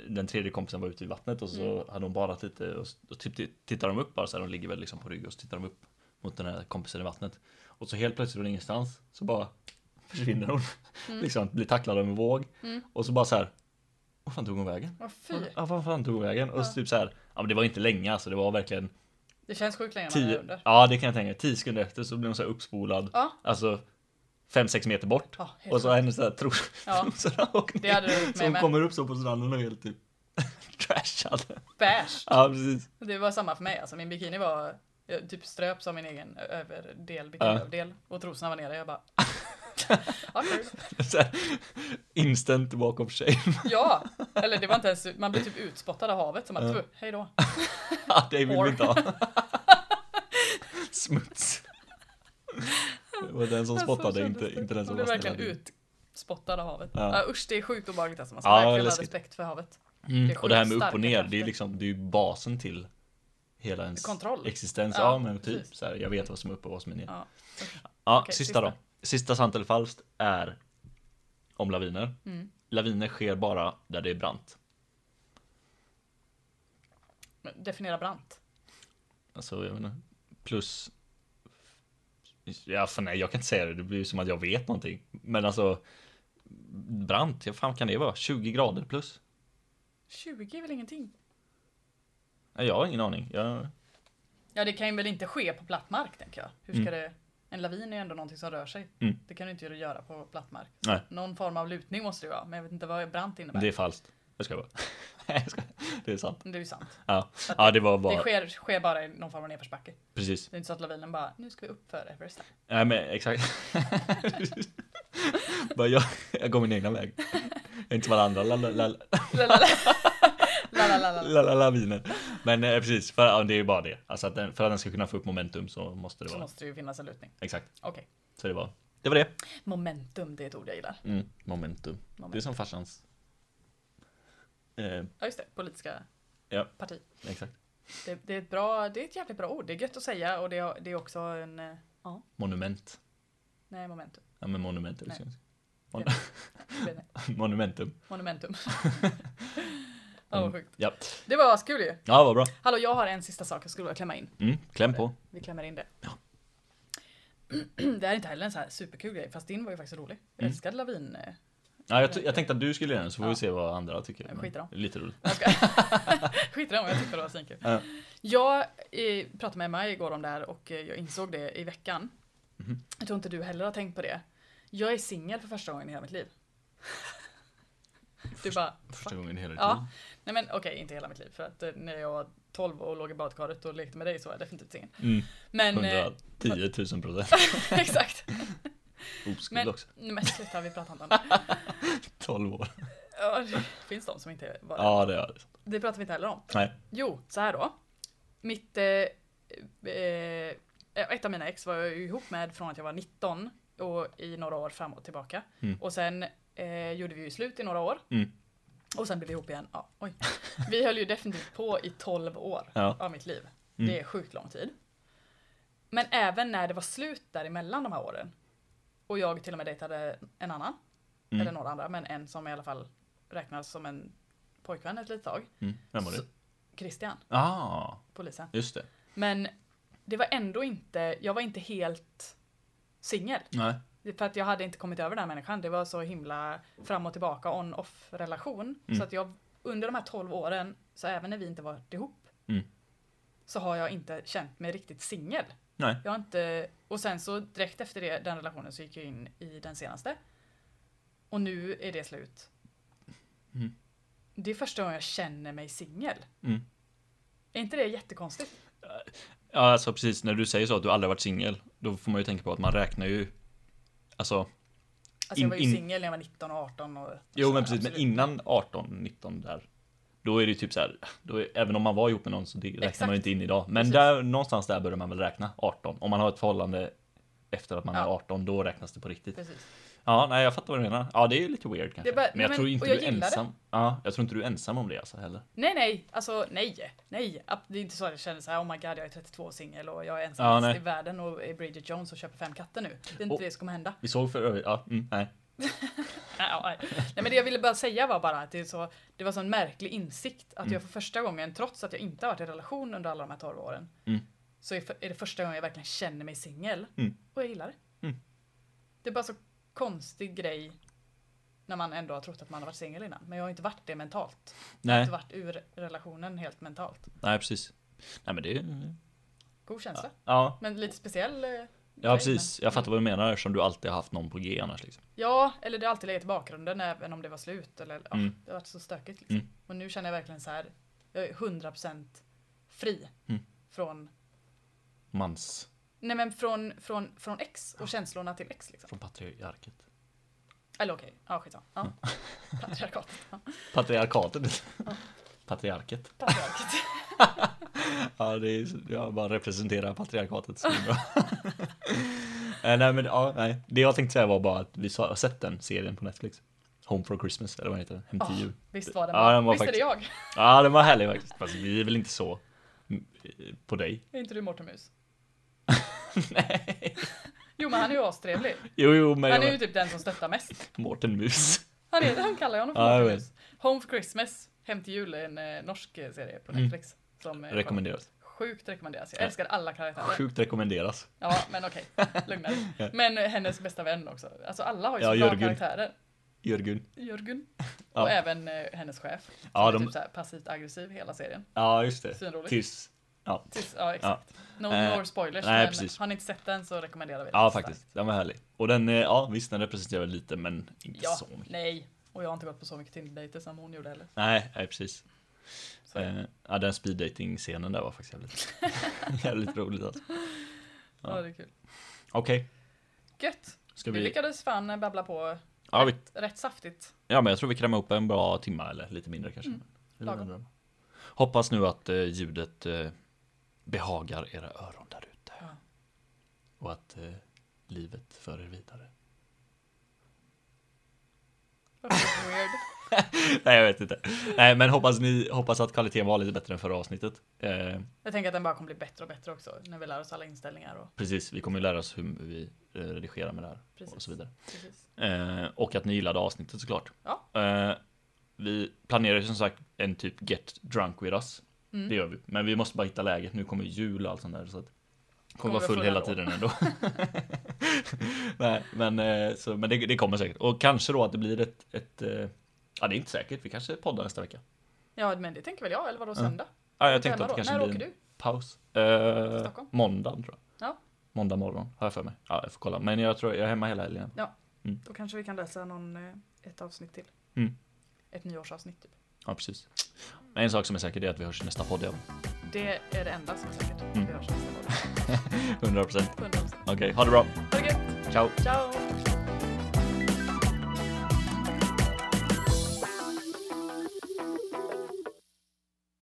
[SPEAKER 2] den tredje kompisen var ute i vattnet och så hade de badat lite och, s- och typ, tittar de upp bara så här, de ligger väl liksom på rygg och så tittar de upp mot den här kompisen i vattnet. Och så helt plötsligt från ingenstans så bara försvinner hon. liksom blir tacklad av en våg. Och så bara så här, vad fan tog hon vägen?
[SPEAKER 1] Åh, fy.
[SPEAKER 2] Ja, vad fan tog hon vägen? Och så typ så här, ja men det var inte länge alltså, det var verkligen
[SPEAKER 1] Det känns sjukt länge man är
[SPEAKER 2] Tio,
[SPEAKER 1] under.
[SPEAKER 2] ja det kan jag tänka mig. Tio sekunder efter så blir hon så här uppspolad.
[SPEAKER 1] Ja.
[SPEAKER 2] Alltså 5-6 meter bort.
[SPEAKER 1] Ja, helt
[SPEAKER 2] och så har hennes så här tro-
[SPEAKER 1] Ja.
[SPEAKER 2] trosorna åkt
[SPEAKER 1] Det hade du gjort
[SPEAKER 2] Så
[SPEAKER 1] med
[SPEAKER 2] hon
[SPEAKER 1] mig.
[SPEAKER 2] kommer upp så på stranden och är helt typ trashad.
[SPEAKER 1] Bärs.
[SPEAKER 2] Ja precis.
[SPEAKER 1] Det var samma för mig. Alltså, min bikini var jag typ ströps av min egen överdel, bikiniöverdel. Och trosorna var nere. Jag bara... ja, kul.
[SPEAKER 2] Så här, instant walk of shame.
[SPEAKER 1] ja, eller det var inte ens... Man blev typ utspottad av havet. Som att, "Puh, hej då.
[SPEAKER 2] Ja, det Ah, vill
[SPEAKER 1] Or.
[SPEAKER 2] vi inte ha. Smuts. Det var den som
[SPEAKER 1] Så
[SPEAKER 2] spottade,
[SPEAKER 1] kändes
[SPEAKER 2] inte,
[SPEAKER 1] det.
[SPEAKER 2] inte den
[SPEAKER 1] Man
[SPEAKER 2] som var
[SPEAKER 1] blev verkligen
[SPEAKER 2] snäll.
[SPEAKER 1] utspottad av havet. Ja.
[SPEAKER 2] Ja.
[SPEAKER 1] usch, det är sjukt obehagligt alltså. Man ska
[SPEAKER 2] Ja,
[SPEAKER 1] verkligen ha
[SPEAKER 2] läskigt.
[SPEAKER 1] respekt för havet.
[SPEAKER 2] Mm.
[SPEAKER 1] Det är
[SPEAKER 2] och det här med
[SPEAKER 1] sjukt
[SPEAKER 2] upp och ner,
[SPEAKER 1] starka
[SPEAKER 2] det är ju
[SPEAKER 1] krafter.
[SPEAKER 2] liksom, det är ju basen till hela ens
[SPEAKER 1] Kontroll.
[SPEAKER 2] existens.
[SPEAKER 1] Ja,
[SPEAKER 2] Ja, men typ
[SPEAKER 1] precis.
[SPEAKER 2] så här, jag vet vad som är upp och vad som är ner.
[SPEAKER 1] Ja.
[SPEAKER 2] Ja,
[SPEAKER 1] Usch. Okej,
[SPEAKER 2] sista,
[SPEAKER 1] sista.
[SPEAKER 2] då. Sista sant eller falskt är om laviner.
[SPEAKER 1] Mm.
[SPEAKER 2] Laviner sker bara där det är brant.
[SPEAKER 1] Men Definiera brant.
[SPEAKER 2] Alltså, jag menar, plus Ja, för nej, jag kan inte säga det. Det blir ju som att jag vet någonting. Men alltså, brant, hur fan kan det vara? 20 grader plus?
[SPEAKER 1] 20 är väl ingenting?
[SPEAKER 2] Nej, Jag har ingen aning. Jag...
[SPEAKER 1] Ja, det kan ju väl inte ske på platt mark tänker jag. Hur ska det? En lavin är ändå någonting som rör sig.
[SPEAKER 2] Mm.
[SPEAKER 1] Det kan du inte göra på platt mark.
[SPEAKER 2] Nej.
[SPEAKER 1] Någon form av lutning måste det vara, men jag vet inte vad brant innebär.
[SPEAKER 2] Det
[SPEAKER 1] Det,
[SPEAKER 2] är falskt. Jag ska bara. Nej, jag skojar. det är sant.
[SPEAKER 1] det är ju sant.
[SPEAKER 2] Ja, ja det var
[SPEAKER 1] Det
[SPEAKER 2] bara.
[SPEAKER 1] sker, sker bara i någon form av nedförsbacke.
[SPEAKER 2] Precis.
[SPEAKER 1] Det är inte så att lavinen bara, nu ska vi upp för Everest.
[SPEAKER 2] Nej, men exakt. bara jag, jag går min egna väg. Jag är inte som alla andra la, la, la,
[SPEAKER 1] La, la, la. La, la, la, la, la.
[SPEAKER 2] la, la, laviner. Men eh, precis, för, ja, det är ju bara det. Alltså att den, för att den ska kunna få upp momentum så måste det
[SPEAKER 1] Så
[SPEAKER 2] vara.
[SPEAKER 1] måste det ju finnas en lutning.
[SPEAKER 2] Exakt.
[SPEAKER 1] Okej.
[SPEAKER 2] Så det var det. Var det.
[SPEAKER 1] Momentum, det är ett ord jag gillar.
[SPEAKER 2] Mm. Momentum. Det är
[SPEAKER 1] Momentum.
[SPEAKER 2] som farsans. Eh,
[SPEAKER 1] Ja just det, politiska
[SPEAKER 2] Ja.
[SPEAKER 1] parti.
[SPEAKER 2] exakt.
[SPEAKER 1] Det, det, är ett bra, det är ett jävligt bra ord, det är gött att säga och det, det är också en... eh, Ja,
[SPEAKER 2] Monument.
[SPEAKER 1] nej momentum.
[SPEAKER 2] Ja men monument är det
[SPEAKER 1] Nej.
[SPEAKER 2] syns.
[SPEAKER 1] Jag vet inte.
[SPEAKER 2] Monumentum.
[SPEAKER 1] Monumentum. ja vad sjukt.
[SPEAKER 2] Ja,
[SPEAKER 1] Det var askul ju.
[SPEAKER 2] ja vad bra.
[SPEAKER 1] Hallå jag har en sista sak jag skulle vilja klämma in.
[SPEAKER 2] Mm, kläm på.
[SPEAKER 1] Vi klämmer in det.
[SPEAKER 2] Ja.
[SPEAKER 1] Det här är inte heller en så här superkul grej, fast din var ju faktiskt rolig. Jag
[SPEAKER 2] Mm.
[SPEAKER 1] älskade lavin... eh,
[SPEAKER 2] Ja, jag, t- jag tänkte att du skulle göra den så får vi
[SPEAKER 1] Ja.
[SPEAKER 2] se vad andra tycker.
[SPEAKER 1] Jag
[SPEAKER 2] Men
[SPEAKER 1] skiter i dem.
[SPEAKER 2] det är Lite roligt.
[SPEAKER 1] Jag ska... Skit i det, jag tyckte det var svinkul.
[SPEAKER 2] Ja.
[SPEAKER 1] Jag eh, pratade med Emma igår om det här och eh, jag insåg det i veckan.
[SPEAKER 2] Mhm.
[SPEAKER 1] Jag tror inte du heller har tänkt på det. Jag är singel för första gången i hela mitt liv. Du bara,
[SPEAKER 2] Första gången i hela ditt
[SPEAKER 1] Ja.
[SPEAKER 2] liv.
[SPEAKER 1] nej men okej, inte hela mitt liv. För att eh, när jag var 12 och låg i badkaret och lekte med dig så var jag definitivt singel.
[SPEAKER 2] Mm,
[SPEAKER 1] Men, eh,
[SPEAKER 2] 110 000 procent.
[SPEAKER 1] exakt.
[SPEAKER 2] Oskuld
[SPEAKER 1] Men,
[SPEAKER 2] också.
[SPEAKER 1] nej, men sluta, vi pratar inte om det.
[SPEAKER 2] 12 år.
[SPEAKER 1] Ja, det finns de som inte var
[SPEAKER 2] Ja, det är det.
[SPEAKER 1] Det pratar vi inte heller om.
[SPEAKER 2] Nej.
[SPEAKER 1] Jo, så här då. Mitt... Eh, eh, ett av mina ex var jag ju ihop med från att jag var 19 och i några år fram och tillbaka.
[SPEAKER 2] Mm.
[SPEAKER 1] Och sen eh, gjorde vi ju slut i några år.
[SPEAKER 2] Mm.
[SPEAKER 1] Och sen blev vi ihop igen. Ja, oj. Vi höll ju definitivt på i 12 år
[SPEAKER 2] Ja.
[SPEAKER 1] av mitt liv.
[SPEAKER 2] Mm.
[SPEAKER 1] Det är sjukt lång tid. Men även när det var slut däremellan de här åren. Och jag till och med dejtade en annan.
[SPEAKER 2] Mm.
[SPEAKER 1] Eller några andra, men en som i alla fall räknas som en pojkvän ett litet tag.
[SPEAKER 2] Mm. Vem var det?
[SPEAKER 1] Så- Christian,
[SPEAKER 2] Ah,
[SPEAKER 1] polisen.
[SPEAKER 2] just det.
[SPEAKER 1] Men det var ändå inte, jag var inte helt singel.
[SPEAKER 2] Nej.
[SPEAKER 1] För att jag hade inte kommit över den här människan. Det var så himla fram och tillbaka on-off relation.
[SPEAKER 2] Mm.
[SPEAKER 1] Så att jag under de här 12 åren, så även när vi inte varit ihop,
[SPEAKER 2] Mm.
[SPEAKER 1] så har jag inte känt mig riktigt singel.
[SPEAKER 2] Nej.
[SPEAKER 1] Jag har inte, och sen så direkt efter det, den relationen så gick jag in i den senaste. Och nu är det slut.
[SPEAKER 2] Mm.
[SPEAKER 1] Det är första gången jag känner mig singel.
[SPEAKER 2] Mm.
[SPEAKER 1] Är inte det jättekonstigt?
[SPEAKER 2] Ja, alltså precis. När du säger så att du aldrig varit singel, då får man ju tänka på att man räknar ju Alltså,
[SPEAKER 1] Alltså jag
[SPEAKER 2] In-
[SPEAKER 1] var ju
[SPEAKER 2] in-
[SPEAKER 1] singel när jag var 19 och 18 och
[SPEAKER 2] jo
[SPEAKER 1] så,
[SPEAKER 2] men precis, men
[SPEAKER 1] absolut.
[SPEAKER 2] innan 18, 19 där Då är det ju typ så här, då är, även om man var ihop med någon så det räknar man
[SPEAKER 1] Exakt.
[SPEAKER 2] ju inte in idag Men
[SPEAKER 1] Precis.
[SPEAKER 2] där, någonstans där börjar man väl räkna 18 Om man har ett förhållande efter att man
[SPEAKER 1] Ja.
[SPEAKER 2] är 18, då räknas det på riktigt
[SPEAKER 1] Precis.
[SPEAKER 2] Ja, nej jag fattar vad du menar. Ja, det är ju lite weird kanske.
[SPEAKER 1] Det är bara-
[SPEAKER 2] men jag
[SPEAKER 1] men-
[SPEAKER 2] tror inte
[SPEAKER 1] och jag
[SPEAKER 2] du är
[SPEAKER 1] gillar det.
[SPEAKER 2] ensam. Ja, jag tror inte du är ensam om det alltså heller.
[SPEAKER 1] Nej nej, alltså nej, nej. Ab- Det är inte så att jag känner så här, oh my god jag är 32 och singel och jag är
[SPEAKER 2] Ja,
[SPEAKER 1] ensam
[SPEAKER 2] nej.
[SPEAKER 1] i världen och är Bridget Jones och köper fem katter nu. Det är inte
[SPEAKER 2] Och-
[SPEAKER 1] det som kommer hända.
[SPEAKER 2] Vi såg för övrigt, ja, mm, nej.
[SPEAKER 1] Nej, ja, nej. nej men det jag ville bara säga var bara att det, är så, det var så en märklig insikt att
[SPEAKER 2] Mm.
[SPEAKER 1] jag för första gången, trots att jag inte har varit i relation under alla de här 12 åren,
[SPEAKER 2] Mm.
[SPEAKER 1] så är, för, är det första gången jag verkligen känner mig singel.
[SPEAKER 2] Mm.
[SPEAKER 1] Och jag gillar det.
[SPEAKER 2] Mm.
[SPEAKER 1] Det är bara så konstig grej när man ändå har trott att man har varit singel innan. Men jag har inte varit det mentalt. Jag har
[SPEAKER 2] Nej,
[SPEAKER 1] inte varit ur relationen helt mentalt.
[SPEAKER 2] nej precis. Nej men det är ju...
[SPEAKER 1] God känsla.
[SPEAKER 2] Ja,
[SPEAKER 1] Men lite speciell. eh,
[SPEAKER 2] ja
[SPEAKER 1] grej,
[SPEAKER 2] precis.
[SPEAKER 1] men-
[SPEAKER 2] Jag fattar vad du menar eftersom du alltid har haft någon på G annars liksom.
[SPEAKER 1] Ja, eller det har alltid legat i bakgrunden även om det var slut. Eller, ja,
[SPEAKER 2] Mm.
[SPEAKER 1] Det har varit så stökigt. Liksom.
[SPEAKER 2] Mm.
[SPEAKER 1] Och nu känner jag verkligen så här, jag är 100% fri
[SPEAKER 2] Mm.
[SPEAKER 1] från,
[SPEAKER 2] Mans
[SPEAKER 1] nej men från, från, från X och känslorna till X. Liksom.
[SPEAKER 2] från patriarket.
[SPEAKER 1] Eller okej, ja skitsamma.
[SPEAKER 2] Mm.
[SPEAKER 1] Ja. Patriarkat. Ja,
[SPEAKER 2] Patriarkatet. Patriarket.
[SPEAKER 1] patriarkat.
[SPEAKER 2] Ja, det är, jag bara representerar patriarkatet så det är bra. Eh, nej men ja, nej. Det jag tänkte säga var bara att vi har sett den serien på Netflix. Home for Christmas, eller vad heter den? Hem till
[SPEAKER 1] Ah,
[SPEAKER 2] jul.
[SPEAKER 1] Visst var det
[SPEAKER 2] Ja, den var
[SPEAKER 1] Visst
[SPEAKER 2] faktiskt-
[SPEAKER 1] är det jag?
[SPEAKER 2] Ja, den var härlig faktiskt. Fast vi är väl inte så mm, på dig.
[SPEAKER 1] Är inte du Mårten Mus?
[SPEAKER 2] Nej.
[SPEAKER 1] Jo men han är ju astrevlig.
[SPEAKER 2] Jo, jo, men jag
[SPEAKER 1] Han är ju
[SPEAKER 2] menar
[SPEAKER 1] typ den som stöttar mest.
[SPEAKER 2] Mårten Mus.
[SPEAKER 1] Han, är, han kallar jag honom för
[SPEAKER 2] Ja, jag
[SPEAKER 1] Mårten
[SPEAKER 2] vet.
[SPEAKER 1] Mus. Home for Christmas, Hem till jul är en eh, norsk eh, serie på
[SPEAKER 2] Mm.
[SPEAKER 1] Netflix. Som, eh,
[SPEAKER 2] Rekommenderas.
[SPEAKER 1] var Sjukt rekommenderas. Jag älskar alla karaktärer.
[SPEAKER 2] Sjukt rekommenderas.
[SPEAKER 1] Ja, men okej. Lugna dig. Men eh, hennes bästa vän också. Alltså alla har ju så
[SPEAKER 2] Ja,
[SPEAKER 1] bra
[SPEAKER 2] Jörgen.
[SPEAKER 1] karaktärer.
[SPEAKER 2] Jörgen.
[SPEAKER 1] Jörgen.
[SPEAKER 2] Ja.
[SPEAKER 1] Och även eh, hennes chef. Som
[SPEAKER 2] Ja,
[SPEAKER 1] är
[SPEAKER 2] de-
[SPEAKER 1] typ så här passivt aggressiv hela serien.
[SPEAKER 2] Ja, just det.
[SPEAKER 1] Svinrolig.
[SPEAKER 2] Tills... Ja,
[SPEAKER 1] Tills, ja, exakt. No
[SPEAKER 2] Eh,
[SPEAKER 1] more spoilers,
[SPEAKER 2] nej,
[SPEAKER 1] men
[SPEAKER 2] precis.
[SPEAKER 1] har ni inte sett den så rekommenderar vi den.
[SPEAKER 2] ja
[SPEAKER 1] starkt.
[SPEAKER 2] faktiskt. Den var härlig. Och den, eh, ja visst den representerar väl lite men inte
[SPEAKER 1] Ja,
[SPEAKER 2] så mycket.
[SPEAKER 1] nej. Och jag har inte gått på så mycket Tinder-dejter som hon gjorde heller.
[SPEAKER 2] Nej, nej precis.
[SPEAKER 1] Så,
[SPEAKER 2] Eh, ja, den speeddating scenen där var faktiskt jävligt, jävligt roligt alltså.
[SPEAKER 1] ja. det är kul.
[SPEAKER 2] Okej,
[SPEAKER 1] Gött!
[SPEAKER 2] ska
[SPEAKER 1] Vi
[SPEAKER 2] vi...
[SPEAKER 1] lyckades fan babbla på
[SPEAKER 2] Ja, vi...
[SPEAKER 1] rätt saftigt.
[SPEAKER 2] ja, men jag tror vi krämar upp en bra timma eller lite mindre kanske.
[SPEAKER 1] Mm,
[SPEAKER 2] Lite
[SPEAKER 1] lagom.
[SPEAKER 2] mindre. Hoppas nu att eh, ljudet eh, behagar era öron där ute.
[SPEAKER 1] Ja.
[SPEAKER 2] Och att eh, livet för er vidare.
[SPEAKER 1] Vad fan, Weird.
[SPEAKER 2] Nej, jag vet inte. Nej, men hoppas, ni, hoppas att kvaliteten var lite bättre än förra avsnittet. Eh,
[SPEAKER 1] Jag tänker att den bara kommer bli bättre och bättre också när vi lär oss alla inställningar och
[SPEAKER 2] Precis, vi kommer ju lära oss hur vi eh, redigerar med det här och
[SPEAKER 1] precis.
[SPEAKER 2] så vidare.
[SPEAKER 1] precis.
[SPEAKER 2] Eh, och att ni gillade avsnittet såklart.
[SPEAKER 1] Ja.
[SPEAKER 2] Eh, vi planerar ju som sagt en typ Get Drunk With Us.
[SPEAKER 1] Mm.
[SPEAKER 2] Det gör vi. Men vi måste bara hitta läget. Nu kommer jul och allt sånt där. Så att kommer,
[SPEAKER 1] Kommer
[SPEAKER 2] vara
[SPEAKER 1] vara
[SPEAKER 2] full
[SPEAKER 1] fulla
[SPEAKER 2] hela
[SPEAKER 1] då.
[SPEAKER 2] tiden ändå. Nej, men eh, så, men det, det kommer säkert. Och kanske då att det blir ett, ett eh, Ja, det är inte säkert. Vi kanske poddar nästa vecka.
[SPEAKER 1] Ja, men det tänker väl jag. Eller vadå söndag?
[SPEAKER 2] Ja, jag tänkte
[SPEAKER 1] Jävlar
[SPEAKER 2] att det
[SPEAKER 1] då.
[SPEAKER 2] kanske
[SPEAKER 1] När
[SPEAKER 2] blir
[SPEAKER 1] åker
[SPEAKER 2] en
[SPEAKER 1] du?
[SPEAKER 2] paus. Eh,
[SPEAKER 1] Stockholm?
[SPEAKER 2] måndagen tror jag.
[SPEAKER 1] Ja.
[SPEAKER 2] Måndag morgon har jag för mig. Ja, jag får kolla. Men jag tror jag är hemma hela helgen.
[SPEAKER 1] Då kanske vi kan läsa någon, eh, ett avsnitt till.
[SPEAKER 2] Mm.
[SPEAKER 1] Ett nyårsavsnitt typ.
[SPEAKER 2] Ja, precis. Men en sak som är säker är att vi hörs i nästa podd. ja.
[SPEAKER 1] Det är det enda som är säkert.
[SPEAKER 2] Mm.
[SPEAKER 1] Vi hörs nästa gång.
[SPEAKER 2] 100%.
[SPEAKER 1] 100%.
[SPEAKER 2] Okej, ha det bra.
[SPEAKER 1] Ha det gött.
[SPEAKER 2] Ciao.
[SPEAKER 1] Ciao!